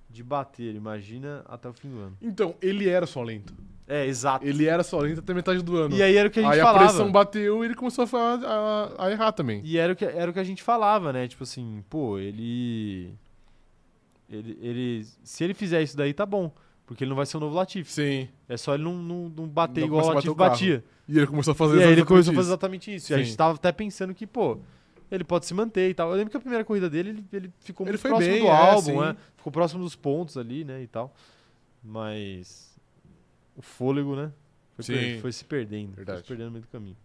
S1: de bater, imagina até o fim do ano.
S2: Então, ele era só lento.
S1: É, exato.
S2: Ele era só lento até metade do ano.
S1: E aí era o que a gente
S2: aí a
S1: falava.
S2: pressão bateu e ele começou a, fa- a- a errar também.
S1: E era o, que, era o que a gente falava, né? Tipo assim, pô, ele, ele. Ele. Se ele fizer isso daí, tá bom. Porque ele não vai ser o novo Latif.
S2: Sim.
S1: É só ele não, não, não bater
S2: Não
S1: igual o
S2: começa a
S1: Latif
S2: bater o carro.
S1: batia.
S2: E ele começou a fazer
S1: E aí ele
S2: exatamente
S1: começou a fazer
S2: isso.
S1: exatamente isso. E a
S2: Sim.
S1: gente tava até pensando que, pô, ele pode se manter e tal. Eu lembro que a primeira corrida dele, ele, ele ficou
S2: Ele
S1: muito
S2: foi
S1: próximo
S2: bem,
S1: do
S2: é,
S1: álbum,
S2: sim.
S1: né? Ficou próximo dos pontos ali, né, e tal. Mas o fôlego, né? Foi,
S2: Sim.
S1: per- foi se perdendo.
S2: Verdade.
S1: Foi se perdendo no meio do caminho.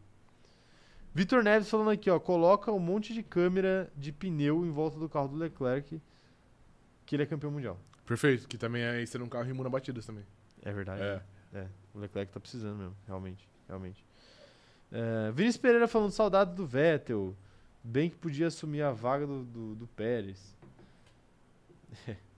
S1: Vitor Neves falando aqui, ó. Coloca um monte de câmera de pneu em volta do carro do Leclerc, que ele é campeão mundial.
S2: Perfeito, que também é ser um carro imune a batidas também.
S1: É verdade.
S2: É.
S1: É, o Leclerc tá precisando mesmo, realmente, realmente. É, Vinícius Pereira falando saudade do Vettel. Bem que podia assumir a vaga do, do, do Pérez. *laughs*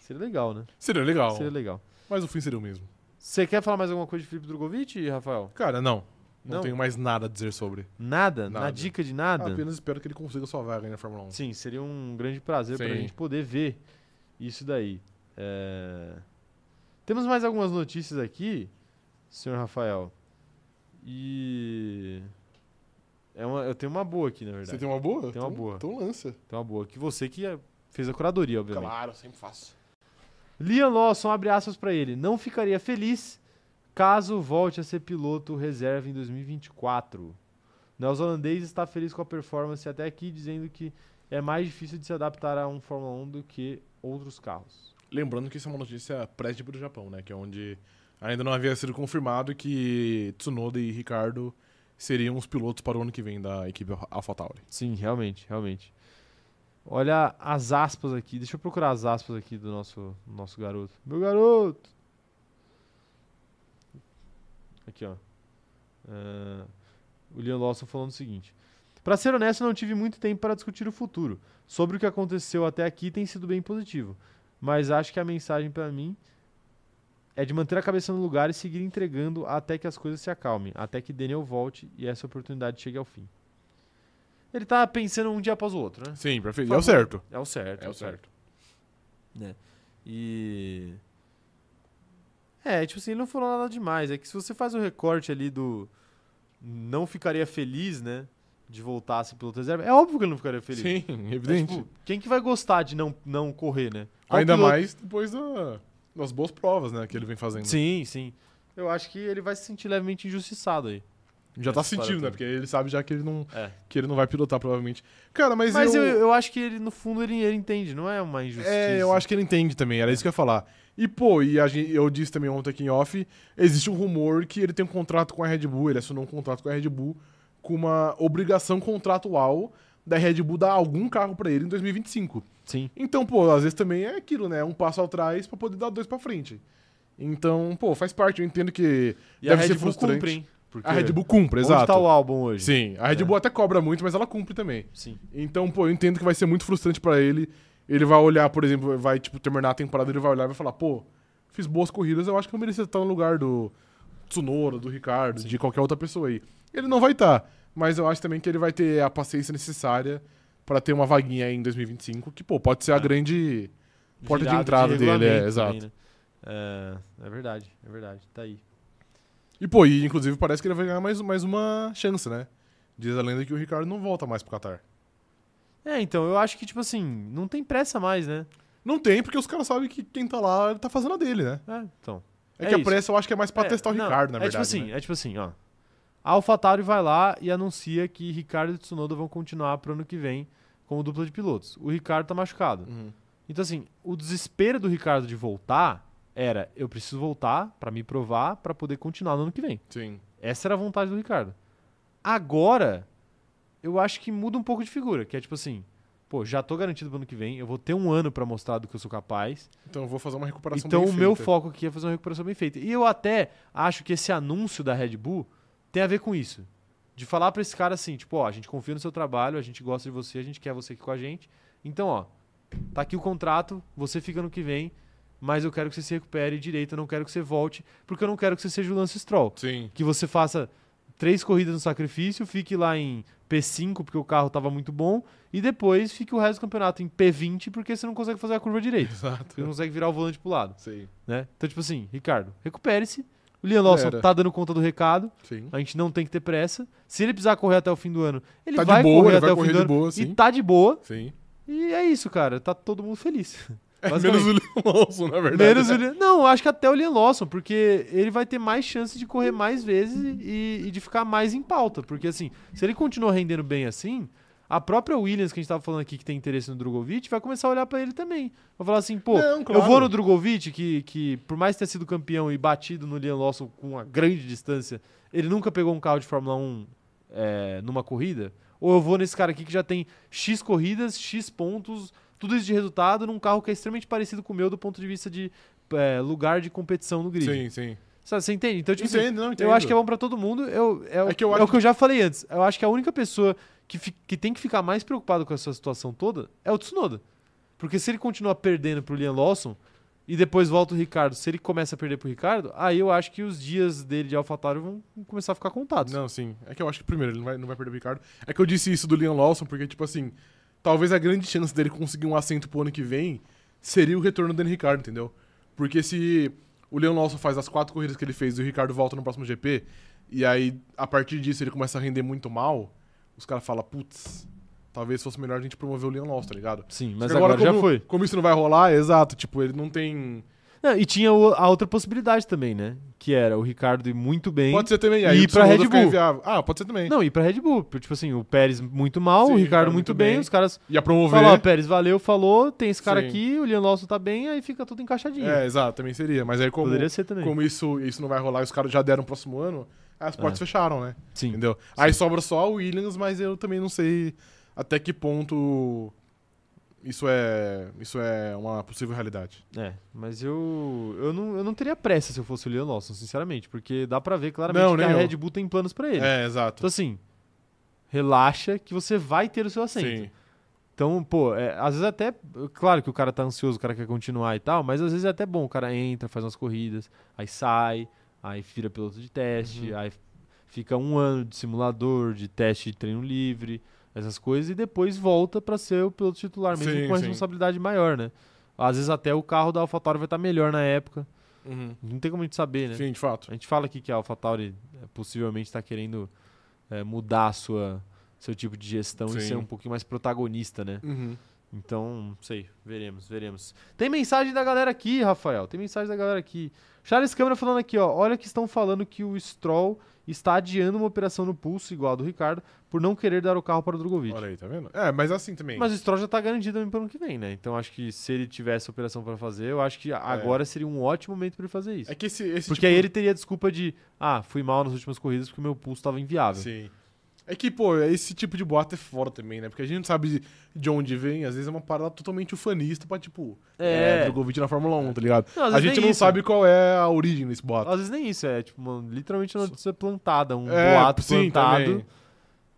S1: Seria legal, né?
S2: Seria legal.
S1: Seria legal.
S2: Mas o fim seria o mesmo.
S1: Você quer falar mais alguma coisa de Felipe Drogovic, Rafael?
S2: Cara, não. Não,
S1: Não?
S2: tenho mais nada a dizer sobre.
S1: Nada? Na
S2: Nada.
S1: dica de nada?
S2: Apenas espero que ele consiga sua vaga aí na Fórmula 1.
S1: Sim, seria um grande prazer pra
S2: Sim.
S1: gente poder ver isso daí. É, Temos mais algumas notícias aqui, senhor Rafael. E. É uma- Eu tenho uma boa aqui, na verdade.
S2: Você tem uma boa?
S1: Tem uma
S2: Então-
S1: boa.
S2: Então lança.
S1: Tem uma boa. Que você que é- fez a curadoria, obviamente.
S2: Claro, sempre faço.
S1: Liam Lawson, abre aspas pra ele. Não ficaria feliz caso volte a ser piloto reserva em 2024. O neozelandês está feliz com a performance até aqui, dizendo que é mais difícil de se adaptar a um Fórmula 1 do que outros carros.
S2: Lembrando que isso é uma notícia pré-tipo do Japão, né? Que é onde ainda não havia sido confirmado que Tsunoda e Ricardo seriam os pilotos para o ano que vem da equipe AlphaTauri.
S1: Sim, realmente, realmente. Olha as aspas aqui. Deixa eu procurar as aspas aqui do nosso, nosso garoto. Meu garoto! Aqui, ó. Ah, o Leon Lawson falando o seguinte. Pra ser honesto, não tive muito tempo para discutir o futuro. Sobre o que aconteceu até aqui tem sido bem positivo. Mas acho que a mensagem pra mim é de manter a cabeça no lugar e seguir entregando até que as coisas se acalmem, até que Daniel volte e essa oportunidade chegue ao fim. Ele tá pensando um dia após o outro, né?
S2: Sim, perfeito.
S1: Por
S2: É o
S1: favor.
S2: certo.
S1: É o certo. né? E. É, tipo assim, ele não falou nada demais. É que se você faz o recorte ali do. Não ficaria feliz, né? De voltar a ser piloto reserva. É óbvio que ele não ficaria feliz.
S2: Sim,
S1: É,
S2: evidente.
S1: tipo, quem que vai gostar de não, não correr, né? Qual
S2: Ainda
S1: piloto-
S2: mais depois da- das boas provas, né, que ele vem fazendo.
S1: Sim, sim. Eu acho que ele vai se sentir levemente injustiçado aí.
S2: Já tá
S1: Essa história
S2: sentindo, né?
S1: toda.
S2: Porque ele sabe já que ele não,
S1: É.
S2: que ele não vai pilotar, provavelmente. Cara, mas,
S1: Mas eu,
S2: eu...
S1: eu acho que ele, no fundo, ele, ele entende, não é uma injustiça.
S2: É, eu acho que ele entende também, era isso que eu ia falar. E, pô, e a gente, eu disse também ontem aqui em off, existe um rumor que ele tem um contrato com a Red Bull, ele assinou um contrato com a Red Bull com uma obrigação contratual da Red Bull dar algum carro pra ele em 2025.
S1: Sim.
S2: Então, pô, às vezes também é aquilo, né? Um passo atrás pra poder dar dois pra frente. Então, pô, faz parte, eu entendo que
S1: E
S2: deve
S1: a
S2: ser
S1: Red Bull
S2: frustrante.
S1: cumpre, hein? Porque
S2: A Red Bull cumpre,
S1: Onde
S2: exato.
S1: tá o álbum hoje?
S2: Sim, a Red
S1: É.
S2: Bull até cobra muito, mas ela cumpre também.
S1: Sim.
S2: Então, pô, eu entendo que vai ser muito frustrante pra ele. Ele vai olhar, por exemplo, vai tipo terminar a temporada, ele vai olhar e vai falar, pô, fiz boas corridas, eu acho que eu merecia estar no lugar do Tsunoda, do Ricardo, de qualquer outra pessoa aí. Ele não vai estar, mas eu acho também que ele vai ter a paciência necessária pra ter uma vaguinha aí em 2025, que pô, pode ser
S1: É.
S2: a grande porta de
S1: Virada
S2: entrada dele, é,
S1: regulamento
S2: exato.
S1: também, né? É, é verdade, é verdade. Tá aí.
S2: E pô, e inclusive parece que ele vai ganhar mais, mais uma chance, né? Diz a lenda que o Ricardo não volta mais pro Qatar.
S1: É, então, eu acho que, tipo assim, não tem pressa mais, né?
S2: Não tem, porque os caras sabem que quem tá lá tá fazendo a dele, né?
S1: É, então.
S2: É,
S1: É
S2: que a
S1: isso.
S2: pressa eu acho que é mais pra
S1: É,
S2: testar o
S1: não,
S2: Ricardo, na
S1: É tipo
S2: verdade.
S1: assim,
S2: né?
S1: é tipo assim, ó. A AlphaTauri vai lá e anuncia que Ricardo e Tsunoda vão continuar pro ano que vem como dupla de pilotos. O Ricardo tá machucado. Então, assim, o desespero do Ricardo de voltar era: eu preciso voltar pra me provar pra poder continuar no ano que vem.
S2: Sim.
S1: Essa era a vontade do Ricardo. Agora, eu acho que muda um pouco de figura, que é tipo assim. Pô, já tô garantido pro ano que vem, eu vou ter um ano pra mostrar do que eu sou capaz.
S2: Então eu vou fazer uma recuperação
S1: então
S2: bem
S1: o meu
S2: feita.
S1: foco aqui é fazer uma recuperação bem feita. E eu até acho que esse anúncio da Red Bull tem a ver com isso. De falar pra esse cara assim, tipo, ó, a gente confia no seu trabalho, a gente gosta de você, a gente quer você aqui com a gente. Então, ó, tá aqui o contrato, você fica no que vem, mas eu quero que você se recupere direito, eu não quero que você volte, porque eu não quero que você seja o Lance Stroll
S2: Sim. *laughs*
S1: que você faça três corridas no sacrifício, fique lá em P5 porque o carro estava muito bom e depois fique o resto do campeonato em P20 porque você não consegue fazer a curva direito. Você não
S2: Exato.
S1: consegue virar o volante pro lado,
S2: Sim.
S1: né? Então, tipo assim, Ricardo, recupere-se. O Liam Lawson
S2: Galera.
S1: tá dando conta do recado.
S2: Sim.
S1: A gente não tem que ter pressa. Se ele precisar correr até o fim do ano, ele
S2: Tá de
S1: vai
S2: boa,
S1: correr
S2: ele
S1: até
S2: vai
S1: o fim
S2: correr
S1: do
S2: de
S1: ano.
S2: boa,
S1: e
S2: sim.
S1: tá de boa.
S2: Sim.
S1: E é isso, cara. Tá todo mundo feliz.
S2: *laughs* É,
S1: Basicamente.
S2: menos o Leon Lawson, na verdade.
S1: Menos o Liam- Não, acho que até o Liam Lawson, porque ele vai ter mais chance de correr mais vezes e, e de ficar mais em pauta. Porque, assim, se ele continuar rendendo bem assim, a própria Williams, que a gente tava falando aqui que tem interesse no Drogovic, vai começar a olhar pra ele também. Vai falar assim, pô,
S2: Não,
S1: eu
S2: claro.
S1: vou no Drogovic, que, que por mais ter sido campeão e batido no Liam Lawson com uma grande distância, ele nunca pegou um carro de Fórmula 1 é, numa corrida. Ou eu vou nesse cara aqui que já tem X corridas, X pontos, tudo isso de resultado num carro que é extremamente parecido com o meu do ponto de vista de é, lugar de competição no grid.
S2: Sim, sim.
S1: Sabe, você entende? Então, tipo, assim,
S2: Entendo, não, entendo.
S1: eu acho que é bom pra todo mundo. Eu, é, o-
S2: É que eu
S1: é
S2: acho
S1: o que eu já falei antes. Eu acho que a única pessoa que, fi- que tem que ficar mais preocupado com essa situação toda é o Tsunoda. Porque se ele continuar perdendo pro Liam Lawson e depois volta o Ricardo, se ele começa a perder pro Ricardo, aí eu acho que os dias dele de AlphaTauri vão começar a ficar contados.
S2: Não, sim. É que eu acho que primeiro ele não vai, não vai perder o Ricardo. É que eu disse isso do Leon Lawson, porque, tipo assim, talvez a grande chance dele conseguir um assento pro ano que vem seria o retorno do Daniel Ricardo, entendeu? Porque se o Leon Lawson faz as quatro corridas que ele fez e o Ricardo volta no próximo GP, e aí a partir disso ele começa a render muito mal, os caras falam, putz, talvez fosse melhor a gente promover o Leon Lawson, tá ligado?
S1: Sim,
S2: Só
S1: mas
S2: que
S1: agora, já
S2: como-
S1: foi.
S2: Como isso não vai rolar, exato, tipo, ele não tem.
S1: Não, e tinha o- a outra possibilidade também, né? Que era o Ricardo ir muito bem.
S2: Pode ser também, aí
S1: E
S2: o
S1: ir pra
S2: Tsunoda
S1: Red
S2: fica
S1: Bull.
S2: inviável. Ah, pode ser também.
S1: Não, ir pra Red Bull. Tipo assim, o Pérez muito mal,
S2: Sim,
S1: o Ricardo muito bem, os caras
S2: Ia promover.
S1: falam, ó, Pérez, valeu, falou, tem esse cara
S2: Sim.
S1: aqui, o Leon Lawson tá bem, aí fica tudo encaixadinho.
S2: É, exato, também seria. Mas aí, como,
S1: Poderia ser também.
S2: como isso, isso não vai rolar e os caras já deram próximo ano, aí as portas fecharam, né?
S1: É. Sim.
S2: Entendeu? Aí sobra só o Williams, mas eu também não sei até que ponto isso é, isso é uma possível realidade.
S1: É, mas eu eu não, eu não teria pressa se eu fosse o Leon Lawson, sinceramente, porque dá pra ver claramente
S2: Não,
S1: que
S2: nem
S1: a
S2: eu.
S1: Red Bull tem planos pra ele.
S2: É, exato.
S1: Então assim, relaxa que você vai ter o seu assento.
S2: Sim.
S1: Então, pô, é, às vezes até. Claro que o cara tá ansioso, o cara quer continuar e tal, mas às vezes é até bom. O cara entra, faz umas corridas, aí sai, aí vira piloto de teste,
S2: Uhum.
S1: aí fica um ano de simulador, de teste de treino livre, essas coisas, e depois volta pra ser o piloto titular mesmo
S2: Sim,
S1: com a
S2: sim.
S1: responsabilidade maior, né? Às vezes até o carro da AlphaTauri vai estar melhor na época.
S2: Uhum.
S1: Não tem como a gente saber, né?
S2: Sim, de fato.
S1: A gente fala aqui que a AlphaTauri eh, possivelmente está querendo eh, mudar a sua seu tipo de gestão e
S2: Sim.
S1: ser um pouquinho mais protagonista, né?
S2: Uhum.
S1: Então, não sei, veremos, veremos. Tem mensagem da galera aqui, Rafael. Tem mensagem da galera aqui. Charles Câmara falando aqui, ó. Olha que estão falando que o Stroll está adiando uma operação no pulso, igual a do Ricardo, por não querer dar o carro para o Drogovic.
S2: Olha aí, tá vendo? É, mas assim também.
S1: Mas o Stroll já tá garantido para o ano que vem, né? Então acho que se ele tivesse operação para fazer, eu acho que agora seria um ótimo momento para ele fazer isso.
S2: É que esse. esse
S1: porque
S2: tipo-
S1: aí ele teria a desculpa de, ah, fui mal nas últimas corridas porque meu pulso estava inviável.
S2: Sim. É que, pô, esse tipo de boato é fora também, né? Porque a gente não sabe de onde vem, às vezes é uma parada totalmente ufanista pra, tipo,
S1: É.
S2: é, Drogovic na Fórmula 1, tá ligado?
S1: Não, às
S2: a
S1: vezes
S2: gente
S1: nem
S2: não
S1: isso.
S2: sabe qual é a origem desse boato.
S1: Às vezes nem isso, é tipo, uma, literalmente uma notícia plantada, um
S2: É,
S1: boato
S2: sim,
S1: plantado
S2: também.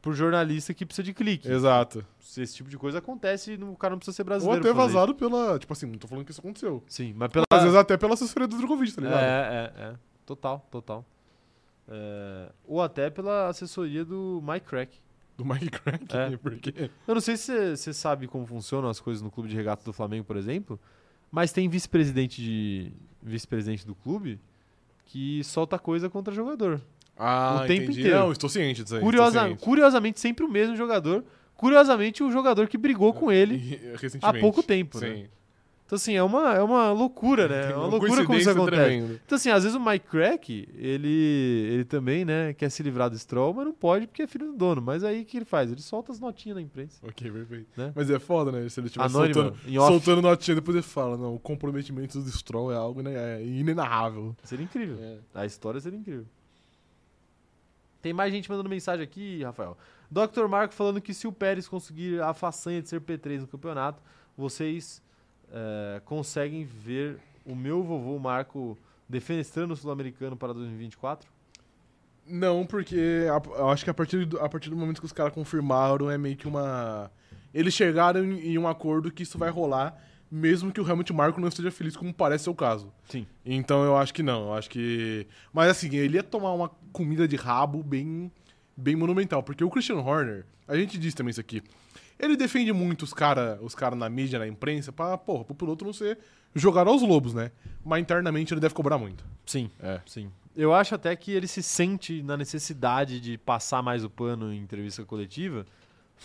S1: por jornalista que precisa de clique.
S2: Exato.
S1: Esse tipo de coisa acontece e o cara não precisa ser
S2: Ou
S1: brasileiro.
S2: até
S1: pra fazer
S2: vazado pela. Tipo assim, não tô falando que isso aconteceu.
S1: isso. Sim, mas pela.
S2: Às vezes até pela assessoria do Drogovic, tá ligado?
S1: É, é, é. Total, total. É, Ou até pela assessoria do Mike Crack.
S2: Do Mike Crack, né?
S1: É.
S2: porque.
S1: Eu não sei se você sabe como funcionam as coisas no clube de regata do Flamengo, por exemplo, mas tem vice-presidente de vice-presidente do clube que solta coisa contra jogador.
S2: Ah,
S1: O tempo
S2: entendi.
S1: inteiro.
S2: Não, estou ciente disso aí. estou
S1: Curiosa-
S2: ciente.
S1: curiosamente, sempre o mesmo jogador. Curiosamente, o jogador que brigou com
S2: *laughs*
S1: ele
S2: E- Recentemente.
S1: há pouco tempo, né?
S2: Sim.
S1: Então, assim, é uma, é uma loucura, né? É uma loucura como isso
S2: Coincidência
S1: acontece.
S2: tremenda.
S1: Então, assim, às vezes o Mike Crack, ele, ele também, né, quer se livrar do Stroll, mas não pode porque é filho do dono. Mas aí o que ele faz? Ele solta as notinhas na imprensa.
S2: Ok, perfeito.
S1: Né?
S2: Mas é foda, né? Se ele estiver
S1: Anônima,
S2: soltando,
S1: em off.
S2: soltando notinha, depois ele fala, não, o comprometimento do Stroll é algo né, é inenarrável.
S1: Seria incrível. A história seria incrível. Tem mais gente mandando mensagem aqui, Rafael. Dr. Marco falando que se o Pérez conseguir a façanha de ser P3 no campeonato, vocês eh, conseguem ver o meu vovô Marco defenestrando o Sul-Americano para 2024?
S2: Não, porque a- eu acho que a partir, do, a partir do momento que os caras confirmaram, é meio que uma... Eles chegaram em, em um acordo que isso vai rolar, mesmo que o Hamilton Marco não esteja feliz, como parece ser o caso.
S1: Sim.
S2: Então eu acho que não, eu acho que... Mas assim, ele ia tomar uma comida de rabo bem, bem monumental, porque o Christian Horner, a gente disse também isso aqui, ele defende muito os caras os cara na mídia, na imprensa, pra, porra, pro piloto não ser jogar aos lobos, né? Mas internamente ele deve cobrar muito.
S1: Sim,
S2: É.
S1: sim. Eu acho até que ele se sente na necessidade de passar mais o pano em entrevista coletiva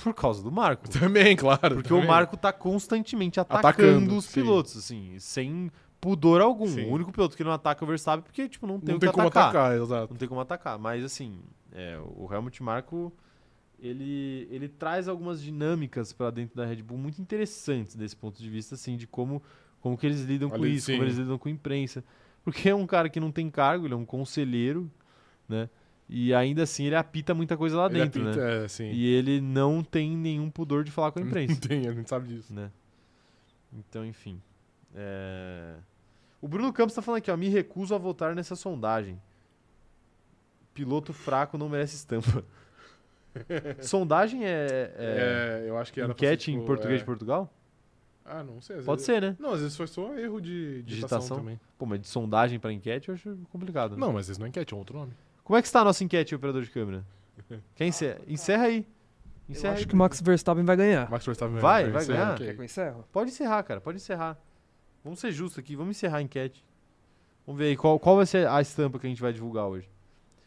S1: por causa do Marco.
S2: *laughs* Também, claro.
S1: Porque o
S2: também.
S1: Marco tá constantemente atacando,
S2: Atacando,
S1: os
S2: sim.
S1: pilotos, assim, sem pudor algum. O
S2: Sim.
S1: único piloto que não ataca é o Verstappen porque, tipo, não tem
S2: não
S1: o
S2: tem
S1: que
S2: como
S1: atacar.
S2: atacar, exato.
S1: Não tem como atacar. Mas, assim, é, o Helmut Marco, ele, ele traz algumas dinâmicas pra dentro da Red Bull muito interessantes desse ponto de vista, assim, de como, como que eles lidam com
S2: Ali,
S1: isso, como
S2: sim.
S1: eles lidam com a imprensa. Porque é um cara que não tem cargo, ele é um conselheiro, né? E ainda assim ele apita muita coisa lá
S2: Ele
S1: dentro,
S2: apita,
S1: né?
S2: É, sim.
S1: E ele não tem nenhum pudor de falar com a imprensa.
S2: *laughs* Não tem, a gente sabe disso.
S1: né? Então, enfim. É, O Bruno Campos tá falando aqui, ó. Me recuso a votar nessa sondagem. Piloto fraco não merece estampa.
S2: *laughs*
S1: sondagem é, é
S2: É, eu acho que era pra ser,
S1: enquete
S2: tipo,
S1: em português
S2: é-
S1: de Portugal?
S2: Ah, não sei. às
S1: Pode
S2: vezes-
S1: ser, né?
S2: Não, às vezes foi só erro de digitação,
S1: Digitação? Tá.
S2: também.
S1: Pô, mas de sondagem pra enquete eu acho complicado. né?
S2: Não, mas às vezes não é enquete, é outro nome.
S1: Como é que está a nossa enquete, operador de câmera?
S2: *laughs*
S1: Quer encerra? Encerra aí.
S3: Eu
S1: Encerra aí.
S3: acho que o Max Verstappen é vai ganhar.
S2: Max Verstappen
S1: Ah. Vai,
S2: ganhar,
S1: vai
S2: isso aí,
S1: ganhar.
S2: ok.
S3: Quer que eu encerro?
S1: Pode encerrar, cara. Pode encerrar. Vamos ser justos aqui. Vamos encerrar a enquete. Vamos ver aí qual, qual vai ser a estampa que a gente vai divulgar hoje.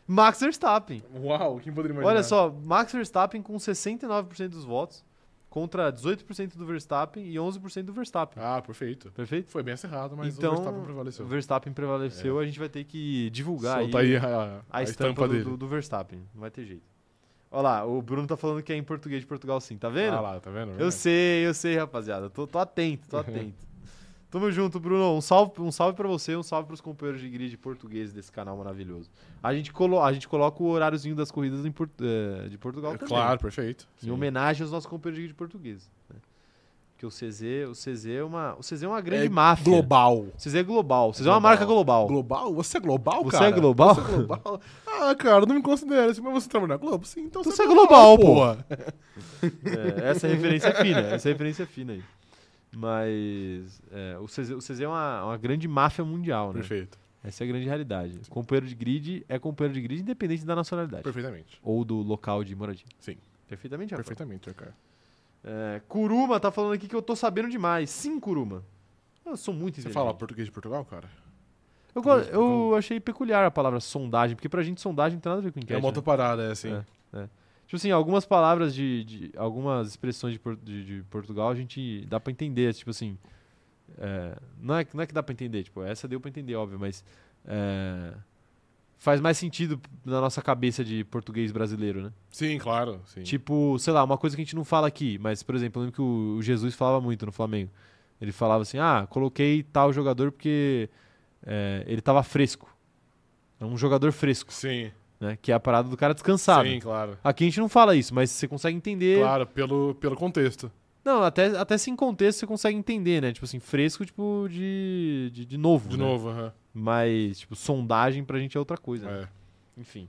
S1: Max Verstappen.
S2: Uau, quem poderia imaginar?
S1: Olha só, Max Verstappen com 69% dos votos contra 18% do Verstappen e 11% do Verstappen.
S2: Ah, perfeito.
S1: Perfeito?
S2: Foi bem acerrado, mas
S1: Então,
S2: o Verstappen prevaleceu. É.
S1: O Verstappen prevaleceu. A gente vai ter que divulgar
S2: Solta
S1: aí,
S2: aí a,
S1: a, estampa, do, do- do Verstappen. Não vai ter jeito. Olha lá, o Bruno tá falando que é em português de Portugal sim. Tá vendo?
S2: Ah lá, tá vendo?
S1: Eu sei, eu sei, rapaziada. Tô, tô atento,
S2: *laughs*
S1: tô atento. Tamo junto, Bruno. Um salve, um salve pra você, um salve pros companheiros de grid português desse canal maravilhoso. A gente, colo a gente coloca o horáriozinho das corridas em Port- eh, de Portugal também.
S2: É Claro, perfeito.
S1: Em homenagem aos nossos companheiros de grid português. Né? Porque o CZ, o CZ é uma, o CZ é uma grande
S2: É
S1: máfia.
S2: Global.
S1: O CZ é global. O CZ é uma
S2: Global.
S1: marca global.
S2: Global? Você é global,
S1: Você
S2: cara?
S1: é global?
S2: Você é global? Ah, cara, não me considera assim, mas você trabalha na Globo? Sim, então
S1: Então
S2: você
S1: você
S2: é
S1: é global, pô.
S2: global, pô.
S1: *laughs* É, essa referência é fina, essa referência é fina aí. Mas é, o CZ, o CZ é uma, uma grande máfia mundial, né?
S2: Perfeito.
S1: Essa é a grande realidade. Companheiro de grid é companheiro de grid independente da nacionalidade.
S2: Perfeitamente.
S1: Ou do local de moradia.
S2: Sim.
S1: Perfeitamente, Rafael.
S2: Perfeitamente, cara.
S1: É, Kuruma tá falando aqui que eu tô sabendo demais. Sim, Kuruma. Eu sou muito
S2: Você
S1: inteligente.
S2: fala português de Portugal, cara? É
S1: eu, go-
S2: então.
S1: eu achei peculiar a palavra sondagem, porque pra gente sondagem não tem nada a ver com enquete.
S2: É uma
S1: né?
S2: outra parada, é assim.
S1: É. Tipo assim, algumas palavras de. de- algumas expressões de, por- de- de Portugal a gente dá pra entender. Tipo assim. é, não, é, que- não é que dá pra entender, tipo, essa deu pra entender, óbvio, mas. é, faz mais sentido na nossa cabeça de português brasileiro, né?
S2: Sim, claro. Sim.
S1: Tipo, sei lá, uma coisa que a gente não fala aqui, mas, por exemplo, eu lembro que o, o Jesus falava muito no Flamengo. Ele falava assim: ah, coloquei tal jogador porque é, ele tava fresco. É um jogador fresco,
S2: Sim,
S1: né? Que é a parada do cara descansado.
S2: sim, claro.
S1: Aqui a gente não fala isso, mas você consegue entender.
S2: Claro, pelo, pelo contexto.
S1: Não, até, até sem contexto você consegue entender, né? Tipo assim, fresco, tipo, de, de, de novo.
S2: De
S1: né?
S2: novo, aham.
S1: Mas, tipo, sondagem pra gente é outra coisa. né?
S2: É.
S1: Enfim.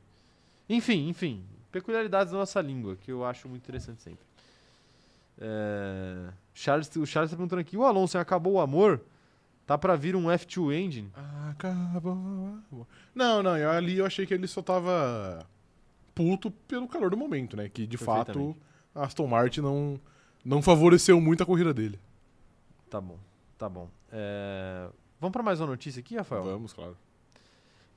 S1: Enfim, enfim. Peculiaridades da nossa língua, que eu acho muito interessante sempre. É, Charles, o Charles tá perguntando aqui: o Alonso acabou o amor? Tá pra vir um F2 Engine?
S2: Acabou. Não, não, eu, ali eu achei que ele só tava puto pelo calor do momento, né? Que de fato
S1: Perfeitamente.
S2: a Aston Martin não, não favoreceu muito a corrida dele.
S1: Tá bom, tá bom. É, Vamos pra mais uma notícia aqui, Rafael?
S2: Vamos, claro.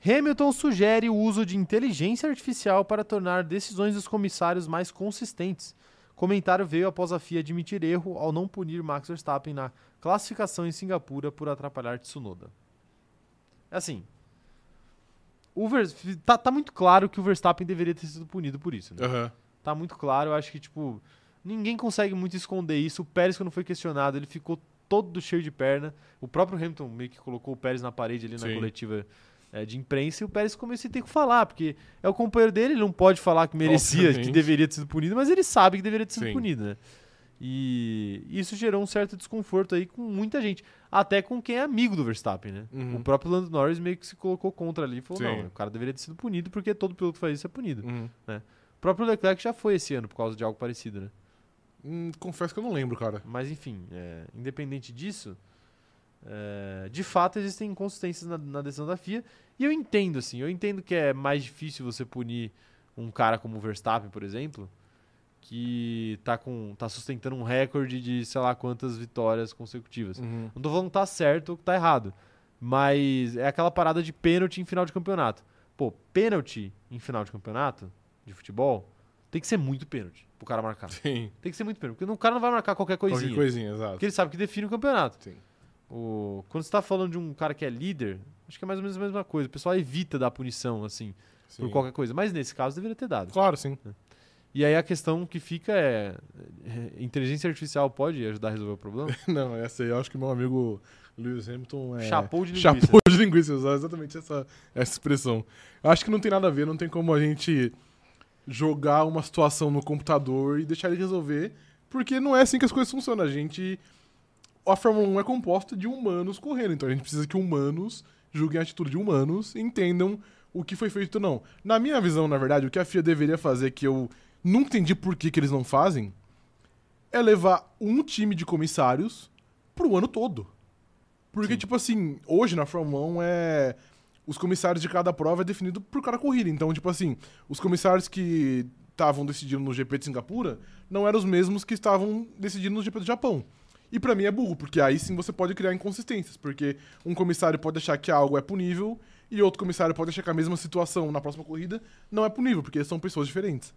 S1: Hamilton sugere o uso de inteligência artificial para tornar decisões dos comissários mais consistentes. Comentário veio após a FIA admitir erro ao não punir Max Verstappen na classificação em Singapura por atrapalhar Tsunoda. É Assim, o Vers- tá, tá muito claro que o Verstappen deveria ter sido punido por isso. Né?
S2: Aham.
S1: Tá muito claro, eu acho que tipo ninguém consegue muito esconder isso. O Pérez quando foi questionado, ele ficou todo cheio de perna. O próprio Hamilton meio que colocou o Pérez na parede ali na
S2: Sim.
S1: coletiva eh, de imprensa e o Pérez começou a ter que falar, porque é o companheiro dele, ele não pode falar que merecia, que
S2: Obviamente.
S1: deveria ter sido punido, mas ele sabe que deveria ter sido
S2: Sim.
S1: punido, né? E isso gerou um certo desconforto aí com muita gente, até com quem é amigo do Verstappen, né?
S2: Uhum.
S1: O próprio Lando Norris meio que se colocou contra ali e falou:
S2: Sim.
S1: não, o cara deveria ter sido punido porque todo piloto que faz isso é punido.
S2: Uhum.
S1: O próprio Leclerc já foi esse ano por causa de algo parecido, né?
S2: Hum, confesso que eu não lembro, cara.
S1: Mas enfim, é, independente disso, é, de fato existem inconsistências na, na decisão da FIA. E eu entendo, assim, eu entendo que é mais difícil você punir um cara como o Verstappen, por exemplo, que tá, com, tá sustentando um recorde de sei lá quantas vitórias consecutivas. Não tô falando que tá certo ou que tá errado. Mas é aquela parada de pênalti em final de campeonato. Pô, pênalti em final de campeonato de futebol tem que ser muito pênalti pro cara marcar.
S2: Sim.
S1: Tem que ser muito pênalti, porque o cara não vai marcar qualquer coisinha.
S2: Qualquer coisinha, exato.
S1: Porque ele sabe que define o campeonato.
S2: Sim.
S1: O- quando você tá falando de um cara que é líder, acho que é mais ou menos a mesma coisa. O pessoal evita dar punição, assim,
S2: Sim.
S1: por qualquer coisa. Mas nesse caso deveria ter dado.
S2: Claro, sim. *laughs*
S1: E aí a questão que fica é: é, inteligência artificial pode ajudar a resolver o problema?
S2: Não, essa aí eu acho que meu amigo Lewis Hamilton é.
S1: Chapou de linguiça.
S2: *laughs* Chapou de linguiça, usar exatamente essa, essa expressão. Eu acho que não tem nada a ver, não tem como a gente jogar uma situação no computador e deixar ele resolver, porque não é assim que as coisas funcionam. A gente. A Fórmula 1 é composta de humanos correndo, então a gente precisa que humanos julguem a atitude de humanos e entendam o que foi feito ou não. Na minha visão, na verdade, o que a FIA deveria fazer, que eu não entendi por que, que eles não fazem, é levar um time de comissários pro ano todo. Porque, tipo assim, hoje na Fórmula 1 é. Os comissários de cada prova é definido por cada corrida. Então, tipo assim, os comissários que estavam decidindo no GP de Singapura não eram os mesmos que estavam decidindo no GP do Japão. E pra mim é burro, porque aí sim você pode criar inconsistências, porque um comissário pode achar que algo é punível e outro comissário pode achar que a mesma situação na próxima corrida não é punível, porque são pessoas diferentes.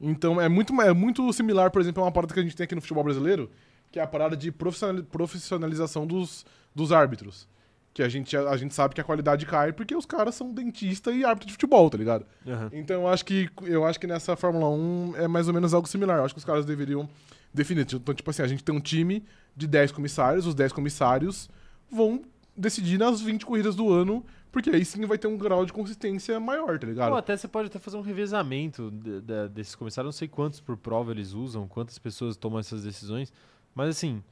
S2: Então é muito, é muito similar, por exemplo, a uma parada que a gente tem aqui no futebol brasileiro, que é a parada de profissionali- profissionalização dos, dos árbitros. Que a gente, a gente sabe que a qualidade cai porque os caras são dentista e árbitro de futebol, tá ligado?
S1: Aham.
S2: Então eu acho que eu acho que nessa Fórmula 1 é mais ou menos algo similar. Eu acho que os caras deveriam definir. Então, tipo assim, a gente tem um time de 10 comissários, os 10 comissários vão decidir nas 20 corridas do ano, porque aí sim vai ter um grau de consistência maior, tá ligado?
S1: Ou até você pode até fazer um revezamento de- da- desses comissários. Não sei quantos por prova eles usam, quantas pessoas tomam essas decisões. Mas assim,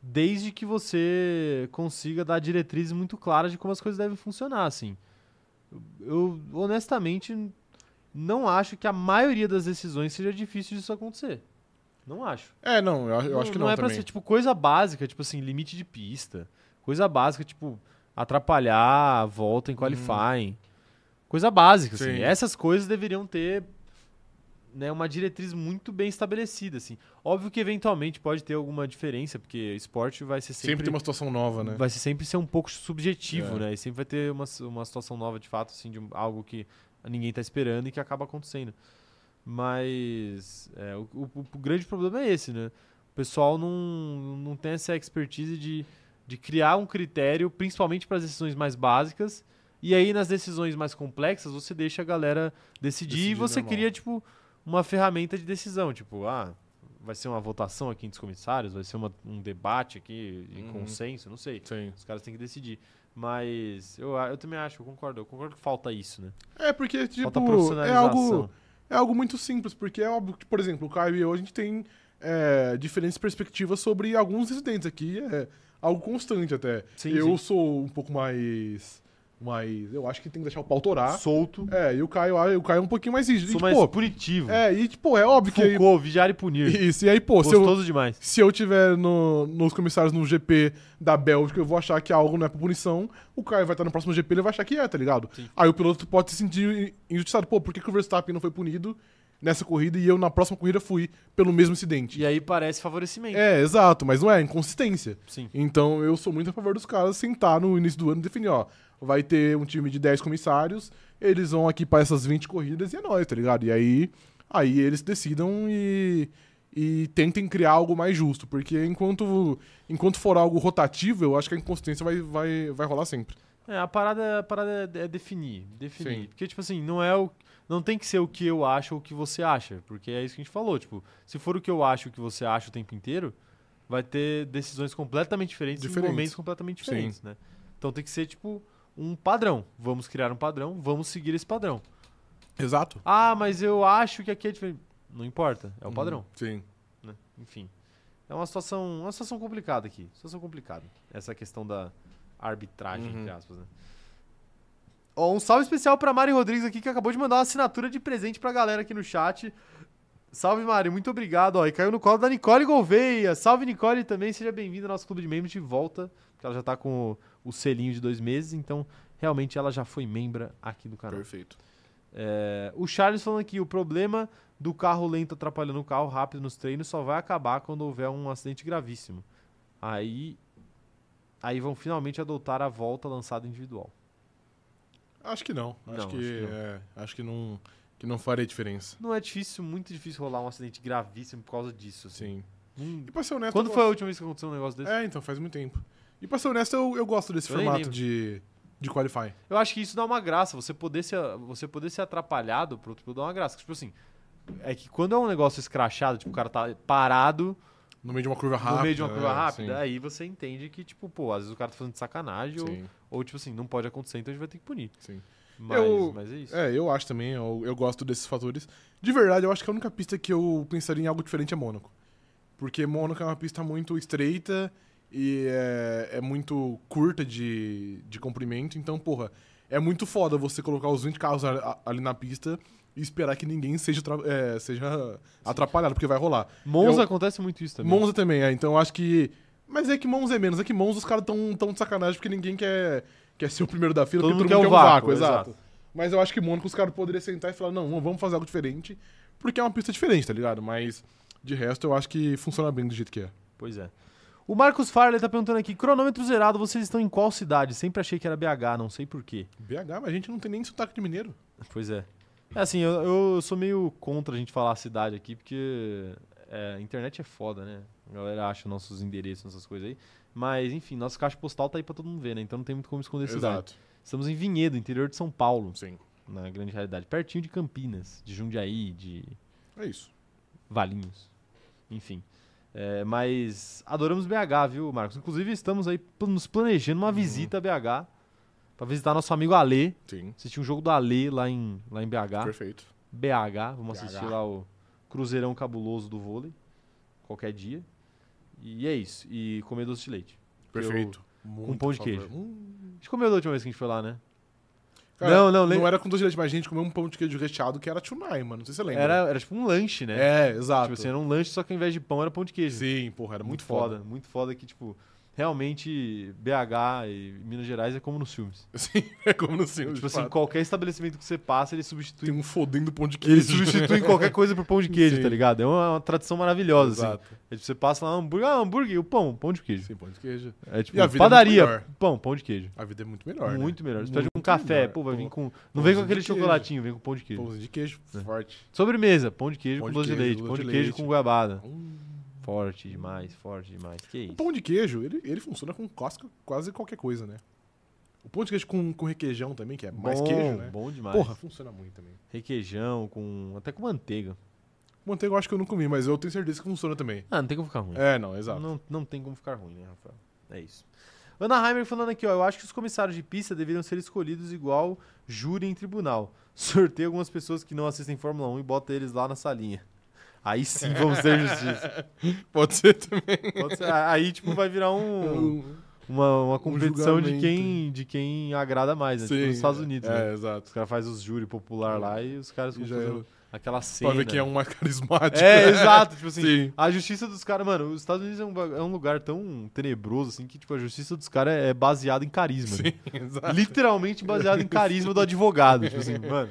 S1: desde que você consiga dar diretrizes muito claras de como as coisas devem funcionar, assim. Eu, honestamente, não acho que a maioria das decisões seja difícil disso acontecer. Não acho.
S2: É, não, eu, eu acho que não,
S1: é pra
S2: também.
S1: ser, tipo, coisa básica, tipo assim, limite de pista. Coisa básica, tipo, atrapalhar a volta em qualifying. Coisa básica, assim.
S2: Hum. Sim.
S1: Essas coisas deveriam ter né, uma diretriz muito bem estabelecida, assim. Óbvio que eventualmente pode ter alguma diferença, porque esporte vai ser sempre...
S2: Sempre tem uma situação nova, né?
S1: Vai ser sempre ser um pouco subjetivo,
S2: É.
S1: né? E sempre vai ter uma, uma situação nova, de fato, assim, de um- algo que ninguém tá esperando e que acaba acontecendo. Mas é, o, o- o grande problema é esse, né? O pessoal não, não tem essa expertise de, de criar um critério, principalmente para as decisões mais básicas. E aí, nas decisões mais complexas, você deixa a galera decidir, e
S2: Decidir
S1: você
S2: normal.
S1: cria, tipo, uma ferramenta de decisão. Tipo, ah, vai ser uma votação aqui entre os comissários, vai ser uma- um debate aqui de
S2: Uhum.
S1: consenso, não sei.
S2: Sim.
S1: Os caras têm que decidir. Mas eu, eu também acho, eu concordo. Eu concordo que falta isso, né?
S2: É, porque,
S1: falta
S2: tipo, é
S1: profissionalização.
S2: algo, é algo muito simples, porque é óbvio que, por exemplo, o Caio e eu, a gente tem é, diferentes perspectivas sobre alguns incidentes aqui, é algo constante até.
S1: Sim,
S2: eu
S1: sim.
S2: sou um pouco mais, mais... Eu acho que tem que deixar o pau torar.
S1: Solto.
S2: É, e o Caio, ah, o Caio é um pouquinho mais rígido.
S1: tá? sou
S2: e,
S1: mais
S2: pô,
S1: punitivo.
S2: é, e, tipo, é óbvio que...
S1: Foucault, vigiar e punir.
S2: Isso, e aí, pô, se eu,
S1: Gostoso demais.
S2: se eu tiver no- nos comissários no GP da Bélgica, eu vou achar que algo não é pra punição, o Caio vai estar no próximo GP, ele vai achar que é, tá ligado?
S1: Sim.
S2: Aí o piloto pode se sentir injustiçado. Pô, por que, que o Verstappen não foi punido nessa corrida e eu na próxima corrida fui pelo mesmo incidente?
S1: E aí parece favorecimento.
S2: É, exato, mas não é, é inconsistência.
S1: Sim.
S2: Então eu sou muito a favor dos caras sentar no início do ano e definir, ó, vai ter um time de 10 comissários, eles vão aqui pra essas 20 corridas e é nóis, tá ligado? E aí, aí eles decidam e, e tentem criar algo mais justo, porque enquanto, enquanto for algo rotativo, eu acho que a inconsistência vai, vai, vai rolar sempre.
S1: É, a parada, a parada é, é definir. Definir.
S2: Sim.
S1: Porque, tipo assim, não é o. Não tem que ser o que eu acho ou o que você acha. Porque é isso que a gente falou. Tipo, se for o que eu acho e o que você acha o tempo inteiro, vai ter decisões completamente diferentes,
S2: Diferentes.
S1: em momentos completamente
S2: Sim.
S1: diferentes, né? Então tem que ser, tipo, um padrão. Vamos criar um padrão, vamos seguir esse padrão.
S2: Exato.
S1: Ah, mas eu acho que aqui é diferente. Não importa,
S2: Uhum.
S1: é o padrão,
S2: Sim.
S1: né? Enfim. É uma situação, uma situação complicada aqui. Situação complicada. Essa questão da arbitragem,
S2: Uhum.
S1: entre aspas, né? Ó, um salve especial pra Mari Rodrigues aqui, que acabou de mandar uma assinatura de presente pra galera aqui no chat. Salve, Mari, muito obrigado. Ó, e caiu no colo da Nicole Gouveia. Salve, Nicole, também. Seja bem-vinda ao nosso clube de membros de volta, porque ela já tá com o, o selinho de dois meses, então realmente ela já foi membra aqui do canal.
S2: Perfeito.
S1: É, o Charles falando aqui, o problema do carro lento atrapalhando o carro rápido nos treinos só vai acabar quando houver um acidente gravíssimo. Aí, aí vão finalmente adotar a volta lançada individual.
S2: Acho que não. Acho,
S1: Não,
S2: que,
S1: acho que não.
S2: é, acho que não, que não faria diferença.
S1: Não é difícil, muito difícil rolar um acidente gravíssimo por causa disso. assim.
S2: Sim.
S1: Hum.
S2: E pra ser honesto,
S1: Quando
S2: eu
S1: foi a última vez que aconteceu um negócio desse?
S2: É, então, faz muito tempo. E pra ser honesto, eu, eu gosto desse
S1: Eu nem
S2: formato
S1: lembro.
S2: de, de qualify.
S1: Eu acho que isso dá uma graça. Você poder ser, você poder ser atrapalhado pro outro piloto dá uma graça. Tipo assim, é que quando é um negócio escrachado, tipo, o cara tá parado
S2: No meio de uma curva rápida.
S1: no meio de uma curva
S2: é,
S1: rápida, aí você entende que, tipo, pô, às vezes o cara tá fazendo de sacanagem ou
S2: Sim, sim,
S1: Ou, tipo assim, não pode acontecer, então a gente vai ter que punir.
S2: sim.
S1: Mas,
S2: Eu-
S1: mas é isso.
S2: É, eu acho também, eu, eu gosto desses fatores. De verdade, eu acho que a única pista que eu pensaria em algo diferente é Mônaco. Porque Mônaco é uma pista muito estreita e é, é muito curta de, de comprimento. Então, porra, é muito foda você colocar os 20 carros a- a- ali na pista e esperar que ninguém seja, tra- é, seja atrapalhado, porque vai rolar.
S1: Monza
S2: eu-
S1: acontece muito isso também.
S2: Monza também, é. Então eu acho que. Mas é que Monza é menos. É que Monza os caras tão, tão de sacanagem porque ninguém quer, quer ser o primeiro da fila,
S1: Todo
S2: porque
S1: mundo quer o vácuo,
S2: um exato.
S1: exato.
S2: Mas eu acho que Mônaco os caras poderiam sentar e falar: não, vamos fazer algo diferente, porque é uma pista diferente, tá ligado? Mas de resto eu acho que funciona bem do jeito que é.
S1: Pois é. O Marcos Farley tá perguntando aqui, cronômetro zerado, vocês estão em qual cidade? Sempre achei que era BH, não sei porquê.
S2: BH, mas a gente não tem nem sotaque de mineiro.
S1: *laughs* Pois é. É assim, eu, eu sou meio contra a gente falar a cidade aqui, porque é, a internet é foda, né? A galera acha nossos endereços, nossas coisas aí. Mas, enfim, nosso caixa postal tá aí pra todo mundo ver, né? Então não tem muito como esconder a cidade. Estamos em Vinhedo, interior de São Paulo,
S2: Sim.
S1: na grande realidade. Pertinho de Campinas, de Jundiaí, de
S2: É isso.
S1: Valinhos. Enfim. É, mas adoramos BH, viu, Marcos? Inclusive, estamos aí pl- nos planejando
S2: Uhum.
S1: uma visita a BH para visitar nosso amigo Alê.
S2: Sim.
S1: Assistir um jogo do Alê lá em, lá em BH.
S2: Perfeito.
S1: BH, vamos
S2: BH.
S1: assistir lá o Cruzeirão Cabuloso do vôlei. Qualquer dia. E é isso. E comer doce de leite.
S2: Perfeito.
S1: com pão de
S2: por favor.
S1: queijo.
S2: Hum.
S1: A gente comeu da última vez que a gente foi lá, né?
S2: Cara,
S1: Não, não, lem-
S2: Não era com dois de leite, mas a gente comeu um pão de queijo recheado que era tunai, mano. Não sei se você lembra.
S1: Era, era tipo um lanche, né?
S2: É, exato.
S1: Tipo assim, era um lanche, só que ao invés de pão era pão de queijo.
S2: Sim, porra, era muito,
S1: Muito
S2: foda.
S1: foda, muito foda que, tipo, realmente BH e Minas Gerais é como nos filmes.
S2: *laughs* Sim, é como no senhor.
S1: tipo assim, qualquer estabelecimento que você passa, ele
S2: tem
S1: substitui.
S2: um fodendo pão de
S1: Eles *laughs*
S2: queijo. *laughs*
S1: substituem qualquer coisa por pão de queijo,
S2: Sim.
S1: tá ligado? É uma, uma tradição maravilhosa, assim.
S2: Exato.
S1: É tipo, você passa lá, hambúrguer, ah, hambúrguer, e o pão, pão de queijo.
S2: Sim, pão de queijo.
S1: É tipo,
S2: E a vida é
S1: padaria,
S2: muito melhor.
S1: pão, pão de queijo.
S2: A vida é muito melhor.
S1: muito melhor. Você
S2: Muito
S1: pede um café,
S2: melhor.
S1: pô, vai vir
S2: Pão-
S1: com. Não vem com
S2: pãozinho
S1: aquele
S2: de queijo.
S1: chocolatinho, vem com pão de
S2: né?
S1: queijo. É.
S2: Pãozinho de queijo, forte.
S1: Sobremesa, pão de queijo
S2: Pão
S1: com
S2: de
S1: doce de
S2: queijo,
S1: leite,
S2: doce
S1: pão de
S2: de
S1: queijo
S2: leite.
S1: com goiabada.
S2: Hum.
S1: Forte demais, forte demais. Que
S2: O
S1: isso?
S2: pão de queijo, ele, ele funciona com quase, quase qualquer coisa, né? O pão de queijo com, com requeijão também, que é mais
S1: Bom,
S2: queijo, né?
S1: Bom demais.
S2: Porra, funciona muito também.
S1: Requeijão, com. Até com manteiga.
S2: Manteiga eu acho que eu não comi, mas eu tenho certeza que funciona também.
S1: Ah, não tem como ficar ruim.
S2: É, não, exato.
S1: Não, não tem como ficar ruim, né, Rafael? É isso. Ana Heimer falando aqui, ó. Eu acho que os comissários de pista deveriam ser escolhidos igual júri em tribunal. *laughs* Sorteio algumas pessoas que não assistem Fórmula 1 e bota eles lá na salinha. Aí sim vamos ter
S2: *laughs*
S1: justiça.
S2: Pode ser também.
S1: Pode ser- aí, tipo, vai virar um, uma, uma competição de,
S2: julgamento.
S1: quem, de quem agrada mais, né? Tipo,
S2: Sim,
S1: nos Estados Unidos,
S2: É,
S1: né?
S2: exato.
S1: Os caras fazem os júri popular lá e os caras
S2: E
S1: ficam
S2: já
S1: fazendo
S2: é-
S1: aquela cena.
S2: pra ver quem é um mais *laughs* carismático.
S1: um né? É, exato. Tipo assim,
S2: Sim.
S1: a justiça dos caras, mano, os Estados Unidos é um, ba- é um lugar tão tenebroso assim que, tipo, a justiça dos caras é baseada em carisma. né?
S2: Sim, *laughs*
S1: *laughs*
S2: exato.
S1: Literalmente baseada em carisma do advogado. Tipo
S2: *laughs*
S1: assim, mano.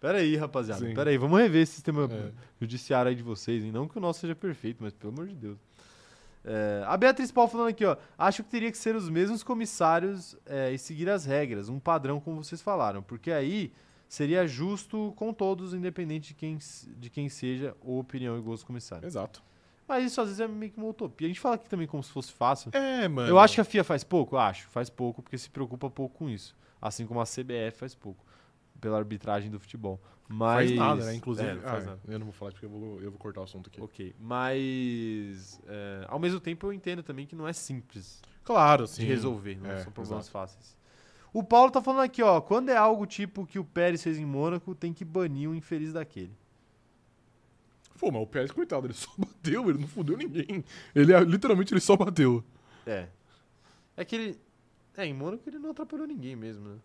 S1: Pera aí, rapaziada.
S2: Sim.
S1: Pera aí, vamos rever esse sistema
S2: É.
S1: judiciário aí de vocês, hein? Não que o nosso seja perfeito, mas pelo amor de Deus. É, a Beatriz Paul falando aqui, ó. Acho que teria que ser os mesmos comissários é, e seguir as regras, um padrão como vocês falaram, porque aí seria justo com todos, independente de quem, s- de quem seja ou opinião e gosto do comissário.
S2: Exato.
S1: Mas isso às vezes é meio que uma utopia. A gente fala aqui também como se fosse fácil.
S2: É, mano.
S1: Eu acho que a FIA faz pouco? Acho, faz pouco, porque se preocupa pouco com isso. Assim como a CBF faz pouco, pela arbitragem do futebol. Mas...
S2: faz nada, né? Inclusive.
S1: É, não faz
S2: ah,
S1: nada.
S2: Eu não vou falar porque eu vou, eu vou cortar o assunto aqui.
S1: Ok, mas é, ao mesmo tempo eu entendo também que não é simples
S2: Claro, sim.
S1: de resolver, não
S2: É,
S1: são problemas fáceis. O Paulo tá falando aqui, ó, quando é algo tipo que o Pérez fez em Mônaco, tem que banir o infeliz daquele.
S2: Pô, mas o Pérez, coitado, ele só *laughs* bateu, ele não fudeu ninguém. Ele ah, literalmente ele só bateu.
S1: É. É que ele. É, em Mônaco ele não atrapalhou ninguém mesmo, né?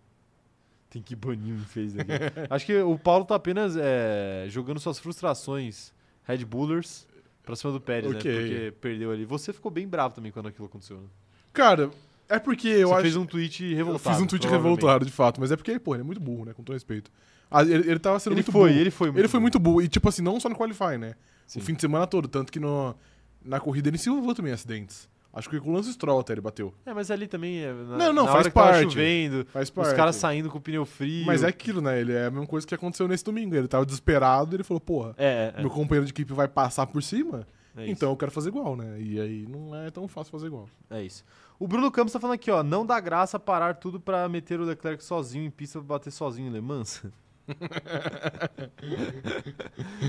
S1: Tem que banir o infeliz *laughs* daquele. Acho que o Paulo tá apenas é, jogando suas frustrações Red Bullers pra cima do Pérez,
S2: Ok.
S1: né? Porque perdeu ali. Você ficou bem bravo também quando aquilo aconteceu, né?
S2: Cara, é porque eu
S1: Você
S2: acho.
S1: fez um tweet
S2: eu
S1: revoltado.
S2: fiz um tweet
S1: provavelmente.
S2: revoltado, de fato, mas é porque, pô, ele é muito burro, né? Com todo respeito. Ah, ele, ele tava sendo
S1: Ele
S2: muito
S1: foi,
S2: burro.
S1: ele foi muito
S2: Ele foi
S1: burro.
S2: muito burro. E, tipo assim, não só no Qualify, né?
S1: Sim.
S2: O fim de semana todo. Tanto que no, na corrida ele se envolveu também em acidentes. Acho que com o Lance Stroll até ele bateu.
S1: É, mas ali também. é, Na,
S2: Não, não,
S1: na
S2: faz
S1: hora que tava
S2: parte.
S1: chovendo,
S2: Faz parte.
S1: os caras saindo com o pneu frio.
S2: Mas é aquilo, né? Ele é a mesma coisa que aconteceu nesse domingo. Ele tava desesperado ele falou, porra,
S1: É, é, é,
S2: meu companheiro de equipe vai passar por cima,
S1: é isso.
S2: então eu quero fazer igual, né? E aí não é tão fácil fazer igual.
S1: É isso. O Bruno Campos tá falando aqui, ó. Não dá graça parar tudo pra meter o Leclerc sozinho em pista pra bater sozinho em Le Mans. *laughs*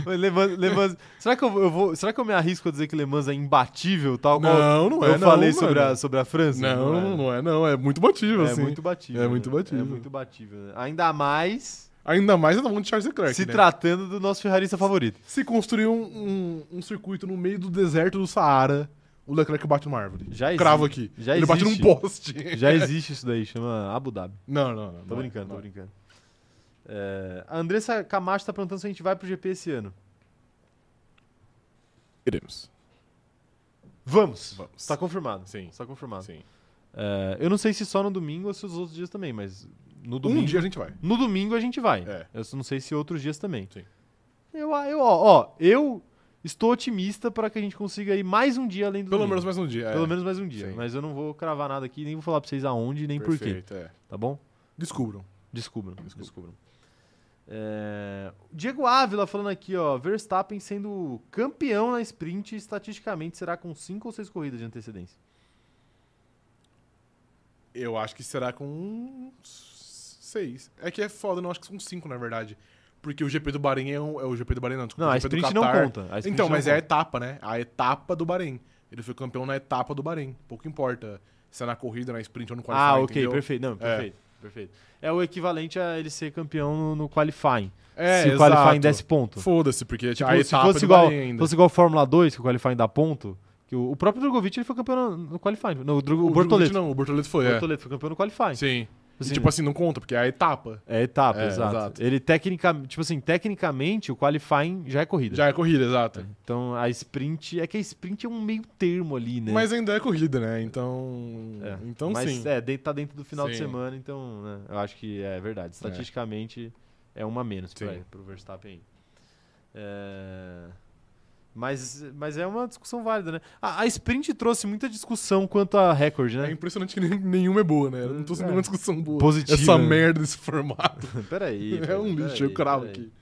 S1: Mas Le Mans, Le Mans- será, que eu, eu vou, será que eu me arrisco a dizer que Le Mans é imbatível, tal qual
S2: Não, não é,
S1: eu
S2: não,
S1: falei
S2: mano.
S1: sobre a, sobre a França?
S2: Não,
S1: é.
S2: não é, não. É muito batível,
S1: É
S2: assim.
S1: muito batível.
S2: É muito
S1: né?
S2: batível.
S1: É muito batível, né? Ainda mais
S2: Ainda mais na mão de Charles Leclerc,
S1: se
S2: né?
S1: tratando do nosso ferrarista favorito.
S2: Se construir um, um- um circuito no meio do deserto do Saara, o Leclerc bate numa árvore.
S1: Já existe.
S2: Cravo aqui.
S1: Já
S2: Ele bate num
S1: existe.
S2: poste. *laughs*
S1: Já existe isso daí, chama Abu Dhabi.
S2: Não, não, não.
S1: Tô
S2: não é,
S1: brincando,
S2: não
S1: tô
S2: é.
S1: brincando. É, a Andressa Camacho tá perguntando se a gente vai pro GP esse ano.
S2: Iremos.
S1: Vamos.
S2: Vamos.
S1: Tá confirmado.
S2: Sim.
S1: Tá confirmado.
S2: Sim.
S1: É, eu não sei se só no domingo ou se os outros dias também, mas no domingo.
S2: Um dia a gente vai.
S1: No domingo a gente vai.
S2: É.
S1: Eu só não sei se outros dias também.
S2: Sim.
S1: Eu, eu, ó, ó, eu estou otimista para que a gente consiga ir mais um dia além do
S2: Pelo
S1: domingo.
S2: menos mais um dia. é.
S1: Pelo menos mais um dia.
S2: Sim.
S1: Mas eu não vou cravar nada aqui, nem vou falar pra vocês aonde, nem por quê.
S2: Perfeito, é.
S1: Tá bom?
S2: Descubram.
S1: Descubram. Descubram.
S2: Descubram.
S1: É, Diego Ávila falando aqui, ó. Verstappen sendo campeão na sprint, estatisticamente será com cinco ou seis corridas de antecedência.
S2: Eu acho que será com uns seis. É que é foda, não acho que são cinco, na verdade. Porque o GP do Bahrein é, um, é o GP do Bahrein, não. Desculpa,
S1: Não,
S2: o
S1: a
S2: GP do
S1: sprint não
S2: Qatar.
S1: conta. A sprint
S2: Então,
S1: não
S2: mas é a
S1: conta.
S2: etapa, né? A etapa do Bahrein. Ele foi campeão na etapa do Bahrein. Pouco importa se é na corrida, na sprint ou no qualify,
S1: Ah, ok,
S2: entendeu?
S1: perfeito. Não, perfeito, perfeito. É o equivalente a ele ser campeão no, no qualifying.
S2: É,
S1: se o
S2: exato.
S1: qualifying desse ponto.
S2: Foda-se, porque
S1: Tipo,
S2: a
S1: se
S2: etapa
S1: fosse
S2: do
S1: igual,
S2: Bahrein ainda.
S1: fosse igual Fórmula 2, que o qualifying dá ponto, que o, o próprio Drogovic ele foi campeão no, no qualifying. Não, o, Drogo- o Bortoleto.
S2: Não, o Bortoleto foi,
S1: O
S2: é.
S1: Bortoleto foi campeão no qualifying.
S2: Sim. E, tipo assim, não conta, porque é a etapa.
S1: É etapa,
S2: É,
S1: exato.
S2: exato.
S1: Ele tecnicamente, tipo assim, tecnicamente o qualifying já é corrida.
S2: Já é corrida, exato.
S1: Então a sprint é que a sprint é um meio termo ali, né?
S2: Mas ainda é corrida, né? Então.
S1: É.
S2: Então
S1: Mas,
S2: sim.
S1: é, de- tá dentro do final de
S2: Sim.
S1: semana, então, né, eu acho que é verdade. Estatisticamente é uma a menos pra,
S2: Sim.
S1: pro Verstappen. É, Mas, mas é uma discussão válida, né? A, a sprint trouxe muita discussão quanto a recorde,
S2: É *laughs*
S1: né?
S2: impressionante que nem- nenhuma é boa, né? Eu não tô
S1: É.
S2: sendo nenhuma discussão boa.
S1: Positiva,
S2: Essa
S1: né?
S2: merda, esse formato.
S1: *laughs* Peraí.
S2: é um
S1: peraí,
S2: lixo, eu cravo
S1: peraí.
S2: aqui.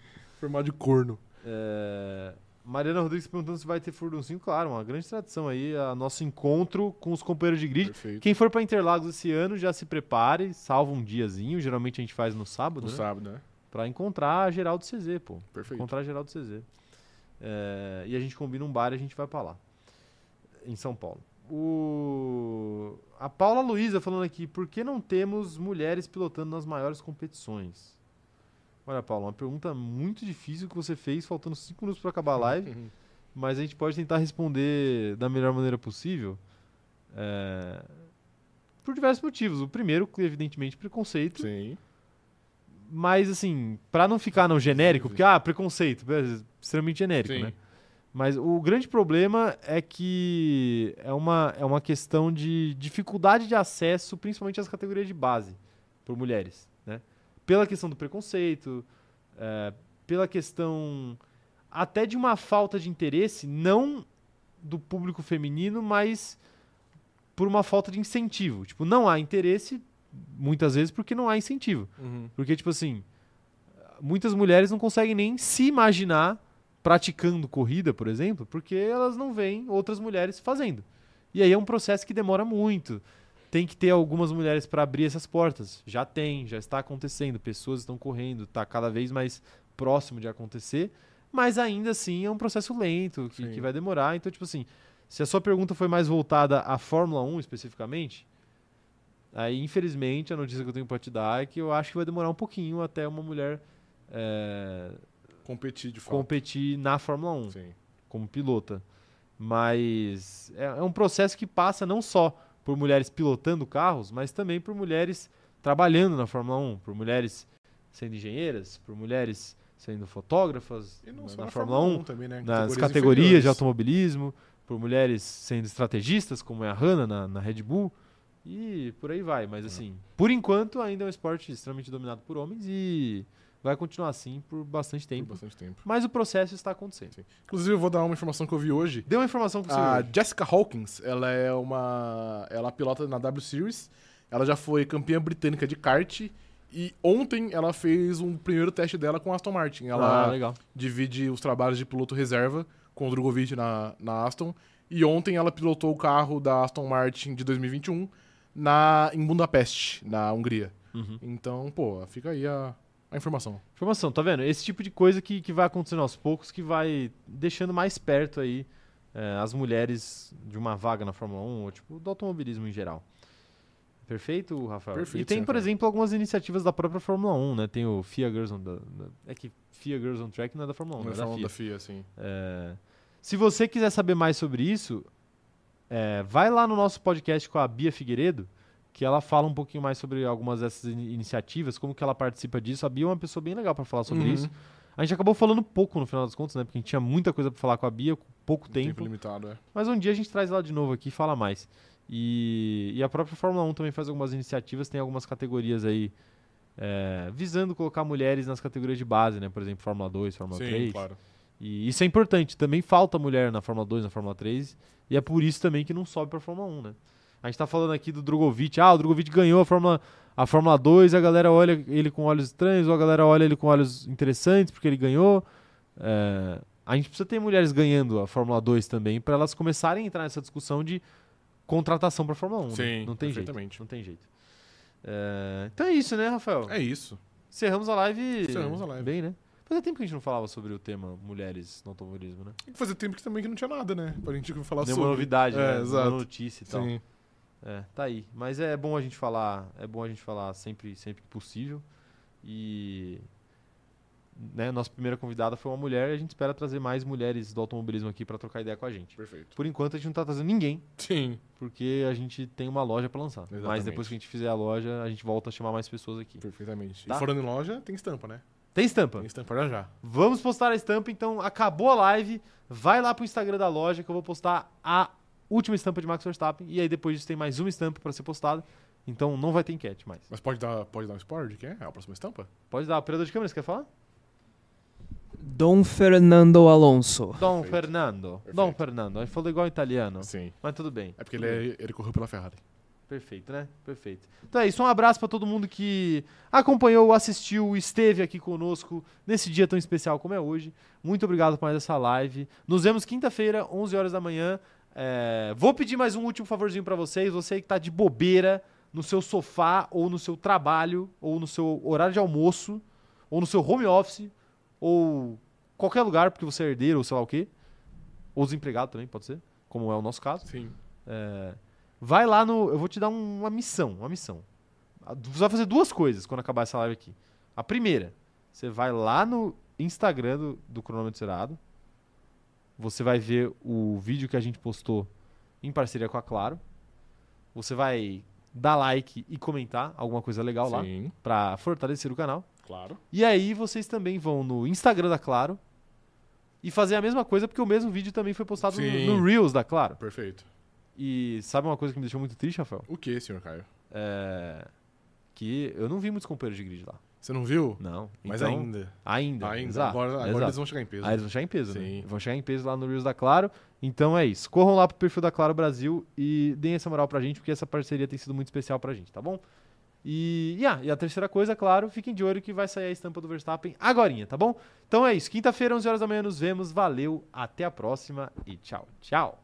S2: Formato de corno.
S1: É, Mariana Rodrigues perguntando se vai ter Furdun 5. Claro, uma grande tradição aí, a nosso encontro com os companheiros de grid.
S2: Perfeito.
S1: Quem for para Interlagos esse ano, já se prepare, salva um diazinho. Geralmente a gente faz no sábado,
S2: Não
S1: né?
S2: sabe, né?
S1: Pra encontrar a Geraldo CZ, pô.
S2: Perfeito.
S1: Encontrar a Geraldo CZ. É, e a gente combina um bar e a gente vai pra lá. Em São Paulo. O... A Paula Luiza falando aqui, por que não temos mulheres pilotando nas maiores competições? Olha, Paula, uma pergunta muito difícil que você fez, faltando 5 minutos pra acabar a live
S2: Uhum.
S1: mas a gente pode tentar responder da melhor maneira possível é, por diversos motivos. O primeiro, evidentemente, preconceito.
S2: Sim.
S1: Mas, assim, pra não ficar não genérico,
S2: Sim.
S1: porque, ah, preconceito, beleza, extremamente genérico,
S2: Sim.
S1: né? Mas o grande problema é que é uma, é uma questão de dificuldade de acesso, principalmente às categorias de base, por mulheres. Né? Pela questão do preconceito, é, pela questão até de uma falta de interesse, não do público feminino, mas por uma falta de incentivo. Tipo, não há interesse, muitas vezes, porque não há incentivo.
S2: Uhum.
S1: Porque, tipo assim, muitas mulheres não conseguem nem se imaginar praticando corrida, por exemplo, porque elas não veem outras mulheres fazendo. E aí é um processo que demora muito. Tem que ter algumas mulheres para abrir essas portas. Já tem, já está acontecendo, pessoas estão correndo, está cada vez mais próximo de acontecer, mas ainda assim é um processo lento que,
S2: Sim.
S1: que vai demorar. Então, tipo assim, se a sua pergunta foi mais voltada à Fórmula 1 especificamente, Aí, infelizmente, a notícia que eu tenho pra te dar é que eu acho que vai demorar um pouquinho até uma mulher é,
S2: Competir de fato.
S1: competir na Fórmula 1
S2: Sim.
S1: como pilota. Mas é, é um processo que passa não só por mulheres pilotando carros, mas também por mulheres trabalhando na Fórmula 1, por mulheres sendo engenheiras, por mulheres sendo fotógrafas
S2: E não
S1: na,
S2: só
S1: na Fórmula 1,
S2: também, né?
S1: nas
S2: inferiores.
S1: categorias de automobilismo, por mulheres sendo estrategistas, como é a Hannah na, na Red Bull, e por aí vai.
S2: É.
S1: Mas assim, por enquanto ainda é um esporte extremamente dominado por homens e vai continuar assim por bastante
S2: Por
S1: tempo.
S2: bastante tempo.
S1: Mas o processo está acontecendo.
S2: Inclusive, eu vou dar uma informação que eu vi hoje.
S1: Deu uma informação para
S2: A
S1: você.
S2: Jessica Hawkins, ela é uma. Ela pilota na W Series. Ela já foi campeã britânica de kart. E ontem ela fez um primeiro teste dela com a Aston Martin.
S1: Ah,
S2: Ela
S1: legal.
S2: divide os trabalhos de piloto reserva com o Drogovic na, na Aston. E ontem ela pilotou o carro da Aston Martin de 2021 na, em Budapeste, na Hungria.
S1: Uhum.
S2: Então, pô, fica aí a, a informação.
S1: Informação, tá vendo? Esse tipo de coisa que, que vai acontecendo aos poucos, que vai deixando mais perto aí eh, as mulheres de uma vaga na Fórmula 1, ou tipo, do automobilismo em geral. Perfeito, Rafael?
S2: Perfeito,
S1: e tem,
S2: sim,
S1: por
S2: Rafael.
S1: exemplo, algumas iniciativas da própria Fórmula 1, né? Tem o FIA Girls on, da- da- é que FIA Girls on Track não é da Fórmula 1,
S2: Não
S1: é da FIA.
S2: da FIA, assim.
S1: É, Se você quiser saber mais sobre isso, é, vai lá no nosso podcast com a Bia Figueiredo, que ela fala um pouquinho mais sobre algumas dessas ini- iniciativas, como que ela participa disso. A Bia é uma pessoa bem legal para falar sobre
S2: Uhum.
S1: isso. A gente acabou falando pouco no final das contas, né? Porque a gente tinha muita coisa para falar com a Bia, com pouco
S2: Tempo.
S1: tempo.
S2: limitado, é.
S1: Mas um dia a gente traz ela de novo aqui e fala mais. E, e a própria Fórmula 1 também faz algumas iniciativas, tem algumas categorias aí é, visando colocar mulheres nas categorias de base, né? Por exemplo, Fórmula 2, Fórmula
S2: Sim,
S1: 3.
S2: claro.
S1: E isso é importante. Também falta mulher na Fórmula 2, na Fórmula 3. E é por isso também que não sobe pra Fórmula 1, né? A gente tá falando aqui do Drogovic. Ah, o Drogovic ganhou a Fórmula, a Fórmula 2. A galera olha ele com olhos estranhos. Ou a galera olha ele com olhos interessantes porque ele ganhou. É, a gente precisa ter mulheres ganhando a Fórmula 2 também pra elas começarem a entrar nessa discussão de contratação pra Fórmula 1. né?
S2: Sim,
S1: Não tem jeito.
S2: perfeitamente.
S1: Não tem jeito. É, então é isso, né, Rafael?
S2: É isso.
S1: Encerramos a live.
S2: Encerramos a live.
S1: Bem, né? Fazia tempo que a gente não falava sobre o tema mulheres no automobilismo, né?
S2: Tem que fazer tempo que também que não tinha nada, né? Pra gente falar
S1: Deu
S2: sobre.
S1: uma novidade, então.
S2: é,
S1: né?
S2: Exato.
S1: Uma notícia e tal.
S2: Sim.
S1: É, tá aí. Mas é bom a gente falar, é bom a gente falar sempre, sempre que possível. E né, nossa primeira convidada foi uma mulher e a gente espera trazer mais mulheres do automobilismo aqui para trocar ideia com a gente.
S2: Perfeito.
S1: Por enquanto a gente não tá trazendo ninguém,
S2: Sim.
S1: porque a gente tem uma loja para lançar. Mas
S2: Exatamente.
S1: depois que a gente fizer a loja, a gente volta a chamar mais pessoas aqui.
S2: Perfeitamente.
S1: Tá.
S2: E fora em loja, tem estampa, né?
S1: Tem estampa?
S2: Tem estampa já já.
S1: Vamos postar a estampa, então acabou a live, vai lá pro Instagram da loja que eu vou postar a última estampa de Max Verstappen e aí depois disso tem mais uma estampa para ser postada. Então não vai ter enquete mais.
S2: Mas pode dar, pode dar um spoiler de quem é? É a próxima estampa?
S1: Pode dar, operador de câmeras, quer falar?
S3: Dom Fernando Alonso.
S1: Dom
S2: Perfeito.
S1: Fernando.
S2: Perfeito.
S1: Dom Fernando. Ele falou igual um italiano.
S2: Sim.
S1: Mas tudo bem.
S2: É porque ele, é- ele correu pela Ferrari.
S1: Perfeito, né? Perfeito. Então é isso. Um abraço pra todo mundo que acompanhou, assistiu, esteve aqui conosco nesse dia tão especial como é hoje. Muito obrigado por mais essa live. Nos vemos quinta-feira, 11 horas da manhã. É, Vou pedir mais um último favorzinho pra vocês. Você aí que tá de bobeira no seu sofá ou no seu trabalho ou no seu horário de almoço ou no seu home office ou qualquer lugar porque você é herdeiro ou sei lá o quê. Ou desempregado também, pode ser, como é o nosso caso.
S2: Sim.
S1: Vai lá no. Eu vou te dar um- uma missão, uma missão. Ah, Você vai fazer duas coisas quando acabar essa live aqui. A primeira, você vai lá no Instagram do, do Cronômetro Zerado. Você vai ver o vídeo que a gente postou em parceria com a Claro. Você vai dar like e comentar alguma coisa legal Tá lá
S2: Sim,
S1: pra fortalecer o canal.
S2: claro.
S1: E aí vocês também vão no Instagram da Claro e fazer a mesma coisa, porque o mesmo vídeo também foi postado
S2: Sim.
S1: no, no Reels da Claro.
S2: Perfeito.
S1: E sabe uma coisa que me deixou muito triste, Rafael?
S2: O que, senhor Caio?
S1: É, que eu não vi muitos companheiros de grid lá.
S2: Você não viu?
S1: Não.
S2: Mas
S1: Então,
S2: ainda.
S1: Ainda.
S2: Ainda.
S1: exato,
S2: agora agora
S1: exato.
S2: eles vão chegar em peso.
S1: Aí eles vão chegar em peso, né?
S2: Sim.
S1: Vão chegar em peso lá no Reels da Claro. Então é isso. Corram lá pro perfil da Claro Brasil e deem essa moral pra gente, porque essa parceria tem sido muito especial pra gente, tá bom? E, e, ah, e a terceira coisa, claro, fiquem de olho que vai sair a estampa do Verstappen agorinha, tá bom? Então é isso. Quinta-feira, 11 horas da manhã, nos vemos. Valeu, até a próxima e tchau, tchau.